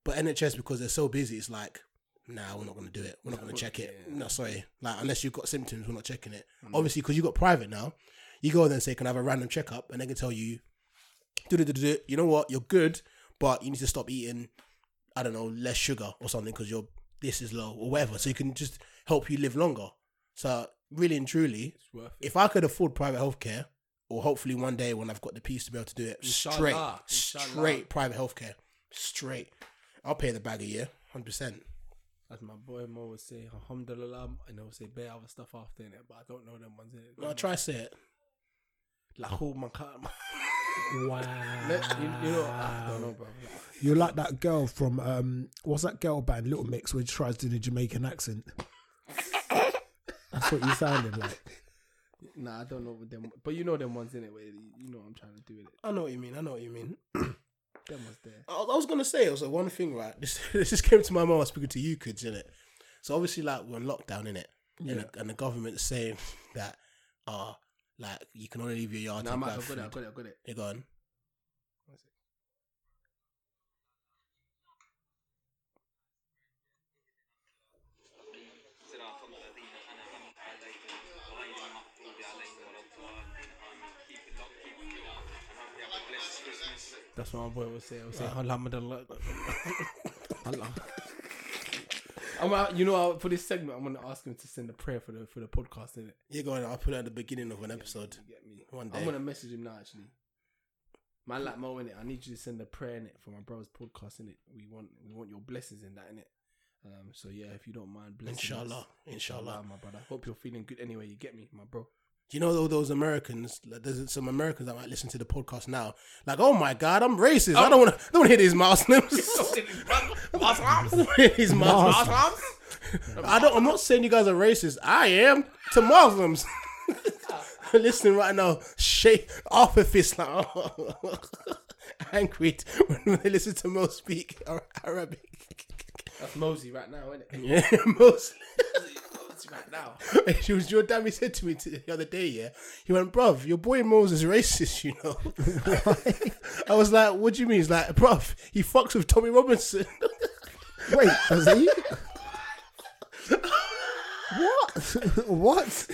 Speaker 4: but NHS because they're so busy, it's like. Nah, we're not gonna do it. We're not gonna check it. No, sorry. Like unless you've got symptoms, we're not checking it. Obviously, because you got private now, you go there and say, Can I have a random checkup? And they can tell you, "Do, do, do, do, do. you know what, you're good, but you need to stop eating, I don't know, less sugar or something because your this is low or whatever. So you can just help you live longer. So, really and truly,
Speaker 3: It's worth it.
Speaker 4: if I could afford private healthcare, or hopefully one day when I've got the piece to be able to do it, straight,
Speaker 3: Inshallah, inshallah.
Speaker 4: straight private healthcare, straight. I'll pay the bag a year, 100%.
Speaker 3: As my boy Mo would say, Alhamdulillah, and he'll say bare other stuff after in it, but I don't know them ones in it.
Speaker 4: I'll try to say it.
Speaker 3: Like
Speaker 4: oh,
Speaker 3: who man can't.
Speaker 7: Wow.
Speaker 3: You, you know, I don't know, bro.
Speaker 7: You're like that girl from, um, what's that girl band, Little Mix, where she tries to do the Jamaican accent. That's what you sounded like.
Speaker 3: Nah, I don't know with them, but you know them ones in it. Where you you know what I'm trying to do with it.
Speaker 4: I know what you mean. I know what you mean.
Speaker 3: Them ones there.
Speaker 4: I was, I was gonna say it was like one thing, right? This this just came to my mind. while speaking to you kids in it. So obviously, like we're in lockdown in it, and, the, and the government's saying that, uh, like you can only leave your yard.
Speaker 3: Nah,
Speaker 4: to
Speaker 3: I'm
Speaker 4: grab
Speaker 3: I've got it.
Speaker 4: food.
Speaker 3: I've got it. I've got it.
Speaker 4: You're gone.
Speaker 3: That's what my boy would say. He would say, Alhamdulillah. Allah. I'm out, you know, what, for this segment, I'm going to ask him to send a prayer for the for the podcast, innit?
Speaker 4: You're gone. I'll put it at the beginning of an episode.
Speaker 3: You get me?
Speaker 4: One
Speaker 3: I'm
Speaker 4: day.
Speaker 3: going to message him now, actually. Man, like Mo, innit? I need you to send a prayer, innit? For my brother's podcast, innit? We want, we want your blessings in that, innit? Um, so, yeah, if you don't mind, bless
Speaker 4: Inshallah, inshallah.
Speaker 3: my brother. Hope you're feeling good anyway. You get me, my bro?
Speaker 4: You know, all those Americans. Like, there's some Americans that might listen to the podcast now. Like, oh my God, I'm racist.
Speaker 3: Oh.
Speaker 4: I don't want to. Don't want to hear these Muslims. He's Muslims. I don't. I'm not saying you guys are racist. I am to Muslims. Listening right now, shake off of Islam. Angry when they listen to Mo speak Ar- Arabic.
Speaker 3: That's Mosey right now, innit?
Speaker 4: Yeah, Mo's.
Speaker 3: Mosey right now.
Speaker 4: She was your damn. He said to me t- the other day, yeah. He went, "Bruv, your boy Mose is racist, you know." I was like, "What do you mean?" He's like, "Bruv, he fucks with Tommy Robinson."
Speaker 7: Wait, does he? what? what?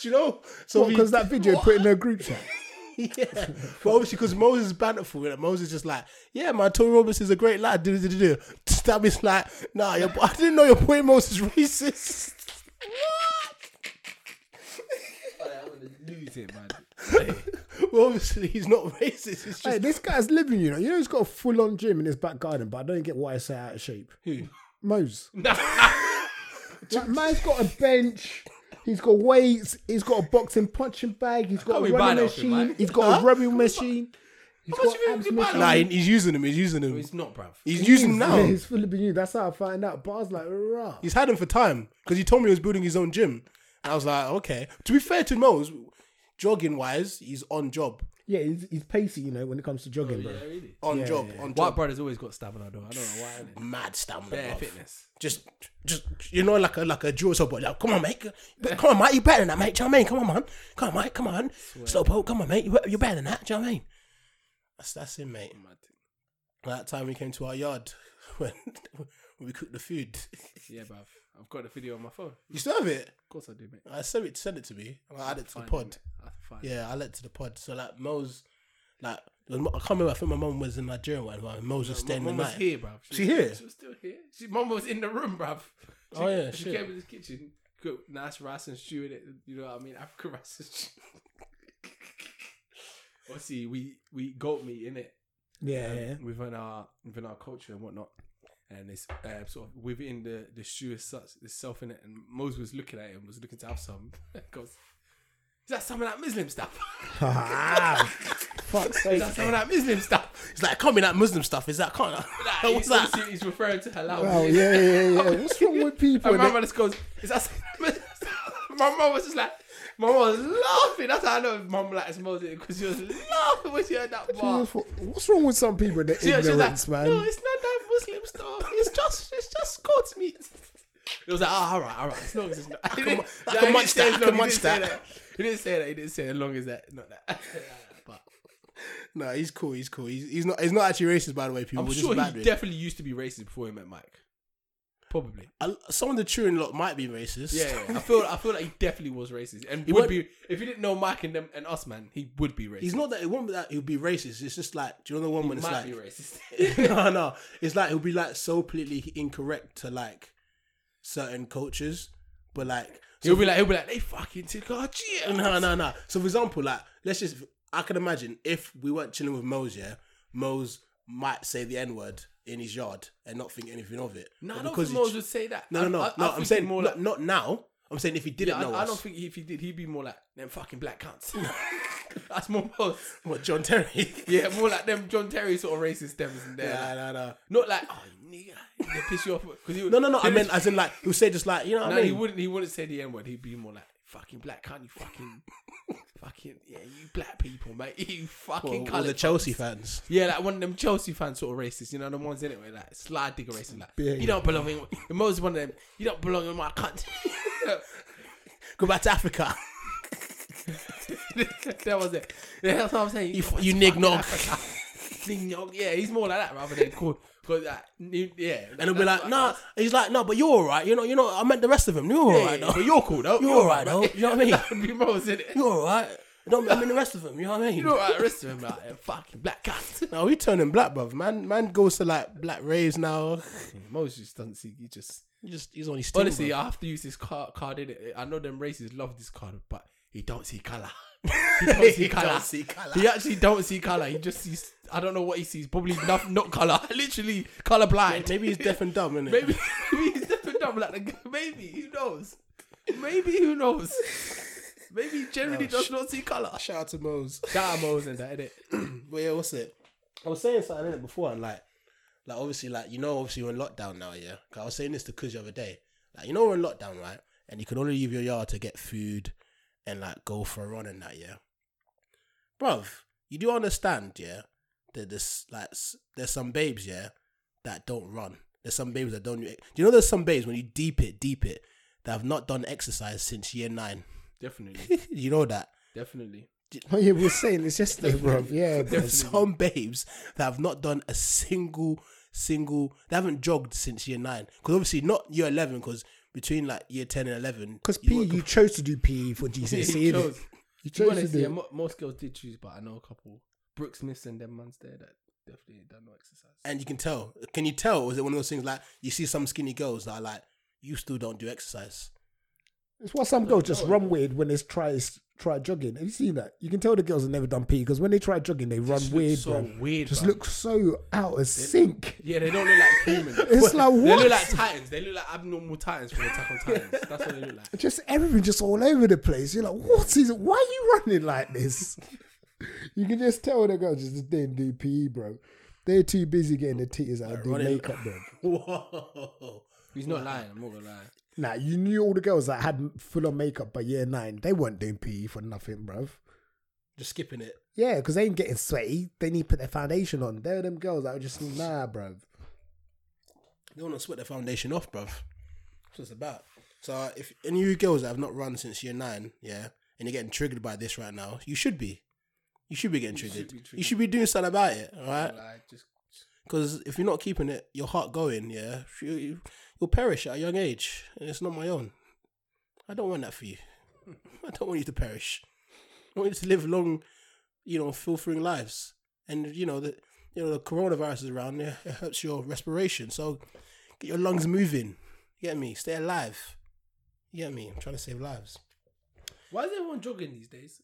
Speaker 4: Do you know? So we-
Speaker 7: Because that video put in their group chat.
Speaker 4: yeah. But obviously, because Moses is banterful, and Moses is just like, yeah, man, Tony Roberts is a great lad. Do, do, do, do. Stab is like, nah, your, I didn't know your boy Moses is racist.
Speaker 3: I'm gonna lose it, man.
Speaker 4: well, obviously, he's not racist. It's just
Speaker 7: Hey, this guy's living, you know. You know, he's got a full on gym in his back garden, but I don't get why he's so out of shape. Who? Mose. like, man's got a bench. He's got weights. He's got a boxing punching bag. He's got
Speaker 3: Can't
Speaker 7: a
Speaker 3: we buy
Speaker 7: running
Speaker 3: that off him,
Speaker 7: machine.
Speaker 3: man?
Speaker 7: he's got a rubbing machine. He's
Speaker 11: How much
Speaker 7: got
Speaker 11: have you
Speaker 7: abs
Speaker 11: been buying
Speaker 7: machine.
Speaker 4: nah, he- he's using him. He's using him.
Speaker 11: It's not, bruv.
Speaker 4: He's using him
Speaker 7: He's-
Speaker 4: now.
Speaker 7: yeah, He's Philippine youth. That's how I find out. But I was like, rah.
Speaker 4: He's had him for time because he told me he was building his own gym. And I was like, okay. To be fair to Mose, jogging wise, he's on job.
Speaker 7: Yeah, he's, he's pacey, you know, when it comes to
Speaker 3: Oh,
Speaker 7: jogging, bro.
Speaker 4: On job. On
Speaker 3: White
Speaker 4: job.
Speaker 3: brother's always got stamina, though. I don't know why. innit?
Speaker 4: Mad stamina.
Speaker 3: Bare
Speaker 4: bruv.
Speaker 3: fitness.
Speaker 4: Just, just you know, like a like a drill sub, but like, come on, mate, come on, mate, you better than that, mate. Do you know what I mean? Come on, man, come on, mate, come on, slowpoke, come on, mate, you you better than that. Do you know what I mean? That's that's him, mate. That time we came to our yard when we cooked the food.
Speaker 3: Yeah, bruv. I've got the video on my phone. Of
Speaker 4: You still have it?
Speaker 3: course I do, mate.
Speaker 4: I sent it, sent it to me. and I added to the
Speaker 3: Fine,
Speaker 4: pod.
Speaker 3: mate. I can find it.
Speaker 4: Yeah, I led to the pod. So like Mo's, like I can't remember. I think my mum was in Nigeria or whatever. and Mo's was staying the
Speaker 3: Mum was
Speaker 4: night.
Speaker 3: here, bruv.
Speaker 4: She here?
Speaker 3: She was still here. She, mum was in the room, bruv. She,
Speaker 4: Oh, yeah,
Speaker 3: She
Speaker 4: shit.
Speaker 3: came in the kitchen, cooked nice rice and stew in it. You know what I mean? African rice and stew. Obviously, we we eat goat meat in it.
Speaker 7: Yeah, yeah.
Speaker 3: within our within our culture and whatnot. And it's uh, sort of within the the shoe is such itself in it. And Moses was looking at it and was looking to have some. Goes, is that some of that Muslim stuff?
Speaker 7: Ah. Fuck's sake.
Speaker 3: is that some of that Muslim stuff?
Speaker 4: It's like it can't be that Muslim stuff. Is that can't?
Speaker 3: Like,
Speaker 4: what's
Speaker 3: he's
Speaker 4: that?
Speaker 3: obviously- He's referring to halal.
Speaker 7: Oh, yeah, yeah, yeah. yeah. What's wrong with people?
Speaker 3: And my mother just goes, is that some of that Muslim stuff?" My mum was just like, my mum was laughing. That's how I know mum likes Moses because she was laughing when she heard that bar.
Speaker 7: Jesus, what- What's wrong with some people? Their
Speaker 3: She- she was
Speaker 7: ignorance,
Speaker 3: like,
Speaker 7: man.
Speaker 3: No, it's not that Muslim stuff. It's just, it's just Scots meat. It was like, oh, all right, all right. As long as it's not. I
Speaker 4: can mu- I can munch that, I can munch that.
Speaker 3: He didn't say that. He didn't say as long as that, not that. but
Speaker 4: No, he's cool. He's cool. He's, he's not. He's not actually racist, by the way. People
Speaker 3: I'm
Speaker 4: We're
Speaker 3: sure
Speaker 4: just bad
Speaker 3: he
Speaker 4: with it.
Speaker 3: definitely used to be racist before he met Mike. Probably.
Speaker 4: A- Some of the chewing lot might be racist.
Speaker 3: Yeah, yeah, yeah. I feel, I feel like he definitely was racist, and would
Speaker 4: won't-
Speaker 3: be if he didn't know Mike and them and us, man, he would be racist.
Speaker 4: he's not that. It won't be that. He'll be racist. It's just like do you know the one when
Speaker 3: He
Speaker 4: it's
Speaker 3: might
Speaker 4: like
Speaker 3: be racist.
Speaker 4: no, no. It's like he'll be like so politically incorrect to like certain cultures, but like so
Speaker 3: he'll be like, he'll be like, they fucking took our GM.
Speaker 4: No, no, no. So, for example, like, let's just, I can imagine if we weren't chilling with Mose, yeah, Mose might say the N word in his yard and not think anything of it.
Speaker 3: No,
Speaker 4: But
Speaker 3: I don't
Speaker 4: because
Speaker 3: think
Speaker 4: he-
Speaker 3: Moses would say that.
Speaker 4: No, no, no.
Speaker 3: I, I,
Speaker 4: no
Speaker 3: I
Speaker 4: I'm
Speaker 3: think
Speaker 4: saying
Speaker 3: more
Speaker 4: more
Speaker 3: like,
Speaker 4: not, not now. I'm saying if he didn't
Speaker 3: Yeah,
Speaker 4: know
Speaker 3: I, I
Speaker 4: us.
Speaker 3: don't think if he did, he'd be more like them fucking black cunts. That's more most.
Speaker 4: What, John Terry?
Speaker 3: Yeah, more like them John Terry sort of racist devils in there.
Speaker 4: Yeah,
Speaker 3: like,
Speaker 4: no, no.
Speaker 3: Not like oh nigga, they piss you off because
Speaker 4: No, no, no. I meant as in like he'll say just like you know what
Speaker 3: no,
Speaker 4: I mean.
Speaker 3: he wouldn't. He wouldn't say the n word. He'd be more like fucking black cunt. You fucking fucking yeah, you black people, mate. You fucking
Speaker 4: Or- or
Speaker 3: coloured
Speaker 4: the
Speaker 3: cunts.
Speaker 4: Chelsea fans.
Speaker 3: Yeah, like one of them Chelsea fans sort of racist, you know, the ones in it where like slide digger racist, like you don't belong in. Most one of them, you don't belong in my country.
Speaker 4: Go back to Africa.
Speaker 3: that was it. Yeah, that's what I'm saying.
Speaker 4: You, f- you nig nog.
Speaker 3: Ding dong. Yeah, he's more like that rather than cool. Cause that, new- yeah,
Speaker 4: And he'll be like, nah. He's like, no, but you're all right. You know, you know. I meant the rest of them. You're all
Speaker 3: yeah,
Speaker 4: right. though.
Speaker 3: yeah, yeah, but you're cool though.
Speaker 4: You're all right, though. You know what I mean?
Speaker 3: That would be Mose, innit?
Speaker 4: You're all right. Don't, I mean the rest of them. You know what I mean?
Speaker 3: You're all right. The rest of them like yeah, fucking black cats.
Speaker 4: No, we turning black, bruv. Man, man goes to like black raves now.
Speaker 3: Mose just doesn't see. He just
Speaker 4: He just he's on his team,
Speaker 3: honestly,
Speaker 4: bruv.
Speaker 3: I have to use this card. Card in it. I know them racists love this card, but he don't see color. He don't see
Speaker 4: He
Speaker 3: color.
Speaker 4: don't see colour.
Speaker 3: He actually don't see color. He just sees. I don't know what he sees. Probably not not color. Literally color blind.
Speaker 4: Maybe he's deaf and dumb, innit?
Speaker 3: Maybe, maybe he's definitely dumb like the g- Maybe who knows? Maybe who knows? Maybe he generally does not see color.
Speaker 4: Shout out to Mose.
Speaker 3: That Mose and that, innit?
Speaker 4: But yeah, what's it? I was saying something innit, before, and like, like obviously, like you know, obviously we're in lockdown now, yeah. 'Cause I was saying this to Kuz the other day. Like, you know, we're in lockdown, right? And you can only leave your yard to get food and like go for a run and that, yeah. Bruv, you do understand, yeah? That this like s- there's some babes, yeah, that don't run. There's some babes that don't. Do you know there's some babes when you deep it, deep it, that have not done exercise since year nine.
Speaker 3: Definitely,
Speaker 4: you know that.
Speaker 3: definitely.
Speaker 7: Oh, yeah, we were saying this yesterday, bro. Yeah, bro.
Speaker 4: There's some babes that have not done a single, single, they haven't jogged since year nine. Because obviously, not year 11, because between like year ten and eleven.
Speaker 7: Because
Speaker 4: you
Speaker 7: P,
Speaker 4: won't
Speaker 7: you chose to do PE for GCSE.
Speaker 3: He
Speaker 7: innit?
Speaker 3: chose. To be
Speaker 7: You chose to
Speaker 3: honest, yeah,
Speaker 7: do.
Speaker 3: mo- most girls did choose, but I know a couple. Brooke Smiths and them mans there that definitely done no exercise.
Speaker 4: and you can tell. Can you tell? Or is it one of those things like you see some skinny girls that are like, you still don't do exercise?
Speaker 7: It's why some girls just run weird when they try try jogging. Have you seen that? You can tell the girls have never done PE because when they try jogging, they run
Speaker 3: Just look
Speaker 7: weird.
Speaker 3: so
Speaker 7: bro.
Speaker 3: weird,
Speaker 7: Just
Speaker 3: bro.
Speaker 7: look so out of sync.
Speaker 3: Yeah, they don't look like humans.
Speaker 7: It's like
Speaker 3: They
Speaker 7: what?
Speaker 3: look like titans. They look like abnormal titans from Attack on Titans. That's what they look like.
Speaker 7: just everything just all over the place. You're like, what is? Why are you running like this? you can just tell the girls just didn't do PE, bro. They're too busy getting their teachers out and doing
Speaker 4: running-
Speaker 7: makeup, bro.
Speaker 4: Whoa.
Speaker 3: He's not lying. I'm not gonna lie.
Speaker 7: Nah, you knew all the girls that had full on makeup by year nine. They weren't doing PE for nothing, bruv.
Speaker 4: Just skipping it.
Speaker 7: Yeah, because they ain't getting sweaty. They need to put their foundation on. They're them girls that are just nah, bruv.
Speaker 4: They want to sweat their foundation off, bruv. That's what it's about. So uh, if any of you girls that have not run since year nine, yeah, and you're getting triggered by this right now, you should be. You should be getting triggered. You should be doing something about it, all right?
Speaker 3: Like, just
Speaker 4: Because if you're not keeping it, your heart going, yeah, you, you- you'll perish at a young age, and it's not my own. I don't want that for you. I don't want you to perish. I want you to live long, you know, filtering lives. And you know that you know the coronavirus is around. It hurts your respiration, so get your lungs moving. You get me? Stay alive. You get me? I'm trying to save lives.
Speaker 3: why is everyone jogging these days?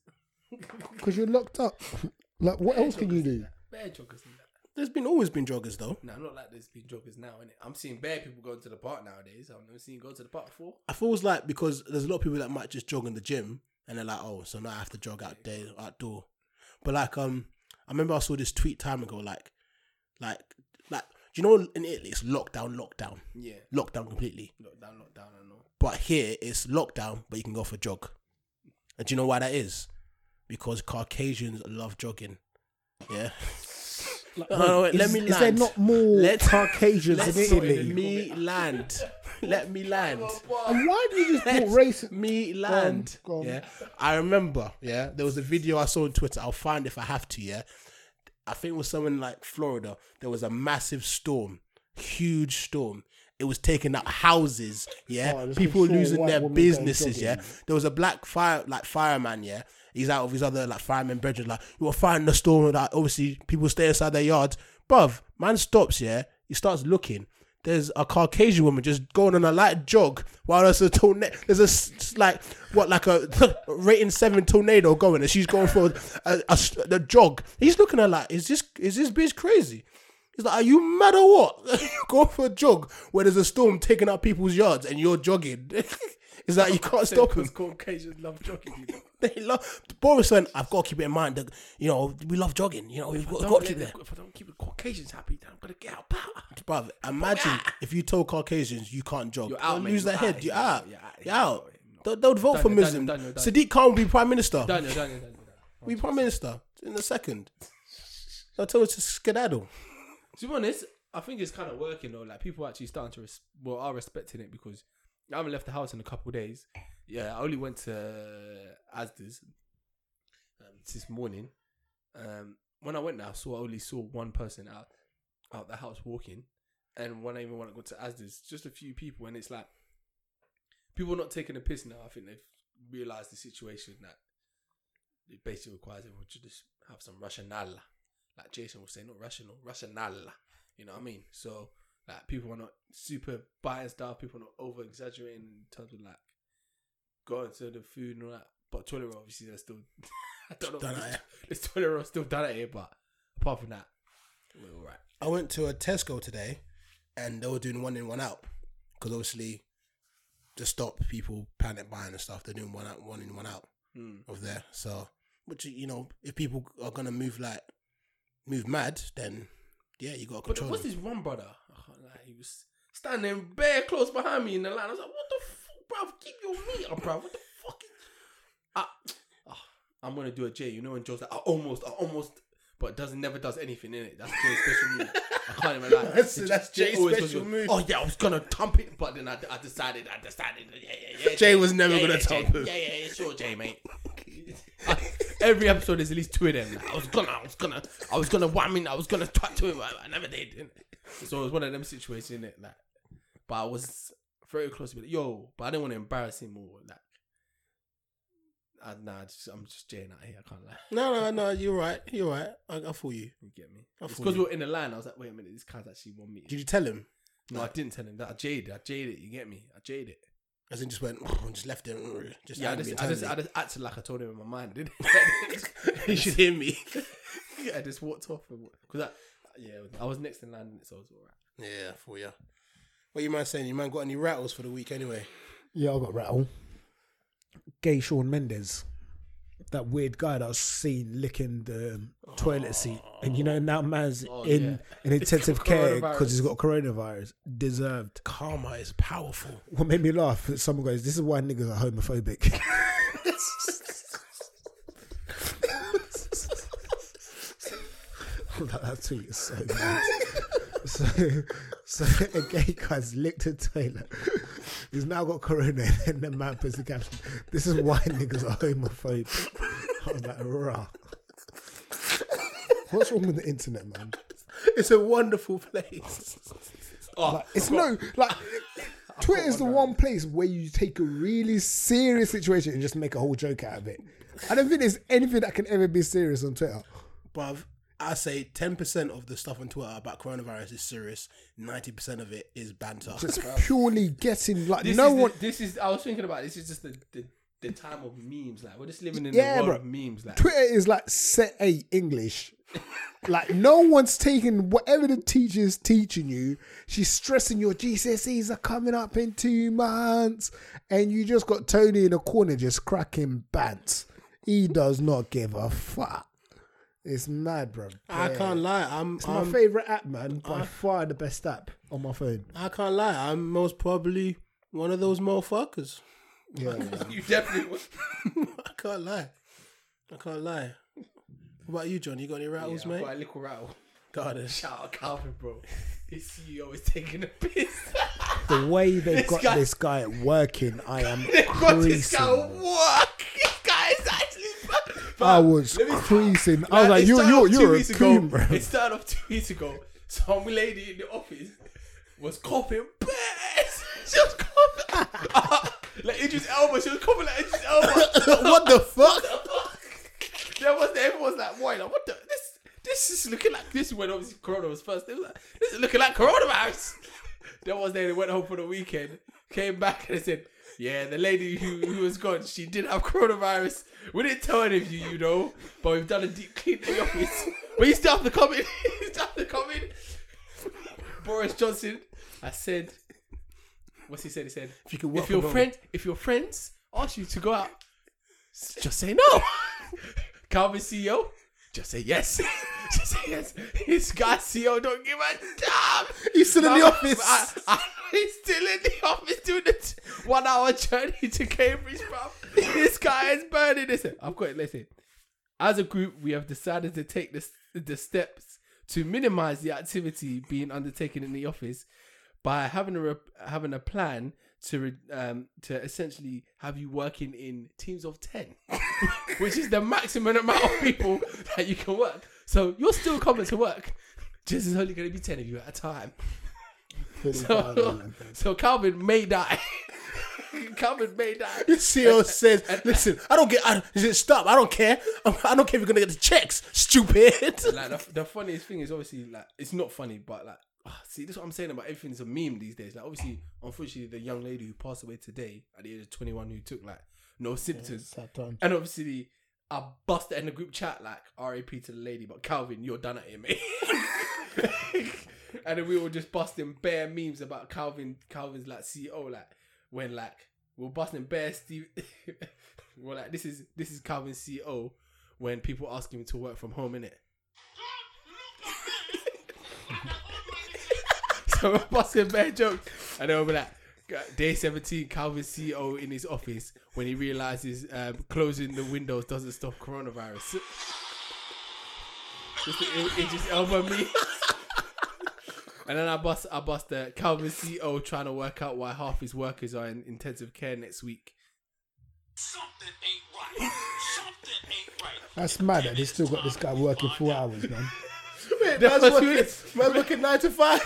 Speaker 7: Because you're locked up. like, what else can you do?
Speaker 3: Bear joggers and that.
Speaker 4: There's been always been joggers though.
Speaker 3: Nah, not like there's been joggers now, innit? I'm seeing bare people going to the park nowadays. I've never seen you go to the park before.
Speaker 4: I feel it's like because there's a lot of people that might just jog in the gym and they're like, oh, so now I have to jog out there outdoor. But like, um, I remember I saw this tweet time ago, like, like, like, do you know in Italy it's lockdown, lockdown,
Speaker 3: Yeah.
Speaker 4: lockdown completely.
Speaker 3: Lockdown, lockdown, I know.
Speaker 4: But here it's lockdown, but you can go for a jog. And do you know why that is? Because Caucasians love jogging. Yeah. no, no, wait, let
Speaker 7: Is-
Speaker 4: me
Speaker 7: is
Speaker 4: land.
Speaker 7: there not more
Speaker 4: Let-
Speaker 7: Caucasians
Speaker 4: let
Speaker 7: in Italy?
Speaker 4: me land. Let me land.
Speaker 7: And why do you just
Speaker 4: Let
Speaker 7: put race?
Speaker 4: me land.
Speaker 7: go on.
Speaker 4: Yeah, I remember. Yeah, there was a video I saw on Twitter. I'll find if I have to. Yeah, I think it was someone like Florida. There was a massive storm, huge storm. It was taking out houses. Yeah,
Speaker 7: Oh, this
Speaker 4: people
Speaker 7: was so
Speaker 4: losing
Speaker 7: white
Speaker 4: their
Speaker 7: woman going
Speaker 4: businesses. Yeah,
Speaker 7: jogging.
Speaker 4: there was a black fire like fireman. Yeah. He's out of his other like firemen brethren, like you were fighting the storm. Like obviously, people stay inside their yards. Bruv, man stops. Yeah, he starts looking there's a Caucasian woman just going on a light jog while there's a tornado. There's a s- s- like what like a rating seven tornado going, and she's going for a, a s- the jog. He's looking at her like, is this is this bitch crazy? He's like, are you mad or what? you go for a jog where there's a storm taking out people's yards, and you're jogging. It's like you can't stop him.
Speaker 3: Because Caucasians love jogging, you know.
Speaker 4: They love Boris went. I've got to keep it in mind that you know we love jogging. You know we've got, got to keep that.
Speaker 3: If I don't keep the Caucasians happy, then I'm gonna get out. Power.
Speaker 4: Bruv, imagine if you told Caucasians you can't jog.
Speaker 3: You're
Speaker 4: They'll
Speaker 3: out, mate.
Speaker 4: lose
Speaker 3: You're
Speaker 4: their
Speaker 3: out.
Speaker 4: head. You're
Speaker 3: You're
Speaker 4: out.
Speaker 3: out. You're out.
Speaker 4: You're
Speaker 3: You're
Speaker 4: out.
Speaker 3: out.
Speaker 4: They'll, they'll vote for
Speaker 3: Done, you're
Speaker 4: Muslim.
Speaker 3: done, you're done, you're
Speaker 4: Sadiq Khan will be prime minister.
Speaker 3: Daniel, Daniel, Daniel.
Speaker 4: We prime minister in a second. They'll tell us to skedaddle.
Speaker 3: To be honest, I think it's kind of working though. Like people are actually starting to res- well are respecting it because I haven't left the house in a couple of days. Yeah, I only went to Asda's um, this morning. Um, when I went there, I saw I only saw one person out out the house walking, and when I even when I got to Asda's, just a few people, and it's like people are not taking a piss now. I think they've realised the situation that it basically requires everyone to just have some rationale, like Jason would say, not rational, rationale. You know what I mean? So like people are not super biased out, people are not over exaggerating in terms of like going to the food and all that. But toilet roll, obviously, they're still. I don't know.
Speaker 4: Done
Speaker 3: this-
Speaker 4: at
Speaker 3: This toilet roll still done at here, but apart from that, we're all right.
Speaker 4: I went to a Tesco today, and they were doing one in one out because obviously, to stop people panic buying and stuff, they're doing one out, one in one out
Speaker 3: Hmm.
Speaker 4: of there. So, which you know, if people are gonna move like move mad, then yeah, you got to
Speaker 3: But
Speaker 4: control.
Speaker 3: what's
Speaker 4: them.
Speaker 3: this one brother? I can't lie, he was standing bare close behind me in the line. I was like, what the fuck, bruv? Keep your meat up, bruv. What the fuck is. I, ah, I'm going to do a J. You know when Joe's like, I almost, I almost. But doesn't never does anything in it. That's Jay's special move. I can't even lie.
Speaker 4: That's-
Speaker 3: Jay-
Speaker 4: that's
Speaker 3: Jay
Speaker 4: Jay's
Speaker 3: always goes,
Speaker 4: special move.
Speaker 3: Oh yeah, I was gonna thump it, but then I, I decided, I decided, yeah, yeah, yeah.
Speaker 4: Jay was never
Speaker 3: yeah,
Speaker 4: gonna
Speaker 3: yeah, Jay.
Speaker 4: thump him.
Speaker 3: Yeah, yeah, yeah, sure, Jay, mate. Every episode there's at least two of them. Like, I was gonna, I was gonna, I was gonna wham in, I was gonna try to him, but I never did. So it was one of them situations, innit? Like, but I was very close to be like, yo, but I didn't want to embarrass him or like. I, nah, just, I'm just jaying out here. I can't lie.
Speaker 4: No, no, no. You're right. You're right. I, I fool you.
Speaker 3: You get me?
Speaker 4: I
Speaker 3: It's
Speaker 4: feel
Speaker 3: because
Speaker 4: you.
Speaker 3: we were in the line. I was like, wait a minute, this guy's actually won me.
Speaker 4: Did you tell him?
Speaker 3: No, I didn't tell him that. I jaded. I jaded. You get me? I jaded it.
Speaker 4: As in, just went, just left him. mm, Just
Speaker 3: Yeah, I
Speaker 4: had him
Speaker 3: just, I just, I
Speaker 4: internally.
Speaker 3: just acted like I told him in my mind, didn't I? he should hear me. I just walked off because I, yeah, I was next in line, so it was alright.
Speaker 4: yeah, I fool you. What you man saying? You man got any rattles for the week anyway?
Speaker 7: Yeah, I got rattle. Gay Sean Mendes, that weird guy that I was seen licking the toilet seat, and you know now man's
Speaker 4: Oh,
Speaker 7: in in intensive care because he's got coronavirus. Deserved.
Speaker 4: Karma is powerful.
Speaker 7: What made me laugh? is Someone goes, "This is why niggas are homophobic." that, that tweet is so mad. so, so a gay guy's licked a toilet. He's now got corona, and then the man puts the caption, "This is why niggas are homophobic." I was like, "Rah." What's wrong with the internet, man?
Speaker 4: It's a wonderful place.
Speaker 3: Oh.
Speaker 7: Like, it's no like Twitter is the one place where you take a really serious situation and just make a whole joke out of it. I don't think there's anything that can ever be serious on Twitter.
Speaker 4: But I say 10% of the stuff on Twitter about coronavirus is serious. 90% of it is banter.
Speaker 7: It's purely getting like
Speaker 3: This
Speaker 7: no
Speaker 3: is the-
Speaker 7: one.
Speaker 3: this is. I was thinking about this. Is just the, the the time of memes. Like we're just living in
Speaker 7: Yeah,
Speaker 3: the world
Speaker 7: bro.
Speaker 3: of memes. Like
Speaker 7: Twitter is like set A English. like no one's taking whatever the teacher's teaching you. She's stressing your GCSEs are coming up in two months, and you just got Tony in the corner just cracking bants. He does not give a fuck. It's mad, bro.
Speaker 4: I can't lie. I'm,
Speaker 7: It's
Speaker 4: I'm
Speaker 7: my favorite app, man. By far the best app on my phone.
Speaker 4: I can't lie. I'm most probably one of those motherfuckers.
Speaker 3: you definitely. Was,
Speaker 4: I can't lie. I can't lie. What about you, John? You got any rattles,
Speaker 3: yeah, I
Speaker 4: mate?
Speaker 3: got a little rattle.
Speaker 4: Got it.
Speaker 3: Shout out Calvin, bro. His CEO is taking a piss.
Speaker 7: The way they've
Speaker 3: This
Speaker 7: got
Speaker 3: guy-
Speaker 7: this guy working, I am
Speaker 3: Got this guy
Speaker 7: creasing.
Speaker 3: work. This guy is actually.
Speaker 7: I was
Speaker 3: Let me-
Speaker 7: creasing. I was like,
Speaker 3: it
Speaker 7: you,
Speaker 3: started
Speaker 7: you,
Speaker 3: off two
Speaker 7: you're a
Speaker 3: weeks ago-
Speaker 7: coon, bro.
Speaker 3: It started off two weeks ago. Some lady in the office was coughing bears. She was coughing. like Idris Elba. She was coughing like Idris Elba.
Speaker 4: what the fuck?
Speaker 3: there was, everyone was like, why? Like, what the? This, this is looking like this is when obviously Corona was first. They was like, this is looking like coronavirus. There was day they went home for the weekend, came back and they said, yeah, the lady who, who was gone, she did have coronavirus. We didn't tell any of you, you know, but we've done a deep clean in the office. But you still have to come in. you still have to come in. Boris Johnson, I said, what's he said? He said,
Speaker 4: If you could work
Speaker 3: if your
Speaker 4: from home.
Speaker 3: friend, if your friends ask you to go out, s- just say no. Calvin CEO, E just say yes. just say yes. His guy CEO don't give a damn.
Speaker 4: He's still in the
Speaker 3: I-
Speaker 4: office.
Speaker 3: I, I, he's still in the office doing the t- one hour journey to Cambridge, bro. this guy is burning. Listen, I've got it. Listen, as a group, we have decided to take this, the steps to minimize the activity being undertaken in the office by having a rep- having a plan to re- um, to essentially have you working in teams of ten, which is the maximum amount of people that you can work. So you're still coming to work. Just there's only going to be ten of you at a time. So, so Calvin may die. Calvin may die.
Speaker 4: CEO says, "Listen, I don't get. I, he said, stop. I don't care. I'm, I don't care if you're gonna get the checks. Stupid."
Speaker 3: like the, the funniest thing is obviously like it's not funny, but like ah, see, this is what I'm saying about everything's a meme these days. Like obviously, unfortunately, the young lady who passed away today at the age of 21 who took like no symptoms, and obviously. I busted in the group chat like RAP to the lady, but Calvin, you're done at him, mate. and then we were just busting bare memes about Calvin, Calvin's like CEO, like when like we're busting bare Steve. we're like, this is this is Calvin's CEO when people ask him to work from home, innit? so we're busting bare jokes. And then we'll be like, day 17, Calvin CEO E in his office when he realizes um, closing the windows doesn't stop coronavirus. Just the Id- Idris Elba me. And then I bust, I bust the Calvin CEO trying to work out why half his workers are in intensive care next week.
Speaker 12: Something ain't right. Something ain't right.
Speaker 7: That's mad that they still got this guy working four hours, man.
Speaker 4: it.
Speaker 3: Wait,
Speaker 4: Man's working, man's working nine to five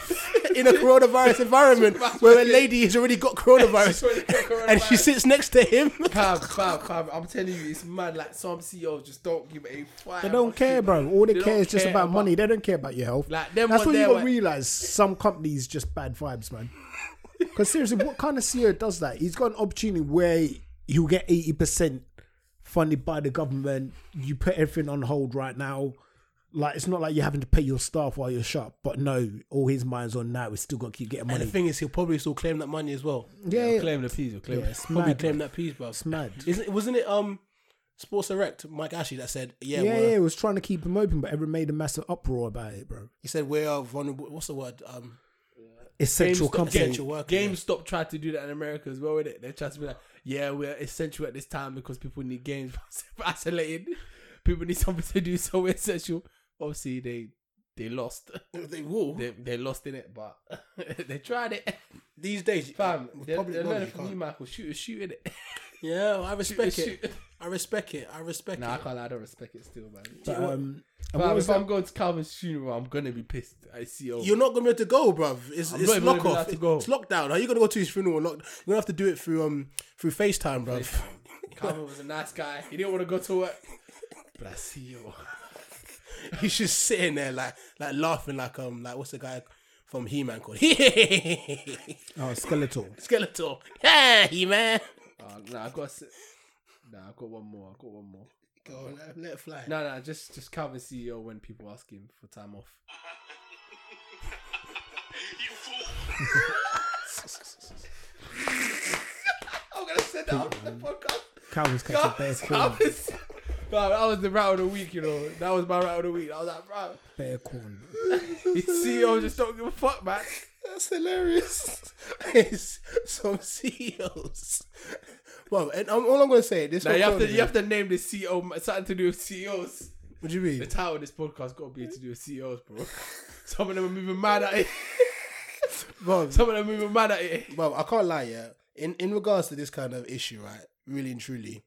Speaker 4: in a coronavirus environment where a lady has already got coronavirus and she sits next to him.
Speaker 3: Fam, fam, fam, I'm telling you, it's mad. Like some CEOs just don't give a fuck.
Speaker 7: They don't
Speaker 3: about
Speaker 7: care,
Speaker 3: shit.
Speaker 7: bro. All they,
Speaker 3: They
Speaker 7: care
Speaker 3: don't
Speaker 7: is just
Speaker 3: care
Speaker 7: about,
Speaker 3: about-
Speaker 7: money. They don't care about your health.
Speaker 3: Like, them
Speaker 7: That's
Speaker 3: one
Speaker 7: what you
Speaker 3: there
Speaker 7: gotta
Speaker 3: where-
Speaker 7: realize. Some companies just bad vibes, man. Because seriously, what kind of CEO does that? He's got an opportunity where he'll get eighty percent funded by the government. You put everything on hold right now. Like it's not like you're having to pay your staff while you're shut, but no, all his mind's on now. We still got to keep getting
Speaker 4: And the
Speaker 7: money.
Speaker 4: thing is, he'll probably still claim that money as well.
Speaker 7: Yeah, yeah,
Speaker 3: Claim the peas, you'll claim
Speaker 7: yeah,
Speaker 3: it.
Speaker 7: it's
Speaker 4: Probably
Speaker 7: mad.
Speaker 4: claim that piece, bro.
Speaker 7: It's mad.
Speaker 4: Isn't, wasn't it um, Sports Direct, Mike Ashley, that said, yeah,
Speaker 7: Yeah, yeah,
Speaker 4: we're,
Speaker 7: it was trying to keep him open, but everyone made a massive uproar about it, bro.
Speaker 4: he said we're vulnerable. What's the word? Um,
Speaker 7: Essential company.
Speaker 4: essential workers.
Speaker 3: GameStop tried to do that in America as well, with it. They tried to be like, yeah, we're essential at this time because people need games for isolated. People need something to do, so we're essential. Obviously, they they lost.
Speaker 4: They will.
Speaker 3: They, they lost in it, but they tried it.
Speaker 4: These days,
Speaker 3: Fam,
Speaker 4: with
Speaker 3: they're,
Speaker 4: public
Speaker 3: they're
Speaker 4: knowledge,
Speaker 3: learning
Speaker 4: you
Speaker 3: from
Speaker 4: can't.
Speaker 3: you, Michael. Shoot, shoot it.
Speaker 4: Yeah, well, I respect
Speaker 3: Shoot,
Speaker 4: it.
Speaker 3: shoot.
Speaker 4: I respect it. I respect
Speaker 3: nah, I
Speaker 4: it.
Speaker 3: can't. lie, I don't respect it still, man.
Speaker 7: But, um, and
Speaker 3: Fam,
Speaker 7: what was
Speaker 3: if
Speaker 7: that?
Speaker 3: I'm going to Calvin's funeral, I'm gonna be pissed. I see. oh, all-
Speaker 4: You're not gonna be able to go, bruv. It's,
Speaker 3: I'm
Speaker 4: it's
Speaker 3: not even gonna
Speaker 4: lock
Speaker 3: be allowed
Speaker 4: off.
Speaker 3: to
Speaker 4: It's
Speaker 3: go.
Speaker 4: lockdown. How are you gonna go to his funeral? Lock- You're gonna have to do it through um through FaceTime, bruv.
Speaker 3: Calvin was a nice guy. He didn't want to go to work, but I see you.
Speaker 4: He's just sitting there like like laughing like um like what's the guy from He Man called? Skeletor.
Speaker 7: Oh, skeletal.
Speaker 4: Yeah, He Man.
Speaker 3: Uh, nah, I got. s- Nah, I got one more. I got one more.
Speaker 4: Go on, let- let it fly.
Speaker 3: No, no, just just Calvin CEO when people ask him for time off.
Speaker 13: You fool.
Speaker 3: I'm gonna send that after the podcast.
Speaker 7: Calvin's catching bare
Speaker 3: Calvin's,
Speaker 7: corn.
Speaker 3: Calvin's, Bro, that was the route of the week, you know. That was my route of the week. I was like, bro,
Speaker 7: Bare corn.
Speaker 3: his CEO just don't give a fuck, man.
Speaker 4: That's hilarious. It's some E CEOs. Well, and um, all I'm gonna say this.
Speaker 3: Now
Speaker 4: whole
Speaker 3: you have to
Speaker 4: corona,
Speaker 3: you have to name the CEO man, something to do with CEOs.
Speaker 4: What do you mean?
Speaker 3: The title of this podcast got to be to do with CEOs, bro. Some of them are moving mad at it.
Speaker 4: Bruv,
Speaker 3: Some of them are moving mad at it.
Speaker 4: Well, I can't lie, yeah. In in regards to this kind of issue, right? Really and truly,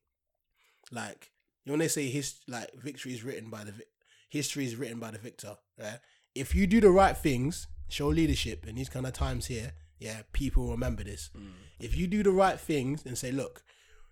Speaker 4: like you when they say his like victory is written by the vi- history is written by the victor, right? If you do the right things, show leadership in these kind of times here, yeah, people will remember this.
Speaker 3: Mm.
Speaker 4: If you do the right things and say, look,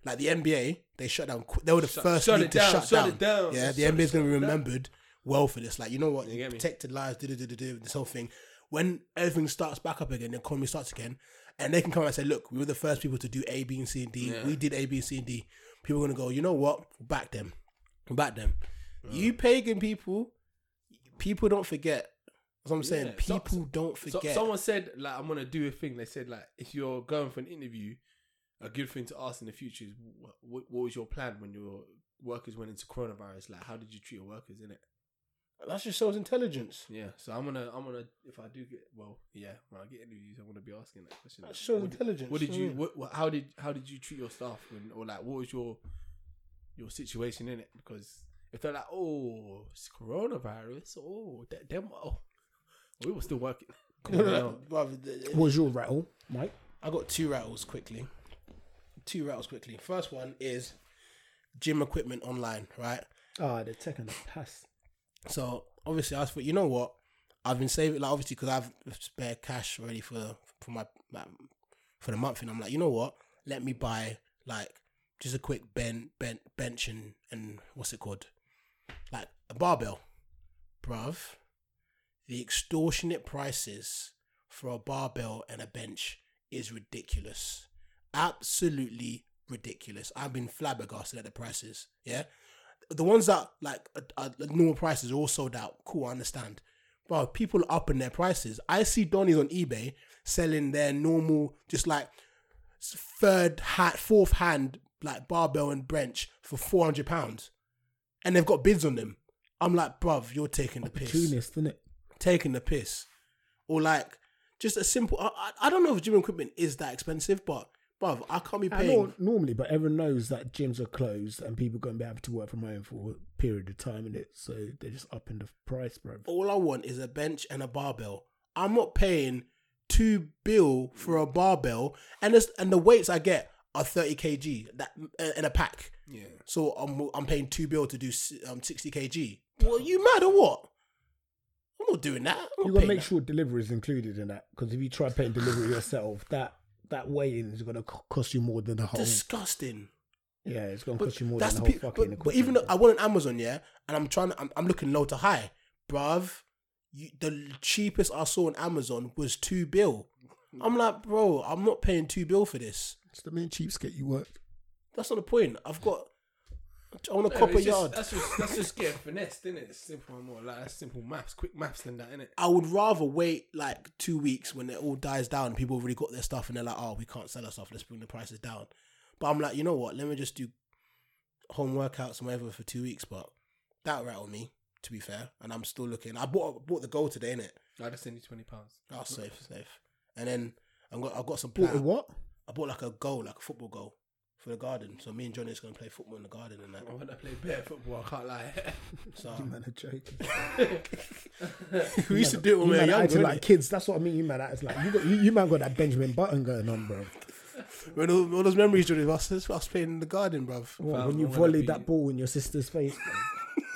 Speaker 4: like the NBA, they shut down. qu- They were the first
Speaker 3: shut
Speaker 4: league
Speaker 3: it
Speaker 4: to
Speaker 3: down,
Speaker 4: shut,
Speaker 3: shut
Speaker 4: down.
Speaker 3: it down.
Speaker 4: Yeah, the
Speaker 3: Shut
Speaker 4: NBA is
Speaker 3: it
Speaker 4: going to be
Speaker 3: down.
Speaker 4: remembered well for this. Like you know what, you
Speaker 3: me?
Speaker 4: protected lives, do do do do do this whole thing. When everything starts back up again, the economy starts again, and they can come out and say, look, we were the first people to do A, B, and C, and D. We did A, B, C, and D. People are going to go, you know what? Back them, back them. You pagan people, people don't forget. That's what I'm saying.
Speaker 3: Yeah, so-
Speaker 4: People don't
Speaker 3: So,
Speaker 4: forget.
Speaker 3: someone said like I'm gonna do a thing. They said like if you're going for an interview, a good thing to ask in the future is what, what, what was your plan when your workers went into coronavirus? Like how did you treat your workers in it?
Speaker 4: That's just self intelligence.
Speaker 3: Yeah. So I'm gonna I'm gonna if I do get well yeah when I get interviews I'm gonna be asking that question.
Speaker 4: That shows
Speaker 3: what, did-
Speaker 4: intelligence,
Speaker 3: What did you
Speaker 4: yeah.
Speaker 3: what, what- how did how did you treat your staff when or like what was your your situation in it? Because if they're like oh it's coronavirus oh that them oh we were still working.
Speaker 4: Bruv, the-
Speaker 7: What was your rattle, Mike?
Speaker 4: I got two rattles quickly. Two rattles quickly. First one is gym equipment online, right?
Speaker 7: Ah, the tech and the pass.
Speaker 4: So obviously, I thought, you know what? I've been saving, like obviously, because I've spare cash already for for my, my for the month, and I'm like, you know what? Let me buy like just a quick ben, ben, bench and and what's it called? Like a barbell, bruv. The extortionate prices for a barbell and a bench is ridiculous. Absolutely ridiculous. I've been flabbergasted at the prices. Yeah the ones that like are, are normal prices are all sold out. Cool, I understand. But people are upping their prices. I see Donnie's on eBay selling their normal, just like s- third hat, fourth hand, like barbell and bench for four hundred pounds, and they've got bids on them. I'm like, bruv, you're taking the piss
Speaker 7: Opportunist, isn't it?
Speaker 4: taking the piss, or like just a simple. I, I- I don't know if gym equipment is that expensive, but bruv, I can't be
Speaker 7: I
Speaker 4: paying.
Speaker 7: know Ah, normally, but everyone knows that gyms are closed and people going to be able to work from home for a period of time, in it. So they're just upping the price, bro.
Speaker 4: All I want is a bench and a barbell. I'm not paying two bill for a barbell, and this, and the weights I get are thirty kg that uh, in a pack.
Speaker 3: Yeah.
Speaker 4: So I'm I'm paying two bill to do s- um sixty kg. Well, you mad or what? I'm not doing that. I'm not
Speaker 7: You gotta
Speaker 4: paying
Speaker 7: make
Speaker 4: that.
Speaker 7: sure delivery is included in that because if you try paying delivery yourself, that that waiting is gonna co- cost you more than the whole.
Speaker 4: Disgusting.
Speaker 7: yeah, it's gonna
Speaker 4: But
Speaker 7: cost you more than
Speaker 4: that's
Speaker 7: the
Speaker 4: the
Speaker 7: whole
Speaker 4: pe-
Speaker 7: fucking.
Speaker 4: but, but even though I want an Amazon, yeah, and I'm trying, to, I'm, I'm looking low to high, bruv. You, the cheapest I saw on Amazon was two bill. I'm like, bro, I'm not paying two bill for this.
Speaker 14: It's the main cheapskate you work.
Speaker 4: That's not the point. I've got, I want a
Speaker 3: Yeah, but
Speaker 4: copper
Speaker 3: it's just-
Speaker 4: yard.
Speaker 3: That's just that's just getting finessed, isn't it? Simple and more like that's simple maths, quick maths than that, isn't it?
Speaker 4: I would rather wait like two weeks when it all dies down and people have already got their stuff and they're like, oh, we can't sell our stuff. Let's bring the prices down. But I'm like, you know what? Let me just do home workouts and whatever for two weeks. But that rattled me, to be fair. And I'm still looking. I bought bought the gold today, innit?
Speaker 3: I just send you twenty pounds.
Speaker 4: That was safe, safe. And then I got I got some
Speaker 7: bought
Speaker 4: platter.
Speaker 7: a what?
Speaker 4: I bought like a goal, like a football goal for the garden. So me and Johnny is gonna play football in the garden and that.
Speaker 7: Oh,
Speaker 3: I want to play bare football. I can't lie.
Speaker 4: So
Speaker 7: Man, a joke.
Speaker 4: we used to do it when
Speaker 7: You
Speaker 4: we were
Speaker 7: man
Speaker 4: young.
Speaker 7: acting
Speaker 4: innit?
Speaker 7: like kids. That's what I mean. You man acting like you got you, you man got that Benjamin Button going on, bro.
Speaker 4: When all, all those memories, Johnny, of us, us playing in the garden, bruv.
Speaker 7: What,
Speaker 3: Fam,
Speaker 7: when you
Speaker 3: I wanna
Speaker 7: volleyed
Speaker 3: be-
Speaker 7: that ball in your sister's face, bro.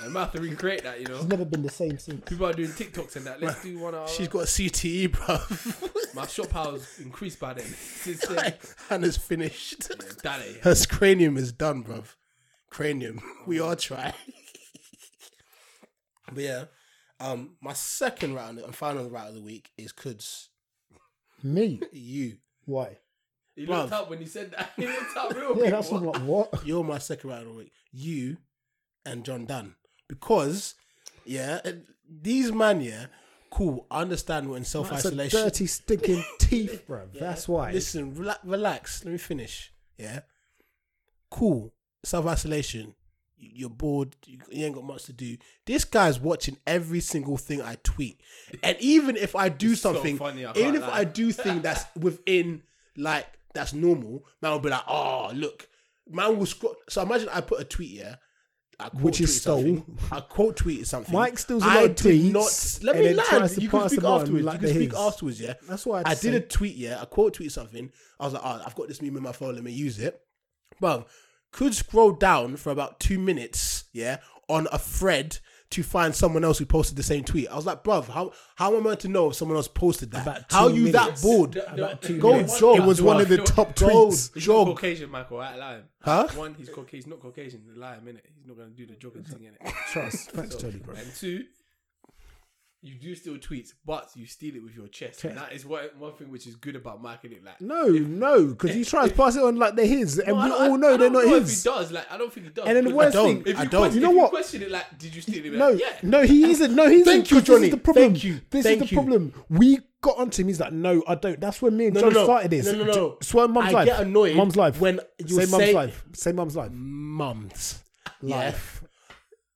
Speaker 3: I might have to recreate that, you know.
Speaker 7: it's never been the same since.
Speaker 3: People are doing TikToks and that. Let's do one. Hour.
Speaker 4: She's got a CTE, bruv.
Speaker 3: my shop hours increased by then. Since then,
Speaker 4: Hannah's finished.
Speaker 3: daddy.
Speaker 4: Her cranium is done, bruv. Cranium. We are trying. but yeah. Um, my second round and final round of the week is Kuds.
Speaker 7: Me?
Speaker 4: You.
Speaker 7: Why?
Speaker 3: He
Speaker 4: Bruv.
Speaker 3: looked up when he said that. He looked up real
Speaker 7: Yeah,
Speaker 3: quick.
Speaker 7: that's what.
Speaker 3: What?
Speaker 7: Like, what?
Speaker 4: You're my second round of the week. You and John Dunn. Because, yeah, these man, yeah, cool. I understand we're in self
Speaker 7: That's a
Speaker 4: isolation.
Speaker 7: dirty, stinking teeth, bro. That's why.
Speaker 4: Listen, relax, relax. Let me finish. Yeah. Cool. Self isolation. You're bored. You you ain't got much to do. This guy's watching every single thing I tweet, and even if I do
Speaker 3: so
Speaker 4: something,
Speaker 3: funny, I
Speaker 4: even
Speaker 3: can't
Speaker 4: if
Speaker 3: lie.
Speaker 4: I do think that's within like that's normal, man will be like, oh look, man will scroll. So imagine I put a tweet here. I quote
Speaker 7: Which is
Speaker 4: tweeted something. I quote tweeted something.
Speaker 7: Mike steals a
Speaker 4: I
Speaker 7: lot of
Speaker 4: did
Speaker 7: tweets
Speaker 4: Not, let
Speaker 7: and
Speaker 4: me
Speaker 7: then
Speaker 4: land.
Speaker 7: tries to
Speaker 4: You can
Speaker 7: pass
Speaker 4: speak
Speaker 7: them on
Speaker 4: afterwards.
Speaker 7: like
Speaker 4: you
Speaker 7: they're
Speaker 4: can speak
Speaker 7: his.
Speaker 4: afterwards. Yeah,
Speaker 7: That's what I'd
Speaker 4: I did a
Speaker 7: say.
Speaker 4: tweet. Yeah, I quote tweet something. I was like, oh, I've got this meme in my phone. Let me use it. Bruv, could scroll down for about two minutes. Yeah, on a thread to find someone else who posted the same tweet. I was like, bruv, how how am I to know if someone else posted that?
Speaker 7: About
Speaker 4: how
Speaker 7: two
Speaker 4: you
Speaker 7: minutes.
Speaker 4: that bored?
Speaker 7: About two
Speaker 4: Go
Speaker 7: minutes.
Speaker 4: job.
Speaker 7: It was one of the top
Speaker 4: Go
Speaker 7: tweets.
Speaker 3: He's not
Speaker 4: job.
Speaker 3: Caucasian, Michael. I lie him.
Speaker 4: Huh?
Speaker 3: One, he's Caucasian. He's not Caucasian. He's a liar, innit? He's not gonna do the jogging thing, innit?
Speaker 7: Trust. Thanks,
Speaker 3: So,
Speaker 7: Tony, bro.
Speaker 3: And two, you do steal tweets, but you steal it with your chest. And that is what, one thing which is good about Mike, innit? Like,
Speaker 7: No, no, because he tries to pass it on like they're his, and
Speaker 3: I
Speaker 7: we
Speaker 3: don't-
Speaker 7: all
Speaker 3: I-
Speaker 7: know
Speaker 3: I
Speaker 7: they're
Speaker 3: don't
Speaker 7: not
Speaker 3: know If
Speaker 7: his.
Speaker 3: he does, like, I don't think he does.
Speaker 7: And then the
Speaker 3: Because
Speaker 7: worst thing-
Speaker 4: don't.
Speaker 3: if
Speaker 4: I
Speaker 3: you
Speaker 4: don't.
Speaker 3: Question,
Speaker 7: You know
Speaker 3: if
Speaker 7: what?
Speaker 3: question it, like, did you steal it?
Speaker 7: No,
Speaker 3: Like, yeah.
Speaker 7: no, he isn't. No, he isn't.
Speaker 4: Thank you,
Speaker 7: 'cause
Speaker 4: Johnny.
Speaker 7: This is the problem.
Speaker 4: Thank you.
Speaker 7: This
Speaker 4: Thank
Speaker 7: is the
Speaker 4: you.
Speaker 7: problem. We got onto him. He's like, no, I don't. That's when me and
Speaker 4: No, no,
Speaker 7: John
Speaker 4: no.
Speaker 7: started this.
Speaker 4: No, no, no.
Speaker 7: J- Swear, on mum's
Speaker 4: I
Speaker 7: life.
Speaker 4: get annoyed
Speaker 7: Mum's life.
Speaker 4: when you
Speaker 7: say mum's
Speaker 4: say-
Speaker 7: life. Say mum's life.
Speaker 4: Months.
Speaker 7: Life.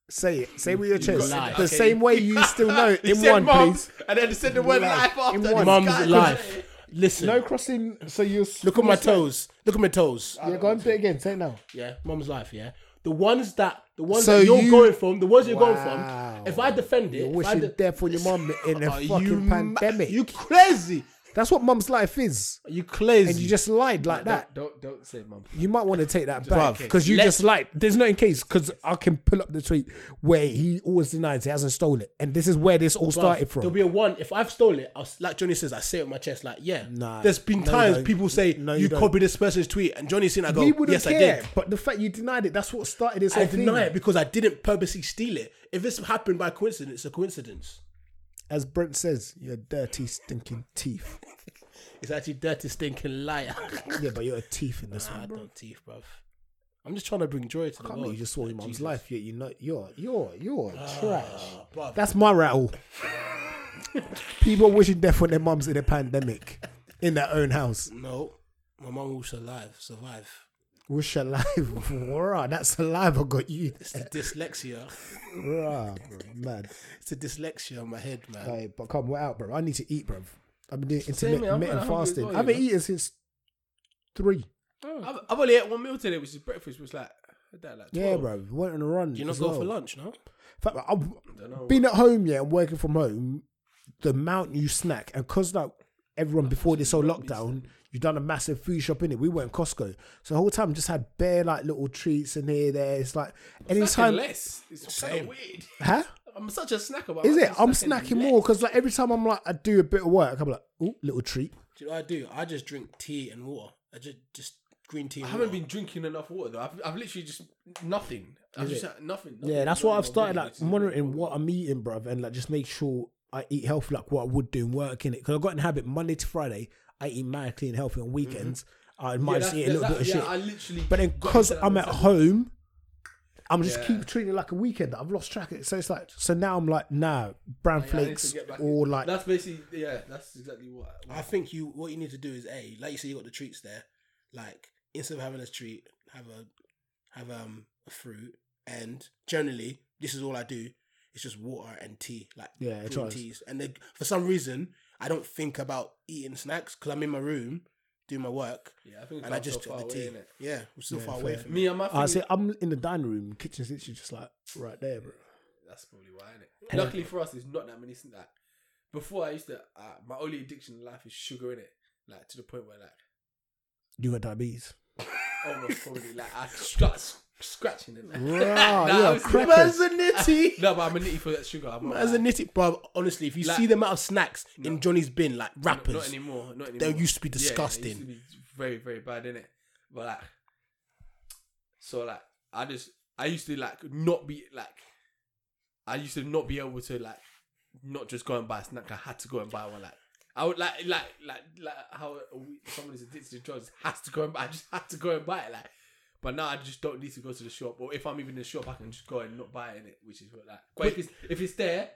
Speaker 7: Say it. Say it with your chest.
Speaker 4: lie.
Speaker 7: The
Speaker 4: Okay.
Speaker 7: same way you still know it
Speaker 3: He
Speaker 7: in
Speaker 3: said
Speaker 7: one,
Speaker 3: mum,
Speaker 7: please.
Speaker 3: And then he said the word life
Speaker 7: In
Speaker 3: after.
Speaker 7: one.
Speaker 4: Mum's life. Listen.
Speaker 7: No crossing. So you
Speaker 4: Look at my toes. Look at my toes.
Speaker 7: Yeah, go and do it again. Say it now.
Speaker 4: yeah, mom's life, yeah. The ones that the ones
Speaker 7: So
Speaker 4: that you're
Speaker 7: you-
Speaker 4: going from, the ones you're
Speaker 7: Wow.
Speaker 4: going from. If I defend it,
Speaker 7: You're
Speaker 4: if I
Speaker 7: wishing
Speaker 4: de-
Speaker 7: death on your mum in a
Speaker 4: Are you
Speaker 7: fucking
Speaker 4: ma-
Speaker 7: pandemic.
Speaker 4: You crazy?
Speaker 7: That's what mum's life is.
Speaker 4: Are you crazy?
Speaker 7: And you just lied like that.
Speaker 3: Don't, don't, don't say mum.
Speaker 7: You might want to take that back
Speaker 4: Bruv,
Speaker 7: because you
Speaker 4: let's-
Speaker 7: just lied. There's no in case because I can pull up the tweet where he always denies he hasn't stolen it, and this is where this all
Speaker 4: Bruv,
Speaker 7: started from.
Speaker 4: There'll be a one. If I've stolen it, I'll, s- like Johnny says, I say it with my chest, like, yeah.
Speaker 7: Nah.
Speaker 4: There's been
Speaker 7: No, you
Speaker 4: times
Speaker 7: don't.
Speaker 4: people say,
Speaker 7: No, you
Speaker 4: you,
Speaker 7: don't.
Speaker 4: copied this person's tweet, and Johnny's seen, I go,
Speaker 7: we wouldn't
Speaker 4: yes,
Speaker 7: care,
Speaker 4: I did.
Speaker 7: but the fact you denied it, that's what started this.
Speaker 4: I
Speaker 7: whole thing.
Speaker 4: deny it because I didn't purposely steal it. If this happened by coincidence, it's a coincidence.
Speaker 7: As Brent says, you're dirty, stinking teeth.
Speaker 4: It's actually dirty, stinking liar.
Speaker 7: yeah, but you're a teeth in this
Speaker 4: I
Speaker 7: one, bro.
Speaker 4: don't teeth, bruv. I'm just trying to bring joy to the
Speaker 7: Can't
Speaker 4: world.
Speaker 7: believe you just saw your mum's
Speaker 4: Jesus. Ah,
Speaker 7: life. Yeah, you know, you're, you're, you're trash.
Speaker 4: bruv.
Speaker 7: That's my rattle. People wishing death on their mums in a pandemic, in their own house.
Speaker 4: No, my mum will survive. Survive.
Speaker 7: Wish alive. Bruh, that saliva got you.
Speaker 4: It's the dyslexia.
Speaker 7: Bruh, bro, mad.
Speaker 4: It's the dyslexia in my head, man.
Speaker 7: Aye, but come, we're out, bro. I need to eat, bro. I've been doing
Speaker 3: Same,
Speaker 7: intermittent
Speaker 3: mate. I'm kinda hungry as
Speaker 7: fasting.
Speaker 3: well,
Speaker 7: I
Speaker 3: you
Speaker 7: haven't
Speaker 3: know.
Speaker 7: eaten since three.
Speaker 3: I've, I've only had one meal today, which is breakfast, which was like, that, like 12.
Speaker 7: Yeah, bro. Went on a run.
Speaker 4: Do you not
Speaker 7: as
Speaker 4: go
Speaker 7: well.
Speaker 4: for lunch, no?
Speaker 7: In fact, I've
Speaker 3: know.
Speaker 7: been at home, yeah, and working from home. The amount you snack, and because like everyone before this whole lockdown, you done a massive food shop in it. We went Costco, so the whole time just had bare like little treats in here, there. It's like
Speaker 3: It's nothing
Speaker 7: anytime,
Speaker 3: less. It's kind of weird.
Speaker 7: huh?
Speaker 3: I'm I'm such a snacker. But
Speaker 7: Is
Speaker 3: like
Speaker 7: it? I'm
Speaker 3: snacking
Speaker 7: snacking
Speaker 3: less.
Speaker 7: more because like every time I'm like I do a bit of work, I'm like, ooh, little treat.
Speaker 4: Do you know what I do? I just drink tea and water. I just just green tea.
Speaker 3: I
Speaker 4: And
Speaker 3: haven't
Speaker 4: water.
Speaker 3: been drinking enough water though. I've, I've literally just nothing. I've just had nothing, nothing.
Speaker 7: Yeah, that's why I've started like
Speaker 3: Nothing.
Speaker 7: monitoring what I'm eating, bruv, and like just make sure I eat healthy, like what I would do in work in it. Because I got in the habit Monday to Friday, I eat mad clean, healthy on weekends. I might just
Speaker 3: that's-
Speaker 7: eat a little
Speaker 3: that-
Speaker 7: bit of
Speaker 3: Mm-hmm. yeah,
Speaker 7: shit.
Speaker 3: I literally
Speaker 7: but then
Speaker 3: got
Speaker 7: because
Speaker 3: into that
Speaker 7: I'm at
Speaker 3: mindset.
Speaker 7: home, I'm just
Speaker 3: Yeah.
Speaker 7: keep treating it like a weekend. I've lost track of it. So it's like, so now I'm like, nah, brown
Speaker 3: Oh, Yeah, I need to
Speaker 7: flakes
Speaker 3: get back in.
Speaker 7: or like,
Speaker 3: that's basically yeah. That's exactly what.
Speaker 4: I think you what you need to do is a like you say you got the treats there. Like instead of having a treat, have a have um a fruit. And generally, this is all I do. It's just water and tea, like
Speaker 7: Yeah, it
Speaker 4: green
Speaker 7: tries.
Speaker 4: teas. And then, for some reason, I don't think about eating snacks because I'm in my room doing my work,
Speaker 3: yeah, I think
Speaker 4: and I just took the tea.
Speaker 3: it?
Speaker 4: yeah, we're so far away from me.
Speaker 3: Me and my.
Speaker 7: I
Speaker 3: thing-
Speaker 7: say I'm in the dining room, kitchen's literally just like right there, bro.
Speaker 3: That's probably why, isn't it? Luckily for us, it's not that many. sn- Like before, I used to. Uh, my only addiction in life is sugar in it. Like to the point where like
Speaker 7: You got diabetes.
Speaker 3: almost probably like I start s- scratching it.
Speaker 7: Wow,
Speaker 3: Nah,
Speaker 7: you're a
Speaker 3: I'm serious.
Speaker 7: cracker.
Speaker 4: Man's a nitty.
Speaker 3: No, but I'm a nitty for that sugar. I'm not
Speaker 4: Man's a
Speaker 3: like-
Speaker 4: nitty, bro. Honestly, if you
Speaker 3: Like-
Speaker 4: see the amount of snacks in Johnny's bin, like
Speaker 3: not,
Speaker 4: rappers,
Speaker 3: not anymore. Not anymore.
Speaker 4: They used to be
Speaker 3: Yeah, yeah, it
Speaker 4: disgusting.
Speaker 3: used to be very, very bad, innit? But like, so like, I just, I used to like not be like, I used to not be able to like, not just go and buy a snack. I had to go and buy one. Like, I would like, like, like, like how a we- someone is addicted to drugs has to go and buy. I just had to go and buy it. Like, but now I just don't need to go to the shop. Or if I'm even in the shop, I can just go and not buy it, innit? which is what like. But if it's if it's there.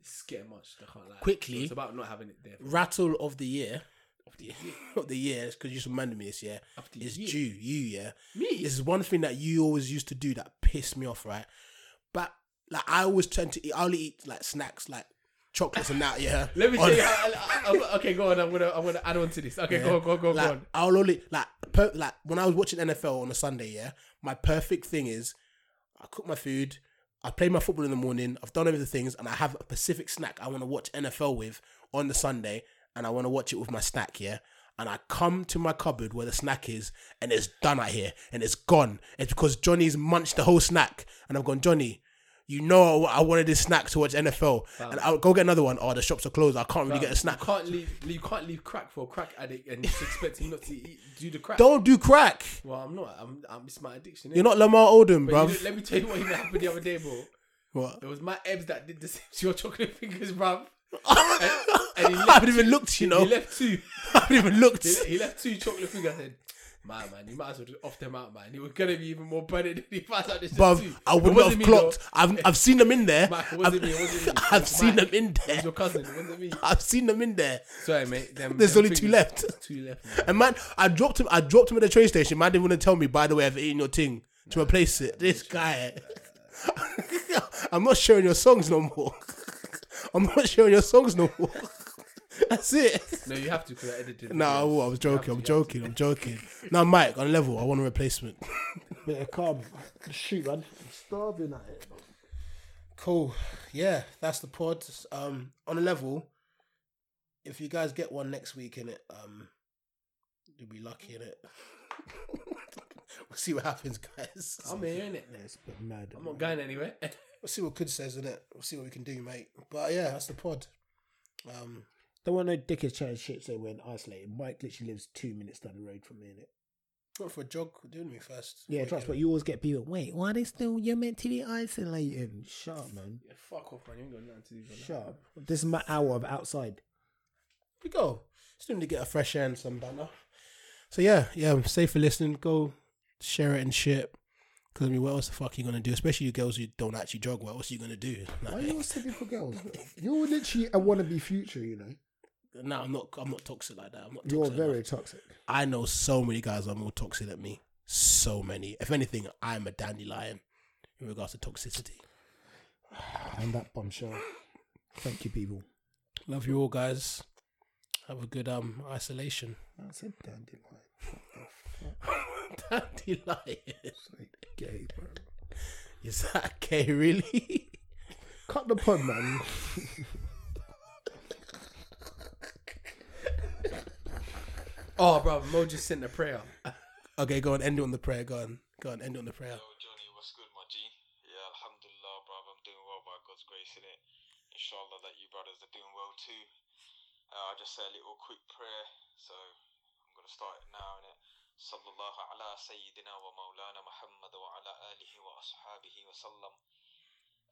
Speaker 3: It's getting much. I can't lie.
Speaker 4: Quickly.
Speaker 3: it's about not having it there.
Speaker 4: rattle of the year of the year of the year because you just reminded me this yeah
Speaker 3: Of the
Speaker 4: it's
Speaker 3: year.
Speaker 4: due you yeah
Speaker 3: Me?
Speaker 4: this is one thing that you always used to do that pissed me off right but like I always tend to eat I only eat like snacks like chocolates and that yeah
Speaker 3: Let me
Speaker 4: On-
Speaker 3: tell you. How, I- I- okay, go on. I'm gonna I'm gonna add on to this. Okay, go on, go on, go on,
Speaker 4: like,
Speaker 3: go on.
Speaker 4: I'll only like per, like when I was watching NFL on a Sunday. Yeah, my perfect thing is I cook my food, I play my football in the morning, I've done everything things, and I have a Pacific snack I want to watch NFL with on the Sunday, and I want to watch it with my snack. Yeah. And I come to my cupboard where the snack is, and it's done out here, and it's gone. It's because Johnny's munched the whole snack, and I've gone, Johnny, you know I I wanted this snack to watch NFL, and I'll go get another one. Oh, the shops are closed. I can't really get a snack.
Speaker 3: You can't leave. You can't leave crack for a crack addict and just expect him not to eat, do the crack.
Speaker 4: Don't do crack.
Speaker 3: Well, I'm not. I'm. I'm it's my addiction.
Speaker 4: You're not Lamar Odom,
Speaker 3: But
Speaker 4: bro.
Speaker 3: you know- let me tell you what even happened the other day, bro.
Speaker 4: What?
Speaker 3: It was my Ebs that did this to your chocolate fingers, bruv. and he
Speaker 4: I
Speaker 3: left
Speaker 4: haven't even looked, you know.
Speaker 3: He left two.
Speaker 4: I haven't even looked.
Speaker 3: He, he left two chocolate fingers. I said, "Man, man, you might as well just off them out, man. He was gonna be even more burning than he found out this
Speaker 4: Bruv, I would not have clocked. I've, I've seen them in there.
Speaker 3: Mike, it wasn't me, it wasn't me.
Speaker 4: I've,
Speaker 3: It
Speaker 4: I've
Speaker 3: was
Speaker 4: seen
Speaker 3: Mike.
Speaker 4: them in
Speaker 3: It's
Speaker 4: there.
Speaker 3: your cousin. It wasn't me.
Speaker 4: I've seen them in there.
Speaker 3: Sorry, mate. Them,
Speaker 4: There's
Speaker 3: them
Speaker 4: only two
Speaker 3: fingers-
Speaker 4: left.
Speaker 3: Two left. man.
Speaker 4: And man, I dropped him. I dropped him at the train station. Man didn't want to tell me. By the way, I've eaten your thing to replace it. This guy. I'm not sharing your songs no more. I'm not sharing your songs no more. That's it.
Speaker 3: No, you have to because I edited.
Speaker 4: No, oh, I will. I was joking. I'm joking. I'm joking. Now, Mike, on level, I want a replacement.
Speaker 7: Better calm. Shoot, man. I'm starving at it.
Speaker 4: Cool. Yeah, that's the pod. Um, on a level, if you guys get one next week in it, um, you'll be lucky in it. we'll see what happens, guys.
Speaker 3: I'm here in it.
Speaker 7: Mad.
Speaker 3: I'm not going anywhere.
Speaker 4: We'll see what Kid says in it. We'll see what we can do, mate. But yeah, that's the pod. Um,
Speaker 7: Don't want no dickhead chatting shit so we're in isolated. Mike literally lives two minutes down the road from me, innit?
Speaker 4: not for a jog. Doing me first.
Speaker 7: Yeah, trust, but you always get people, wait, why they still, you're meant to be isolating? Shut up, man.
Speaker 3: Yeah, fuck off, man. You ain't got nothing to do. man.
Speaker 7: Shut up. This is my hour of outside.
Speaker 4: we go. Still need to get a fresh air and some banner. So yeah, yeah, I'm safe for listening. Go share it and shit. Cause I mean, what else the fuck are you gonna do? Especially you girls who don't actually jog. What else are you gonna do?
Speaker 7: Why are you always taking for girls, bro? You're literally a wannabe future, you know?
Speaker 4: No, I'm not. I'm not toxic like that. I'm not.
Speaker 7: You're
Speaker 4: toxic
Speaker 7: very
Speaker 4: Like
Speaker 7: toxic.
Speaker 4: that. I know so many guys are more toxic than me. So many. If anything, I'm a dandelion in regards to toxicity.
Speaker 7: And that bombshell. Thank you, people.
Speaker 4: Love you all, guys. Have a good um isolation.
Speaker 7: That's a dandelion.
Speaker 4: dandelion.
Speaker 7: Gay, bro.
Speaker 4: Is that gay? Really?
Speaker 7: Cut the pod, man.
Speaker 3: Oh, bro, Mo just sent a prayer.
Speaker 4: okay, go on. End it on the prayer. Go on. Go on. End it on the prayer.
Speaker 15: Johnny, what's good, my G? Yeah, Alhamdulillah, bruv. I'm doing well by God's grace. embracing it. Inshallah, that you brothers are doing well too. Uh, I'll just say a little quick prayer. So I'm going to start it now. Innit? صلى الله على سيدنا ومولانا محمد وعلى آله وأصحابه وسلم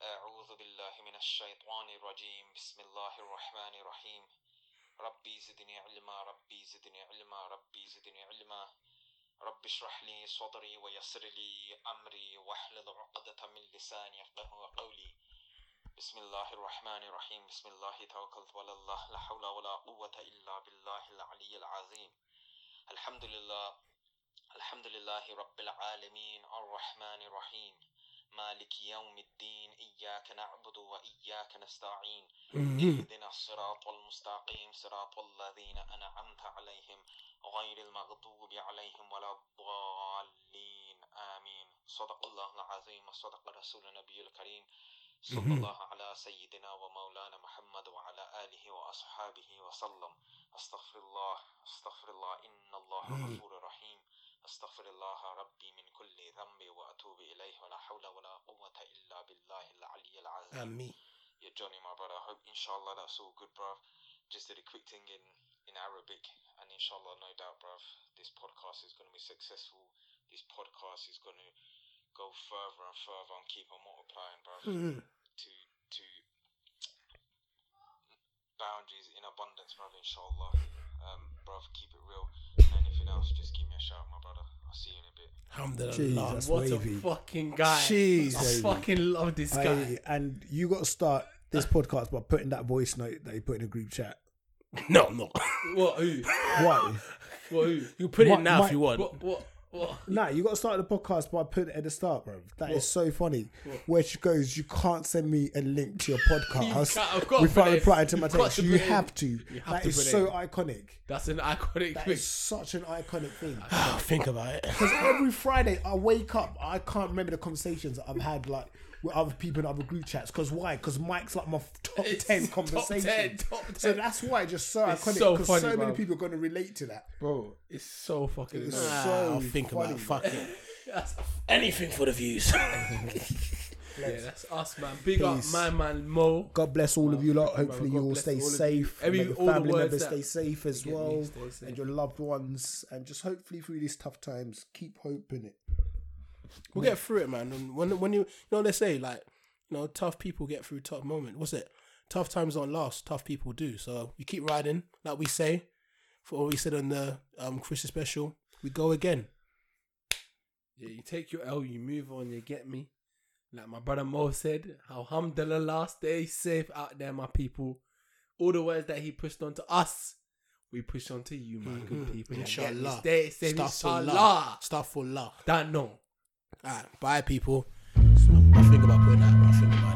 Speaker 15: أعوذ بالله من الشيطان الرجيم بسم الله الرحمن الرحيم ربي زدني علما ربي زدني علما ربي زدني علما رب اشرح لي صدري ويسر لي أمري واحلل عقدة من لساني يفقه قولي بسم الله الرحمن الرحيم بسم الله توكلت على الله لا حول ولا قوة إلا بالله العلي العظيم الحمد لله الحمد لله رب العالمين الرحمن الرحيم مالك يوم الدين إياك نعبد وإياك نستعين اهدنا الصراط المستقيم صراط الذين أنعمت عليهم غير المغضوب عليهم ولا الضالين آمين صدق الله العظيم وصدق رسول النبي الكريم صلى الله على سيدنا ومولانا محمد وعلى آله وأصحابه وسلم أستغفر الله أستغفر الله إن الله غفور رحيم أستغفر الله ربي من كل ذنب وأتوب إليه ولا حول ولا قوة إلا بالله العلي العظيم
Speaker 4: Ameen.
Speaker 15: Yeah, Johnny, my brother. I hope, inshallah, that's all good, bruv. Just did a quick thing in, in Arabic, and inshallah, no doubt, bruv, this podcast is going to be successful. This podcast is going to go further and further and keep on multiplying, bruv, to, to boundaries in abundance, bruv, inshallah. Um, bruv, keep it real. Anything else, just give me a shout, my brother. I'll see you in a bit.
Speaker 4: Alhamdulillah.
Speaker 7: Jesus,
Speaker 4: what
Speaker 7: wavy.
Speaker 4: a fucking
Speaker 16: guy.
Speaker 4: Jeez.
Speaker 7: Wavy.
Speaker 16: I fucking love this
Speaker 7: Aye,
Speaker 16: guy.
Speaker 7: and you got to start this podcast by putting that voice note that you put in a group chat.
Speaker 4: No, I'm not.
Speaker 16: What? Who?
Speaker 7: Why?
Speaker 16: What? Who?
Speaker 4: You put it
Speaker 7: My-
Speaker 4: now
Speaker 7: my-
Speaker 4: if you want.
Speaker 16: What? What? What?
Speaker 7: Nah, you got to start the podcast by putting it at the start, bro. That is so funny. Where she goes, you can't send me a link to your podcast
Speaker 16: can't- I've got to put
Speaker 7: without
Speaker 16: it-
Speaker 7: replying to my
Speaker 16: you've got
Speaker 7: text.
Speaker 16: to
Speaker 7: You
Speaker 16: put it in.
Speaker 7: have to.
Speaker 16: have
Speaker 7: That
Speaker 16: to
Speaker 7: is
Speaker 16: put it
Speaker 7: so
Speaker 16: in.
Speaker 7: iconic.
Speaker 16: That's an iconic
Speaker 7: That
Speaker 16: thing.
Speaker 7: is such an iconic thing.
Speaker 4: Ah, think about it.
Speaker 7: Because every Friday I wake up, I can't remember the conversations I've had like with other people in other group chats. Because why? Because Mike's like my f- top
Speaker 16: It's
Speaker 7: ten
Speaker 16: top
Speaker 7: conversation.
Speaker 16: 10, top 10.
Speaker 7: So that's why it's just so
Speaker 16: It's
Speaker 7: iconic.
Speaker 16: so
Speaker 7: Because so,
Speaker 16: funny,
Speaker 7: many
Speaker 16: bro.
Speaker 7: people are going to relate to that.
Speaker 16: Bro, it's so fucking.
Speaker 7: It's
Speaker 16: annoying.
Speaker 7: so
Speaker 4: I'll think
Speaker 7: funny.
Speaker 4: about it. Fuck it. Anything for the views.
Speaker 16: yeah, that's us, man. Big
Speaker 7: Peace.
Speaker 16: up, my man Mo.
Speaker 7: God bless all of you lot. Hopefully
Speaker 16: God
Speaker 7: you all
Speaker 16: bless
Speaker 7: stay
Speaker 16: all of you.
Speaker 7: safe.
Speaker 16: Every-
Speaker 7: Every, your
Speaker 16: all the
Speaker 7: family
Speaker 16: words
Speaker 7: members
Speaker 16: that-
Speaker 7: stay safe as
Speaker 16: Forget me,
Speaker 7: well,
Speaker 16: stay safe.
Speaker 7: and your loved ones, and just hopefully through these tough times, keep hoping it.
Speaker 4: We'll get through it, man. And when when you you know they say like you know tough people get through tough moments. What's it? Tough times don't last. Tough people do. So we keep riding, like we say, for what we said on the um Christmas special. We go again.
Speaker 16: Yeah, you take your L, you move on, you get me. Like my brother Mo said, Alhamdulillah, stay safe out there, my people. All the words that he pushed on to us, we push on to you, my good people. You get me?
Speaker 4: Inshallah.
Speaker 16: Stay safe,
Speaker 4: Stuff for
Speaker 16: inshallah.
Speaker 4: love. Stuff for love.
Speaker 16: That no.
Speaker 4: All right, bye, people. So I think about putting that. I think about it.